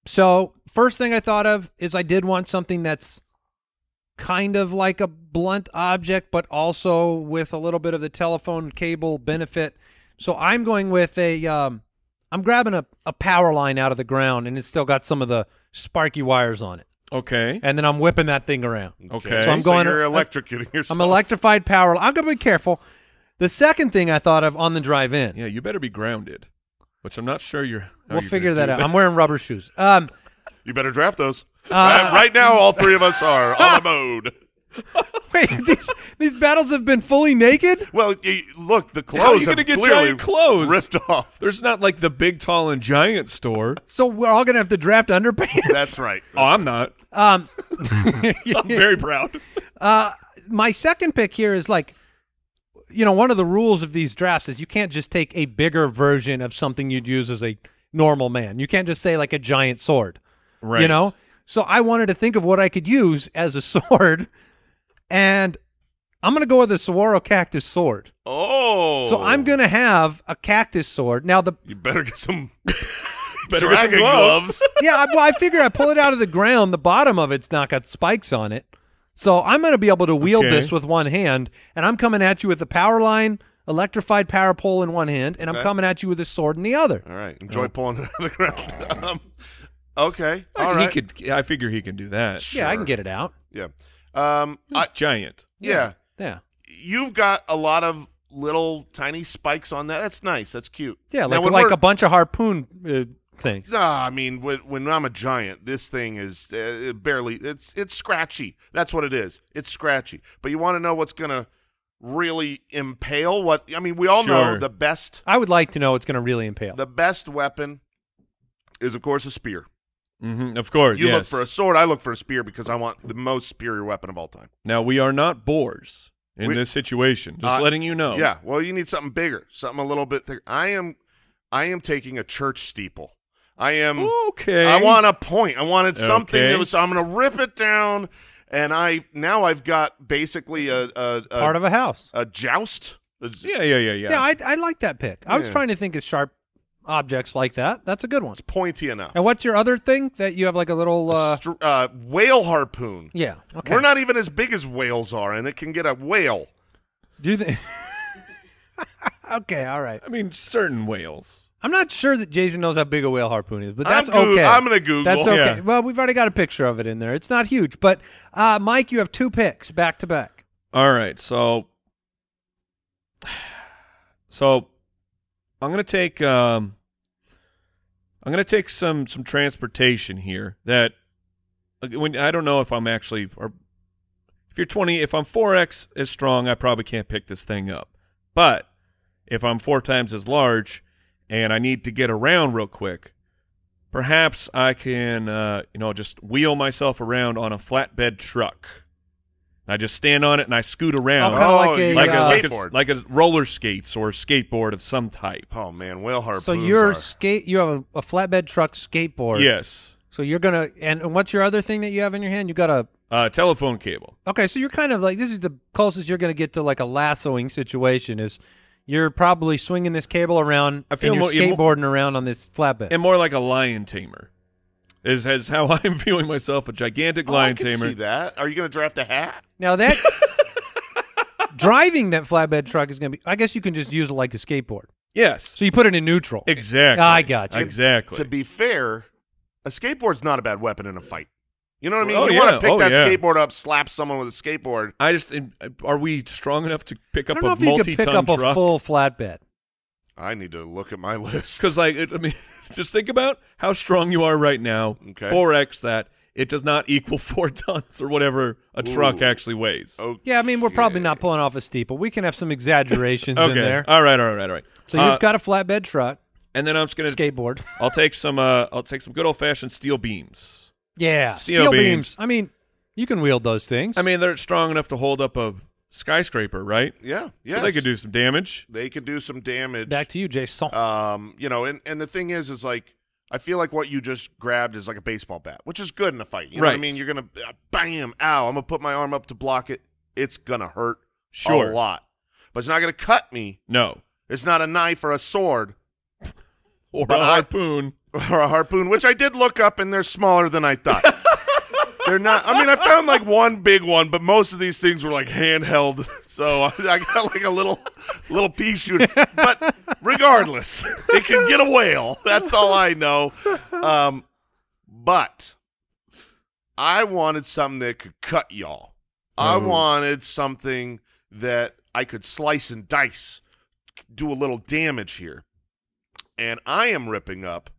[SPEAKER 1] so first thing I thought of is I did want something that's kind of like a blunt object, but also with a little bit of the telephone cable benefit. So I'm going with a um, I'm grabbing a, a power line out of the ground, and it's still got some of the sparky wires on it,
[SPEAKER 2] okay,
[SPEAKER 1] and then I'm whipping that thing around.
[SPEAKER 2] okay.
[SPEAKER 1] So I'm going-
[SPEAKER 3] you're electrocuting yourself.
[SPEAKER 1] I'm electrified power. I'm gonna be careful. The second thing I thought of on the drive in.
[SPEAKER 2] yeah, Oh, you better be grounded, which I'm not sure you're. how
[SPEAKER 1] we'll
[SPEAKER 2] you're gonna
[SPEAKER 1] figure that
[SPEAKER 2] do
[SPEAKER 1] out. I'm wearing rubber shoes. Um,
[SPEAKER 3] You better draft those. Uh, right now, all three of us are
[SPEAKER 1] Ah!
[SPEAKER 3] on a mode.
[SPEAKER 1] wait, these these battles have been fully naked.
[SPEAKER 3] Well, y look, the
[SPEAKER 2] How are
[SPEAKER 3] clothes
[SPEAKER 2] you
[SPEAKER 3] have
[SPEAKER 2] gonna get
[SPEAKER 3] clearly
[SPEAKER 2] giant clothes?
[SPEAKER 3] ripped off.
[SPEAKER 2] There's not like the big, tall, and giant store.
[SPEAKER 1] So we're all gonna have to draft underpants.
[SPEAKER 3] That's right.
[SPEAKER 2] Oh, I'm not.
[SPEAKER 1] um,
[SPEAKER 2] I'm very proud.
[SPEAKER 1] my second pick here is like, you know, one of the rules of these drafts is you can't just take a bigger version of something you'd use as a normal man. You can't just say like a giant sword.
[SPEAKER 2] Right.
[SPEAKER 1] You know? So I wanted to think of what I could use as a sword, and I'm gonna go with a saguaro cactus sword.
[SPEAKER 3] Oh,
[SPEAKER 1] So I'm gonna have a cactus sword. Now the
[SPEAKER 3] You better get some
[SPEAKER 2] Better get some
[SPEAKER 3] dragon gloves.
[SPEAKER 1] yeah, I, well, I figure I pull it out of the ground. The bottom of it's not got spikes on it, so I'm going to be able to wield
[SPEAKER 2] Okay.
[SPEAKER 1] this with one hand. And I'm coming at you with a power line, electrified power pole in one hand, and I'm
[SPEAKER 3] Okay.
[SPEAKER 1] coming at you with a sword in the other.
[SPEAKER 3] all right, enjoy pulling it out of the ground. Um, okay, all
[SPEAKER 2] Oh. he
[SPEAKER 3] right.
[SPEAKER 2] could. I figure he can do that.
[SPEAKER 1] Yeah, I can
[SPEAKER 3] Sure.
[SPEAKER 1] get it out.
[SPEAKER 3] Yeah, um, I,
[SPEAKER 2] giant.
[SPEAKER 3] yeah.
[SPEAKER 1] Yeah,
[SPEAKER 3] You've got a lot of little tiny spikes on that. That's nice. That's cute.
[SPEAKER 1] yeah,
[SPEAKER 3] Now,
[SPEAKER 1] like
[SPEAKER 3] when
[SPEAKER 1] like
[SPEAKER 3] we're-
[SPEAKER 1] a bunch of harpoon uh, things.
[SPEAKER 3] Nah, I mean, when, when I'm a giant, this thing is uh, it barely. It's it's scratchy. That's what it is. It's scratchy. But you want to know what's gonna really impale? What I mean, we all know
[SPEAKER 2] Sure.
[SPEAKER 3] the best
[SPEAKER 1] I would like to know it's going to really impale.
[SPEAKER 3] the best weapon is of course a spear.
[SPEAKER 2] hmm Of course.
[SPEAKER 3] You look
[SPEAKER 2] yes.
[SPEAKER 3] for a sword. I look for a spear because I want the most superior weapon of all time.
[SPEAKER 2] Now we are not boars in
[SPEAKER 3] We-
[SPEAKER 2] this situation. Just
[SPEAKER 3] Uh,
[SPEAKER 2] letting you know.
[SPEAKER 3] Yeah. Well, you need something bigger, something a little bit thicker. I am, I am taking a church steeple. I am.
[SPEAKER 2] Okay.
[SPEAKER 3] I want a point. I wanted something
[SPEAKER 2] Okay.
[SPEAKER 3] that was. I'm going to rip it down, and I now I've got basically a a, a,
[SPEAKER 1] Part of a house.
[SPEAKER 3] a joust. A z-
[SPEAKER 2] Yeah, yeah, yeah, yeah.
[SPEAKER 1] Yeah, I, I like that pick. I was trying to think of sharp objects like that. That's a good one.
[SPEAKER 3] It's pointy enough.
[SPEAKER 1] And what's your other thing that you have like a little? Uh,
[SPEAKER 3] Str- uh, whale harpoon.
[SPEAKER 1] yeah. Okay.
[SPEAKER 3] We're not even as big as whales are, and it can get a whale.
[SPEAKER 1] Do you think? okay. All right.
[SPEAKER 2] I mean, certain whales.
[SPEAKER 1] I'm not sure that Jason knows how big a whale harpoon is, but that's
[SPEAKER 3] I'm goo-
[SPEAKER 1] okay.
[SPEAKER 3] I'm gonna Google.
[SPEAKER 1] That's okay.
[SPEAKER 2] Yeah.
[SPEAKER 1] Well, we've already got a picture of it in there. It's not huge, but uh, Mike, you have two picks back to back.
[SPEAKER 2] All right, so, so I'm gonna take um, I'm gonna take some some transportation here. That when I don't know if I'm actually or if you're 20, if I'm 4x as strong, I probably can't pick this thing up. But if I'm four times as large and I need to get around real quick, perhaps I can uh, you know just wheel myself around on a flatbed truck. I just stand on it and I scoot around
[SPEAKER 1] Oh, kinda like a,
[SPEAKER 3] you
[SPEAKER 2] like,
[SPEAKER 3] got
[SPEAKER 2] a,
[SPEAKER 1] uh,
[SPEAKER 2] like, a,
[SPEAKER 3] skateboard.
[SPEAKER 2] like a roller skates or a skateboard of some type.
[SPEAKER 3] oh man, whale harpoons.
[SPEAKER 1] So you're
[SPEAKER 3] are-
[SPEAKER 1] skate. You have a, a flatbed truck skateboard.
[SPEAKER 2] Yes,
[SPEAKER 1] So you're gonna and, and what's your other thing that you have in your hand? You got a
[SPEAKER 2] uh, telephone cable.
[SPEAKER 1] Okay, so you're kind of like this is the closest you're going to get to like a lassoing situation is you're probably swinging this cable around
[SPEAKER 2] I feel
[SPEAKER 1] and you're
[SPEAKER 2] more- you're more-
[SPEAKER 1] skateboarding around on this flatbed.
[SPEAKER 2] and more like a lion tamer. Is is how I'm viewing myself a gigantic
[SPEAKER 3] Oh, I
[SPEAKER 2] lion
[SPEAKER 3] can
[SPEAKER 2] tamer.
[SPEAKER 3] see that. Are you going to draft a hat?
[SPEAKER 1] now that driving that flatbed truck is going to be I guess you can just use it like a skateboard.
[SPEAKER 2] Yes,
[SPEAKER 1] So you put it in neutral.
[SPEAKER 2] exactly.
[SPEAKER 1] I got you.
[SPEAKER 2] Exactly.
[SPEAKER 3] To be fair, a skateboard's not a bad weapon in a fight. You know what I mean?
[SPEAKER 2] Oh,
[SPEAKER 3] you want
[SPEAKER 2] yeah.
[SPEAKER 3] to pick
[SPEAKER 2] Oh,
[SPEAKER 3] that
[SPEAKER 2] yeah.
[SPEAKER 3] skateboard up, slap someone with a skateboard.
[SPEAKER 2] I just in- are we strong enough to pick
[SPEAKER 1] I
[SPEAKER 2] up
[SPEAKER 1] don't know
[SPEAKER 2] a
[SPEAKER 1] if you could
[SPEAKER 2] multi-ton
[SPEAKER 1] pick up
[SPEAKER 2] truck?
[SPEAKER 1] a full flatbed.
[SPEAKER 3] I need to look at my list.
[SPEAKER 2] Because like it, I mean, just think about how strong you are right now.
[SPEAKER 3] Okay.
[SPEAKER 2] Four x that it does not equal four tons or whatever a truck
[SPEAKER 3] Ooh.
[SPEAKER 2] actually weighs.
[SPEAKER 3] oh,
[SPEAKER 1] Yeah, I mean we're probably not pulling off a steeple. We can have some exaggerations
[SPEAKER 2] okay.
[SPEAKER 1] in there.
[SPEAKER 2] All right. All right. All right.
[SPEAKER 1] So
[SPEAKER 2] Uh,
[SPEAKER 1] you've got a flatbed truck,
[SPEAKER 2] and then I'm just gonna
[SPEAKER 1] skateboard.
[SPEAKER 2] I'll take some. Uh, I'll take some good old fashioned steel beams.
[SPEAKER 1] Yeah,
[SPEAKER 2] Steel beams.
[SPEAKER 1] I mean, you can wield those things.
[SPEAKER 2] I mean, they're strong enough to hold up a skyscraper, right?
[SPEAKER 3] yeah,
[SPEAKER 2] Yeah,
[SPEAKER 3] yes.
[SPEAKER 2] So they could do some damage.
[SPEAKER 3] They could do some damage.
[SPEAKER 1] back to you, Jason.
[SPEAKER 3] um, you know, and and the thing is, is like I feel like what you just grabbed is like a baseball bat, which is good in a fight. You know what I
[SPEAKER 2] Right.
[SPEAKER 3] mean? You're gonna uh, bam, ow! I'm gonna put my arm up to block it. It's gonna hurt
[SPEAKER 2] Sure.
[SPEAKER 3] a lot, but it's not gonna cut me.
[SPEAKER 2] No.
[SPEAKER 3] It's not a knife or a sword
[SPEAKER 2] Or
[SPEAKER 3] But
[SPEAKER 2] a
[SPEAKER 3] I-
[SPEAKER 2] harpoon.
[SPEAKER 3] or a harpoon, which I did look up, and they're smaller than I thought. They're not. I mean, I found like one big one, but most of these things were like handheld. So I, I got like a little, little pea shooter. But regardless, it can get a whale. That's all I know. Um, but I wanted something that could cut y'all. I wanted something that I could slice and dice, do a little damage here. And I am ripping up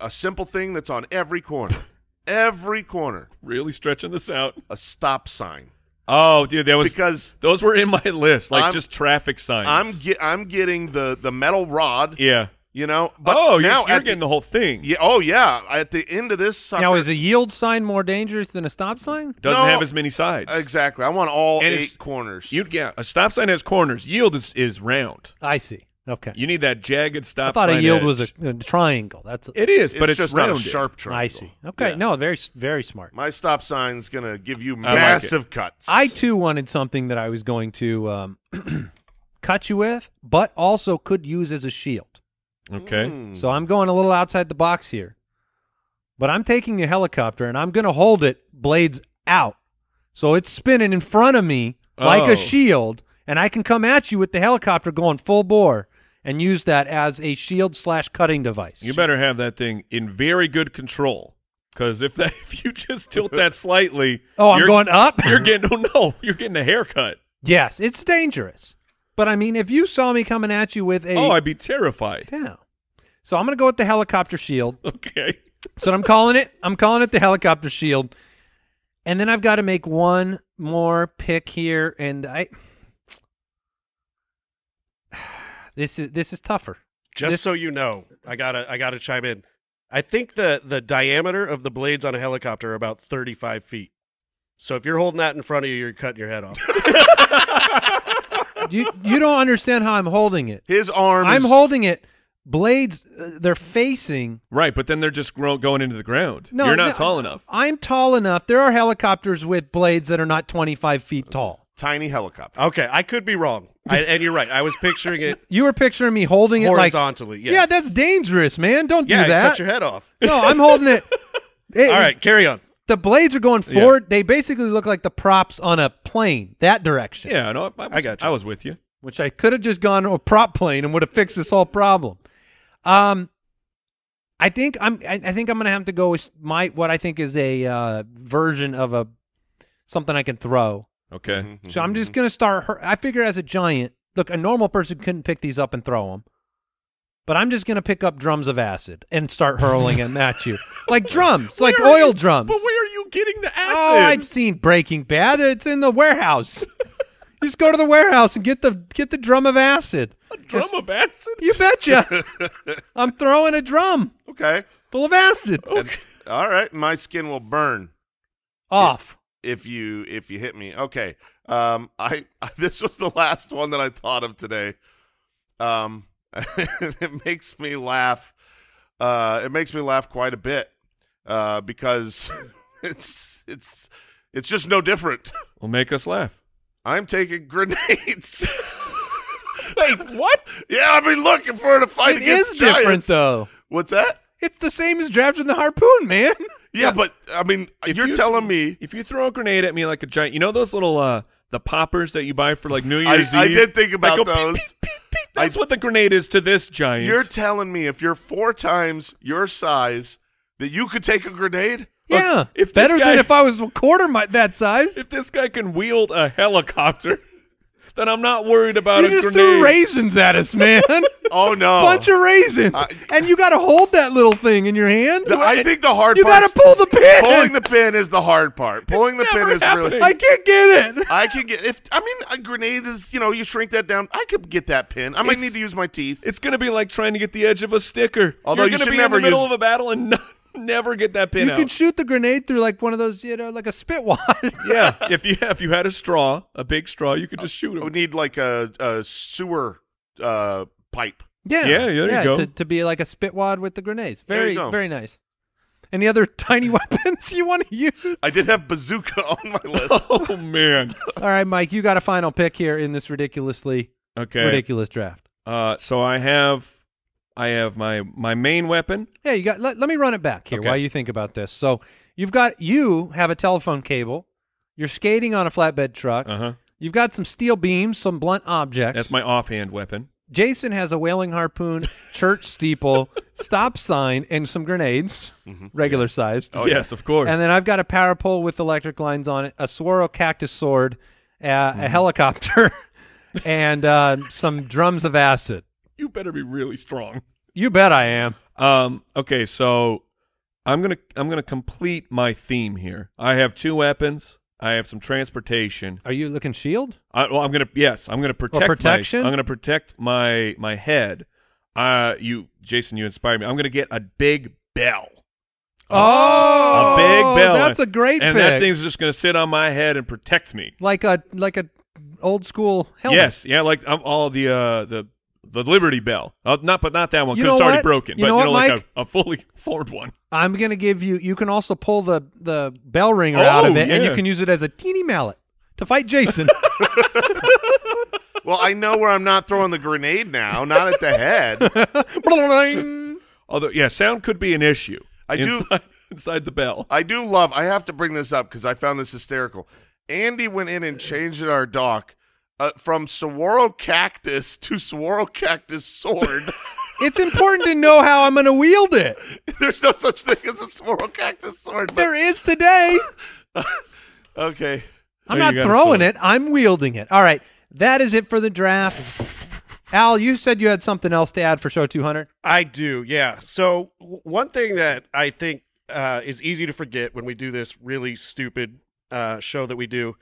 [SPEAKER 3] a simple thing that's on every corner. Every corner,
[SPEAKER 2] Really stretching this out.
[SPEAKER 3] a stop sign.
[SPEAKER 2] Oh, dude, that was
[SPEAKER 3] Because
[SPEAKER 2] those were in my list, like
[SPEAKER 3] I'm-
[SPEAKER 2] just traffic signs.
[SPEAKER 3] I'm get, I'm getting the the metal rod,
[SPEAKER 2] yeah.
[SPEAKER 3] you know. But
[SPEAKER 2] oh, you're,
[SPEAKER 3] now
[SPEAKER 2] you're
[SPEAKER 3] at
[SPEAKER 2] getting the, whole thing.
[SPEAKER 3] yeah, oh yeah. At the end of this, sucker,
[SPEAKER 1] Now, is a yield sign more dangerous than a stop sign?
[SPEAKER 2] Doesn't
[SPEAKER 3] No.
[SPEAKER 2] have as many sides.
[SPEAKER 3] exactly. I want all
[SPEAKER 2] And it's-
[SPEAKER 3] eight corners.
[SPEAKER 2] You yeah, a stop sign has corners. Yield is, is round.
[SPEAKER 1] I see. Okay.
[SPEAKER 2] You need that jagged
[SPEAKER 1] I
[SPEAKER 2] stop
[SPEAKER 1] thought a
[SPEAKER 2] sign
[SPEAKER 1] yield
[SPEAKER 2] edge.
[SPEAKER 1] was a, a triangle. That's a,
[SPEAKER 2] It is,
[SPEAKER 3] it's
[SPEAKER 2] but it's
[SPEAKER 3] just
[SPEAKER 2] rounded.
[SPEAKER 3] not a sharp triangle.
[SPEAKER 1] I see. Okay.
[SPEAKER 3] Yeah.
[SPEAKER 1] No, very s- very smart.
[SPEAKER 3] My stop sign's gonna give you
[SPEAKER 2] like it.
[SPEAKER 3] massive cuts.
[SPEAKER 1] I too wanted something that I was going to um, cut you with, but also could use as a shield.
[SPEAKER 3] Mm.
[SPEAKER 2] Okay.
[SPEAKER 1] So I'm going a little outside the box here. But I'm taking a helicopter and I'm going to hold it blades out. So it's spinning in front of me like
[SPEAKER 2] Oh.
[SPEAKER 1] a shield, and I can come at you with the helicopter going full bore and use that as a shield slash cutting device.
[SPEAKER 2] You better have that thing in very good control. Because if that if you just tilt that slightly,
[SPEAKER 1] Oh, I'm
[SPEAKER 2] you're-
[SPEAKER 1] going up?
[SPEAKER 2] You're getting oh no, you're getting a haircut.
[SPEAKER 1] yes, it's dangerous. But I mean, if you saw me coming at you with a.
[SPEAKER 2] Oh, I'd be terrified.
[SPEAKER 1] yeah. So I'm going to go with the helicopter shield.
[SPEAKER 2] Okay.
[SPEAKER 1] So I'm calling it. I'm calling it the helicopter shield. And then I've got to make one more pick here, and I. This is this is tougher.
[SPEAKER 5] Just
[SPEAKER 1] This-
[SPEAKER 5] so you know, I gotta I gotta chime in. I think the the diameter of the blades on a helicopter are about thirty five feet. So if you're holding that in front of you, you're cutting your head off.
[SPEAKER 1] You you don't understand how I'm holding it.
[SPEAKER 3] His arm.
[SPEAKER 1] I'm
[SPEAKER 3] is-
[SPEAKER 1] holding it Blades, uh, they're facing.
[SPEAKER 2] Right, but then they're just grow- going into the ground.
[SPEAKER 1] No,
[SPEAKER 2] You're not
[SPEAKER 1] no,
[SPEAKER 2] tall enough.
[SPEAKER 1] I'm tall enough. There are helicopters with blades that are not 25 feet tall.
[SPEAKER 3] Tiny
[SPEAKER 1] Oh.
[SPEAKER 3] helicopter.
[SPEAKER 5] Okay, I could be wrong, I, and you're right. I was picturing it
[SPEAKER 1] You were picturing me holding it like.
[SPEAKER 5] horizontally.
[SPEAKER 1] Yeah.
[SPEAKER 5] yeah,
[SPEAKER 1] that's dangerous, man. Don't do
[SPEAKER 5] yeah,
[SPEAKER 1] that.
[SPEAKER 5] cut your head off.
[SPEAKER 1] no, I'm holding it. It-
[SPEAKER 5] All right, carry on.
[SPEAKER 1] The blades are going forward. They basically look like the props on a plane, that direction,
[SPEAKER 2] Yeah, no, I, was,
[SPEAKER 5] I gotcha.
[SPEAKER 2] I was with you.
[SPEAKER 1] which I could have just gone to a prop plane and would have fixed this whole problem. Um, I think I'm. I, I think I'm gonna have to go with my what I think is a uh, version of a something I can throw.
[SPEAKER 2] Okay.
[SPEAKER 1] So I'm
[SPEAKER 2] Mm-hmm.
[SPEAKER 1] just gonna start. Her- I figure as a giant, look, a normal person couldn't pick these up and throw them, but I'm just gonna pick up drums of acid and start hurling them at you, like drums, like
[SPEAKER 2] Where are
[SPEAKER 1] oil
[SPEAKER 2] you-
[SPEAKER 1] drums.
[SPEAKER 2] But where are you getting the acid?
[SPEAKER 1] Oh, I've seen Breaking Bad. It's in the warehouse. just go to the warehouse and get the get the drum of acid.
[SPEAKER 2] Drum of acid?
[SPEAKER 1] You betcha. I'm throwing a drum
[SPEAKER 3] Okay.
[SPEAKER 1] full of acid
[SPEAKER 3] And- all right. My skin will burn
[SPEAKER 1] off.
[SPEAKER 3] if you if you hit me. Okay. Um. I, I this was the last one that I thought of today. Um. it makes me laugh. Uh. It makes me laugh quite a bit. Uh. Because it's it's it's just no different.
[SPEAKER 2] Will make us laugh.
[SPEAKER 3] I'm taking grenades.
[SPEAKER 2] Wait, what?
[SPEAKER 3] yeah, I've been looking for her to fight
[SPEAKER 1] It is
[SPEAKER 3] against
[SPEAKER 1] different
[SPEAKER 3] giants.
[SPEAKER 1] though.
[SPEAKER 3] What's that?
[SPEAKER 1] It's the same as drafting the harpoon, man.
[SPEAKER 3] Yeah, but I mean, you're
[SPEAKER 2] you-
[SPEAKER 3] telling me
[SPEAKER 2] If you throw a grenade at me like a giant, you know those little uh the poppers that you buy for like New
[SPEAKER 3] I-
[SPEAKER 2] Year's
[SPEAKER 3] I
[SPEAKER 2] Eve.
[SPEAKER 3] did think
[SPEAKER 2] That
[SPEAKER 3] about
[SPEAKER 2] go beep,
[SPEAKER 3] those.
[SPEAKER 2] beep, beep, beep. That's what the grenade is to this giant.
[SPEAKER 3] You're telling me if you're four times your size that you could take a grenade?
[SPEAKER 1] yeah,
[SPEAKER 2] if this
[SPEAKER 1] better
[SPEAKER 2] guy-
[SPEAKER 1] than if I was a quarter my, that size.
[SPEAKER 2] if this guy can wield a helicopter, then I'm not worried about
[SPEAKER 1] You
[SPEAKER 2] a
[SPEAKER 1] just
[SPEAKER 2] grenade.
[SPEAKER 1] threw raisins at us, man.
[SPEAKER 3] Oh no!
[SPEAKER 1] Bunch of raisins,
[SPEAKER 2] Oh.
[SPEAKER 3] I-
[SPEAKER 1] and you got to hold that little thing in your hand.
[SPEAKER 3] The- I think the hard
[SPEAKER 1] you
[SPEAKER 3] part.
[SPEAKER 1] got to pull the pin.
[SPEAKER 3] Pulling the pin is the hard part. Pulling the pin
[SPEAKER 2] never
[SPEAKER 3] is really.
[SPEAKER 2] happening.
[SPEAKER 1] I can't get it.
[SPEAKER 3] I can get if I mean a grenade is you know you shrink that down. I could get that pin. I might
[SPEAKER 2] It's-
[SPEAKER 3] need to use my teeth.
[SPEAKER 2] It's gonna be like trying to get the edge of a sticker.
[SPEAKER 3] Although you
[SPEAKER 2] You're gonna
[SPEAKER 3] should
[SPEAKER 2] be
[SPEAKER 3] never
[SPEAKER 2] in the middle
[SPEAKER 3] use-
[SPEAKER 2] of a battle and not, never get that pin
[SPEAKER 1] You
[SPEAKER 2] out.
[SPEAKER 1] could shoot the grenade through like one of those, you know, like a spit wad.
[SPEAKER 2] yeah, if you if you had a straw, a big straw, you could just shoot
[SPEAKER 3] I would
[SPEAKER 2] him.
[SPEAKER 3] need like a, a sewer uh, pipe.
[SPEAKER 1] yeah,
[SPEAKER 2] Yeah, there you go.
[SPEAKER 1] To, to be like a spit wad with the grenades.
[SPEAKER 3] There
[SPEAKER 1] Very,
[SPEAKER 3] you go.
[SPEAKER 1] very nice. Any other tiny weapons you want to use?
[SPEAKER 3] I did have bazooka on my list.
[SPEAKER 2] Oh man.
[SPEAKER 1] All right, Mike, you got a final pick here in this ridiculously
[SPEAKER 2] Okay.
[SPEAKER 1] ridiculous draft.
[SPEAKER 2] Uh, so I have, I have my my main weapon.
[SPEAKER 1] Yeah, you got. Let, let me run it back here
[SPEAKER 2] Okay.
[SPEAKER 1] while you think about this. So you've got you have a telephone cable. You're skating on a flatbed truck.
[SPEAKER 2] Uh huh.
[SPEAKER 1] You've got some steel beams, some blunt objects.
[SPEAKER 2] That's my offhand weapon.
[SPEAKER 1] Jason has a whaling harpoon, church steeple, stop sign, and some grenades, regular sized.
[SPEAKER 2] Mm-hmm. Oh yes, of course.
[SPEAKER 1] And then I've got a power pole with electric lines on it, a Saguaro cactus sword, uh,
[SPEAKER 2] Mm-hmm.
[SPEAKER 1] a helicopter, and uh, some drums of acid.
[SPEAKER 2] you better be really strong.
[SPEAKER 1] You bet I am.
[SPEAKER 2] Um. Okay. So I'm gonna I'm gonna complete my theme here. I have two weapons. I have some transportation.
[SPEAKER 1] Are you looking shield?
[SPEAKER 2] I, E well, I'm gonna yes. I'm gonna protect my-
[SPEAKER 1] protection?
[SPEAKER 2] I'm gonna protect my my head. Uh, you, Jason, you inspired me. I'm gonna get a big bell, a
[SPEAKER 1] Oh,
[SPEAKER 2] big bell.
[SPEAKER 1] That's a great
[SPEAKER 2] and
[SPEAKER 1] pick.
[SPEAKER 2] that thing's just gonna sit on my head and protect me.
[SPEAKER 1] like a like a old school helmet.
[SPEAKER 2] Yes, yeah, like um, all the uh, the the Liberty Bell, uh, not but not that one
[SPEAKER 1] You
[SPEAKER 2] because it's
[SPEAKER 1] know
[SPEAKER 2] already
[SPEAKER 1] what?
[SPEAKER 2] broken.
[SPEAKER 1] You
[SPEAKER 2] but
[SPEAKER 1] know
[SPEAKER 2] you
[SPEAKER 1] what,
[SPEAKER 2] know, like
[SPEAKER 1] Mike?
[SPEAKER 2] a, a fully formed one.
[SPEAKER 1] I'm gonna give you. You can also pull the the bell ringer out
[SPEAKER 2] Oh,
[SPEAKER 1] of it, and you
[SPEAKER 2] yeah.
[SPEAKER 1] can use it as a teeny mallet to fight Jason.
[SPEAKER 3] well, I know where I'm not throwing the grenade now. Not at the head.
[SPEAKER 2] Although, yeah, sound could be an issue.
[SPEAKER 3] I do-
[SPEAKER 2] inside, inside the bell.
[SPEAKER 3] I do love. I have to bring this up because I found this hysterical. Andy went in and changed our dock uh, from saguaro cactus to saguaro cactus sword.
[SPEAKER 1] it's important to know how I'm gonna wield it.
[SPEAKER 3] There's no such thing as a saguaro cactus sword. But,
[SPEAKER 1] There is today.
[SPEAKER 3] okay,
[SPEAKER 1] I'm
[SPEAKER 2] Oh,
[SPEAKER 1] not
[SPEAKER 2] you got a
[SPEAKER 1] throwing
[SPEAKER 2] sword.
[SPEAKER 1] it. I'm wielding it. All right, that is it for the draft. Al, you said you had something else to add for show 200.
[SPEAKER 5] I do, yeah. So w- one thing that I think uh, is easy to forget when we do this really stupid uh, show that we do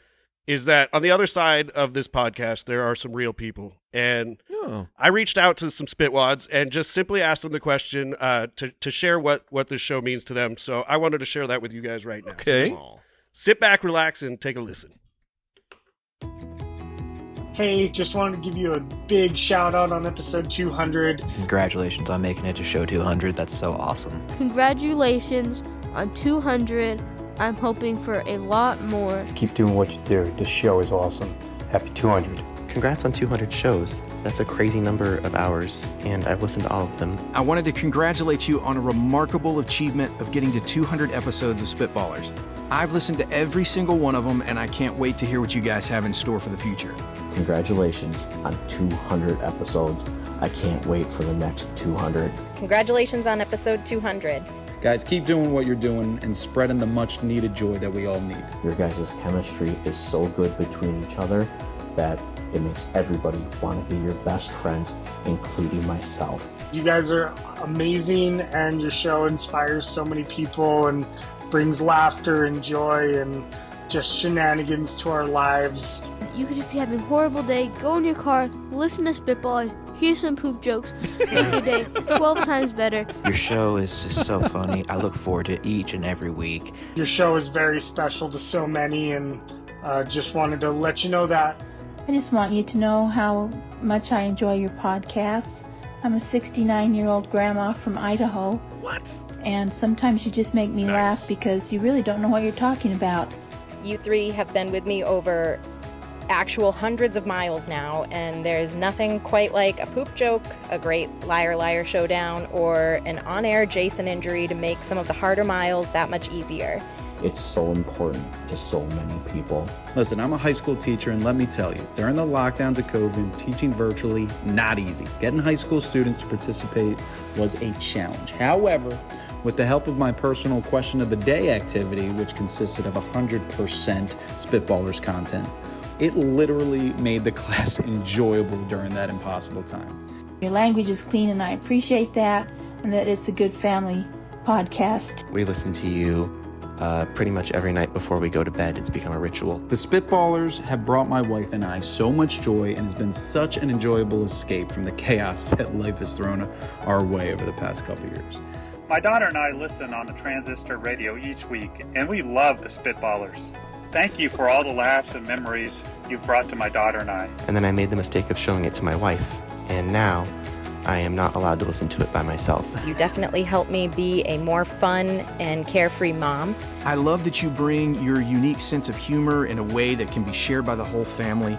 [SPEAKER 5] is that on the other side of this podcast there are some real people, and
[SPEAKER 2] Oh.
[SPEAKER 5] I reached out to some spitwads and just simply asked them the question uh, to to share what what this show means to them. So I wanted to share that with you guys right now. So
[SPEAKER 2] Okay.
[SPEAKER 5] just sit back, relax, and take a listen.
[SPEAKER 7] Hey, just wanted to give you a big shout out on episode 200.
[SPEAKER 6] Congratulations on making it to show 200. That's so awesome.
[SPEAKER 8] Congratulations on 200. I'm hoping for a lot more.
[SPEAKER 9] Keep doing what you do. This show is awesome. Happy 200.
[SPEAKER 10] Congrats on 200 shows. That's a crazy number of hours, and I've listened to all of them.
[SPEAKER 11] I wanted to congratulate you on a remarkable achievement of getting to 200 episodes of Spitballers. I've listened to every single one of them, and I can't wait to hear what you guys have in store for the future.
[SPEAKER 12] Congratulations on 200 episodes. I can't wait for the next 200.
[SPEAKER 13] Congratulations on episode 200.
[SPEAKER 14] Guys, keep doing what you're doing and spreading the much needed joy that we all need.
[SPEAKER 12] Your guys' chemistry is so good between each other that it makes everybody want to be your best friends, including myself.
[SPEAKER 7] You guys are amazing, and your show inspires so many people and brings laughter and joy and just shenanigans to our lives.
[SPEAKER 8] You could just be having a horrible day, go in your car, listen to Spitballers, hear some poop jokes, make your day 12 times better.
[SPEAKER 6] Your show is just so funny. I look forward to each and every week.
[SPEAKER 7] Your show is very special to so many, and uh, just wanted to let you know that.
[SPEAKER 15] I just want you to know how much I enjoy your podcast. I'm a 69 year old grandma from Idaho.
[SPEAKER 2] What?
[SPEAKER 15] And sometimes you just make me
[SPEAKER 2] Nice.
[SPEAKER 15] laugh because you really don't know what you're talking about.
[SPEAKER 13] You three have been with me over actual hundreds of miles now, and there's nothing quite like a poop joke, a great liar liar showdown, or an on air Jason injury to make some of the harder miles that much easier.
[SPEAKER 12] It's so important to so many people.
[SPEAKER 14] Listen, I'm a high school teacher, and let me tell you, during the lockdowns of COVID, teaching virtually, not easy. Getting high school students to participate was a challenge. However, with the help of my personal question of the day activity, which consisted of 100% Spitballers content, it literally made the class enjoyable during that impossible time.
[SPEAKER 15] Your language is clean, and I appreciate that, and that it's a good family podcast.
[SPEAKER 10] We listen to you uh, pretty much every night before we go to bed. It's become a ritual.
[SPEAKER 14] The Spitballers have brought my wife and I so much joy and has been such an enjoyable escape from the chaos that life has thrown our way over the past couple years.
[SPEAKER 16] My daughter and I listen on the transistor radio each week, and we love the Spitballers. Thank you for all the laughs and memories you've brought to my daughter and I.
[SPEAKER 10] And then I made the mistake of showing it to my wife, and now I am not allowed to listen to it by myself.
[SPEAKER 13] You definitely helped me be a more fun and carefree mom.
[SPEAKER 11] I love that you bring your unique sense of humor in a way that can be shared by the whole family.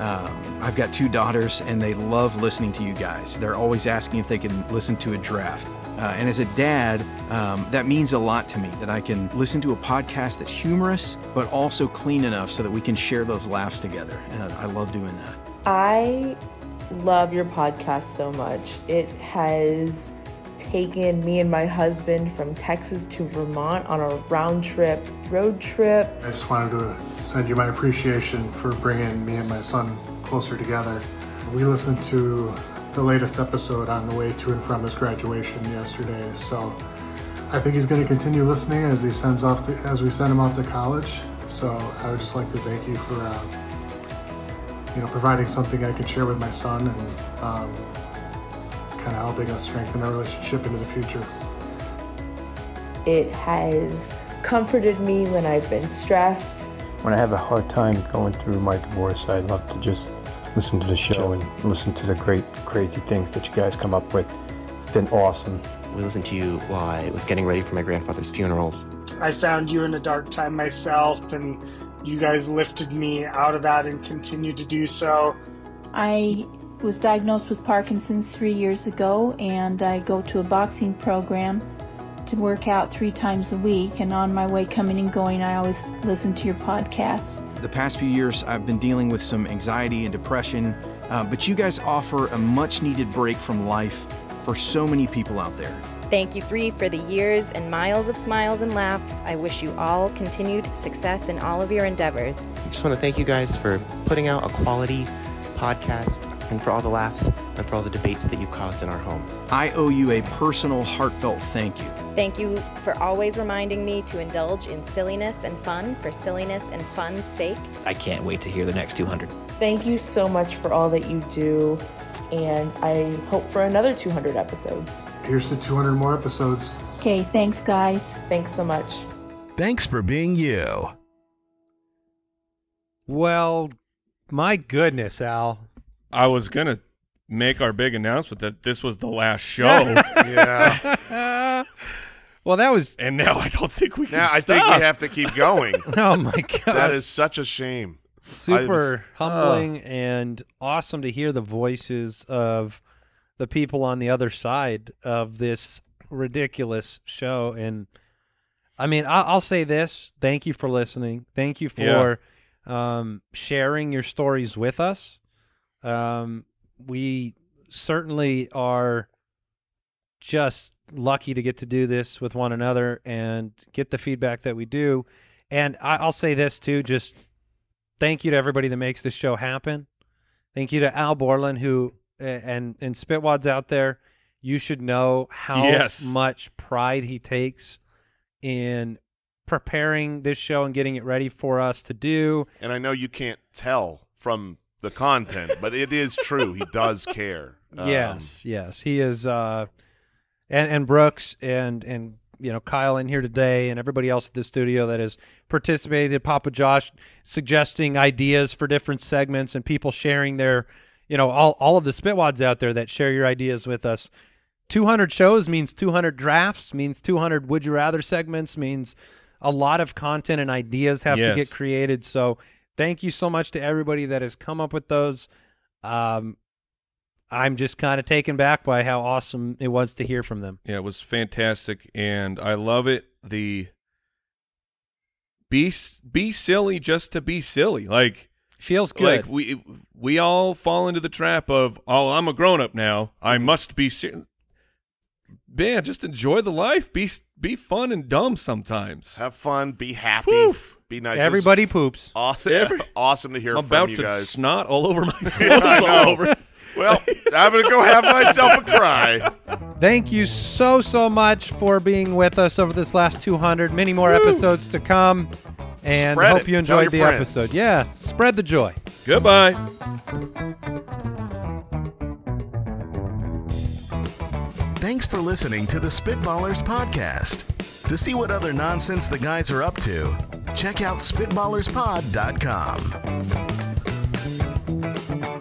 [SPEAKER 11] Um, I've got two daughters, and they love listening to you guys. They're always asking if they can listen to a draft. Uh, and as a dad, um, that means a lot to me that I can listen to a podcast that's humorous, but also clean enough so that we can share those laughs together. And I love doing that.
[SPEAKER 17] I love your podcast so much. It has taken me and my husband from Texas to Vermont on a round trip, road trip.
[SPEAKER 7] I just wanted to send you my appreciation for bringing me and my son closer together. We listened to the latest episode on the way to and from his graduation yesterday, so I think he's going to continue listening as he sends off to, as we send him off to college. So I would just like to thank you for uh, you know providing something I can share with my son and um, kind of helping us strengthen our relationship into the future.
[SPEAKER 17] It has comforted me when I've been stressed.
[SPEAKER 9] When I have a hard time going through my divorce, I love to just listen to the show and listen to the great, crazy things that you guys come up with. It's been awesome.
[SPEAKER 10] We listened to you while I was getting ready for my grandfather's funeral.
[SPEAKER 7] I found you in a dark time myself, and you guys lifted me out of that and continue to do so.
[SPEAKER 15] I was diagnosed with Parkinson's three years ago, and I go to a boxing program to work out three times a week. And on my way coming and going, I always listen to your podcast.
[SPEAKER 11] The past few years, I've been dealing with some anxiety and depression, uh, but you guys offer a much needed break from life for so many people out there.
[SPEAKER 13] Thank you three for the years and miles of smiles and laughs. I wish you all continued success in all of your endeavors.
[SPEAKER 10] I just want to thank you guys for putting out a quality podcast and for all the laughs and for all the debates that you've caused in our home.
[SPEAKER 11] I owe you a personal, heartfelt thank you.
[SPEAKER 13] Thank you for always reminding me to indulge in silliness and fun for silliness and fun's sake.
[SPEAKER 6] I can't wait to hear the next 200.
[SPEAKER 17] Thank you so much for all that you do, and I hope for another 200 episodes.
[SPEAKER 7] Here's to 200 more episodes.
[SPEAKER 15] Okay, thanks, guys.
[SPEAKER 17] Thanks so much.
[SPEAKER 4] Thanks for being you.
[SPEAKER 1] Well My goodness, Al.
[SPEAKER 2] I was gonna make our big announcement that this was the last show.
[SPEAKER 1] Yeah. well, that was.
[SPEAKER 2] And now I don't think we can.
[SPEAKER 3] Yeah, I think
[SPEAKER 2] stop.
[SPEAKER 3] we have to keep going.
[SPEAKER 1] oh my god,
[SPEAKER 3] that is such a shame. I was- uh,
[SPEAKER 1] super humbling and awesome to hear the voices of the people on the other side of this ridiculous show and i mean I- i'll say this thank you for listening thank you
[SPEAKER 2] Yeah.
[SPEAKER 1] for um, sharing your stories with us um, we certainly are just lucky to get to do this with one another and get the feedback that we do. And I, I'll say this too: just thank you to everybody that makes this show happen. Thank you to Al Borland, who and and Spitwads out there. You should know how
[SPEAKER 2] Yes.
[SPEAKER 1] much pride he takes in preparing this show and getting it ready for us to do.
[SPEAKER 3] uh, And I know you can't tell from the content, but it is true. He does care. Um,
[SPEAKER 1] yes, yes, he is. Uh, and and Brooks and and you know Kyle in here today, and everybody else at the studio that has participated. Papa Josh suggesting ideas for different segments, and people sharing their, you know, all all of the spitwads out there that share your ideas with us. 200 shows means 200 drafts means 200 would you rather segments means a lot of content and ideas have to
[SPEAKER 2] Yes.
[SPEAKER 1] get created so thank you so much to everybody that has come up with those um, I'm just kind of taken back by how awesome it was to hear from them.
[SPEAKER 2] Yeah, it was fantastic, and I love it. The be s- be silly just to be silly, like
[SPEAKER 1] feels
[SPEAKER 2] Like
[SPEAKER 1] good.
[SPEAKER 2] we we all fall into the trap of oh, I'm a grown up now. I must be serious. Man, just enjoy the life. Be s- be fun and dumb sometimes.
[SPEAKER 3] Have fun. Be happy. Be nice. This-
[SPEAKER 1] Everybody poops.
[SPEAKER 3] Awesome,
[SPEAKER 2] Every-
[SPEAKER 3] awesome to hear
[SPEAKER 2] I'm
[SPEAKER 3] from
[SPEAKER 2] about
[SPEAKER 3] you
[SPEAKER 2] to
[SPEAKER 3] guys.
[SPEAKER 2] snot all over my
[SPEAKER 3] Yeah, I
[SPEAKER 2] clothes all
[SPEAKER 3] know.
[SPEAKER 2] over.
[SPEAKER 3] Well, I'm gonna go have myself a cry.
[SPEAKER 1] Thank you so, so much for being with us over this last 200. Many more episodes to come. And
[SPEAKER 2] Spread
[SPEAKER 1] hope
[SPEAKER 2] it.
[SPEAKER 1] you
[SPEAKER 2] Tell
[SPEAKER 1] enjoyed
[SPEAKER 2] your
[SPEAKER 1] the
[SPEAKER 2] friends.
[SPEAKER 1] episode. Yeah, spread the joy.
[SPEAKER 2] Goodbye.
[SPEAKER 4] Thanks for listening to the Spitballers Podcast. To see what other nonsense the guys are up to, check out SpitballersPod.com.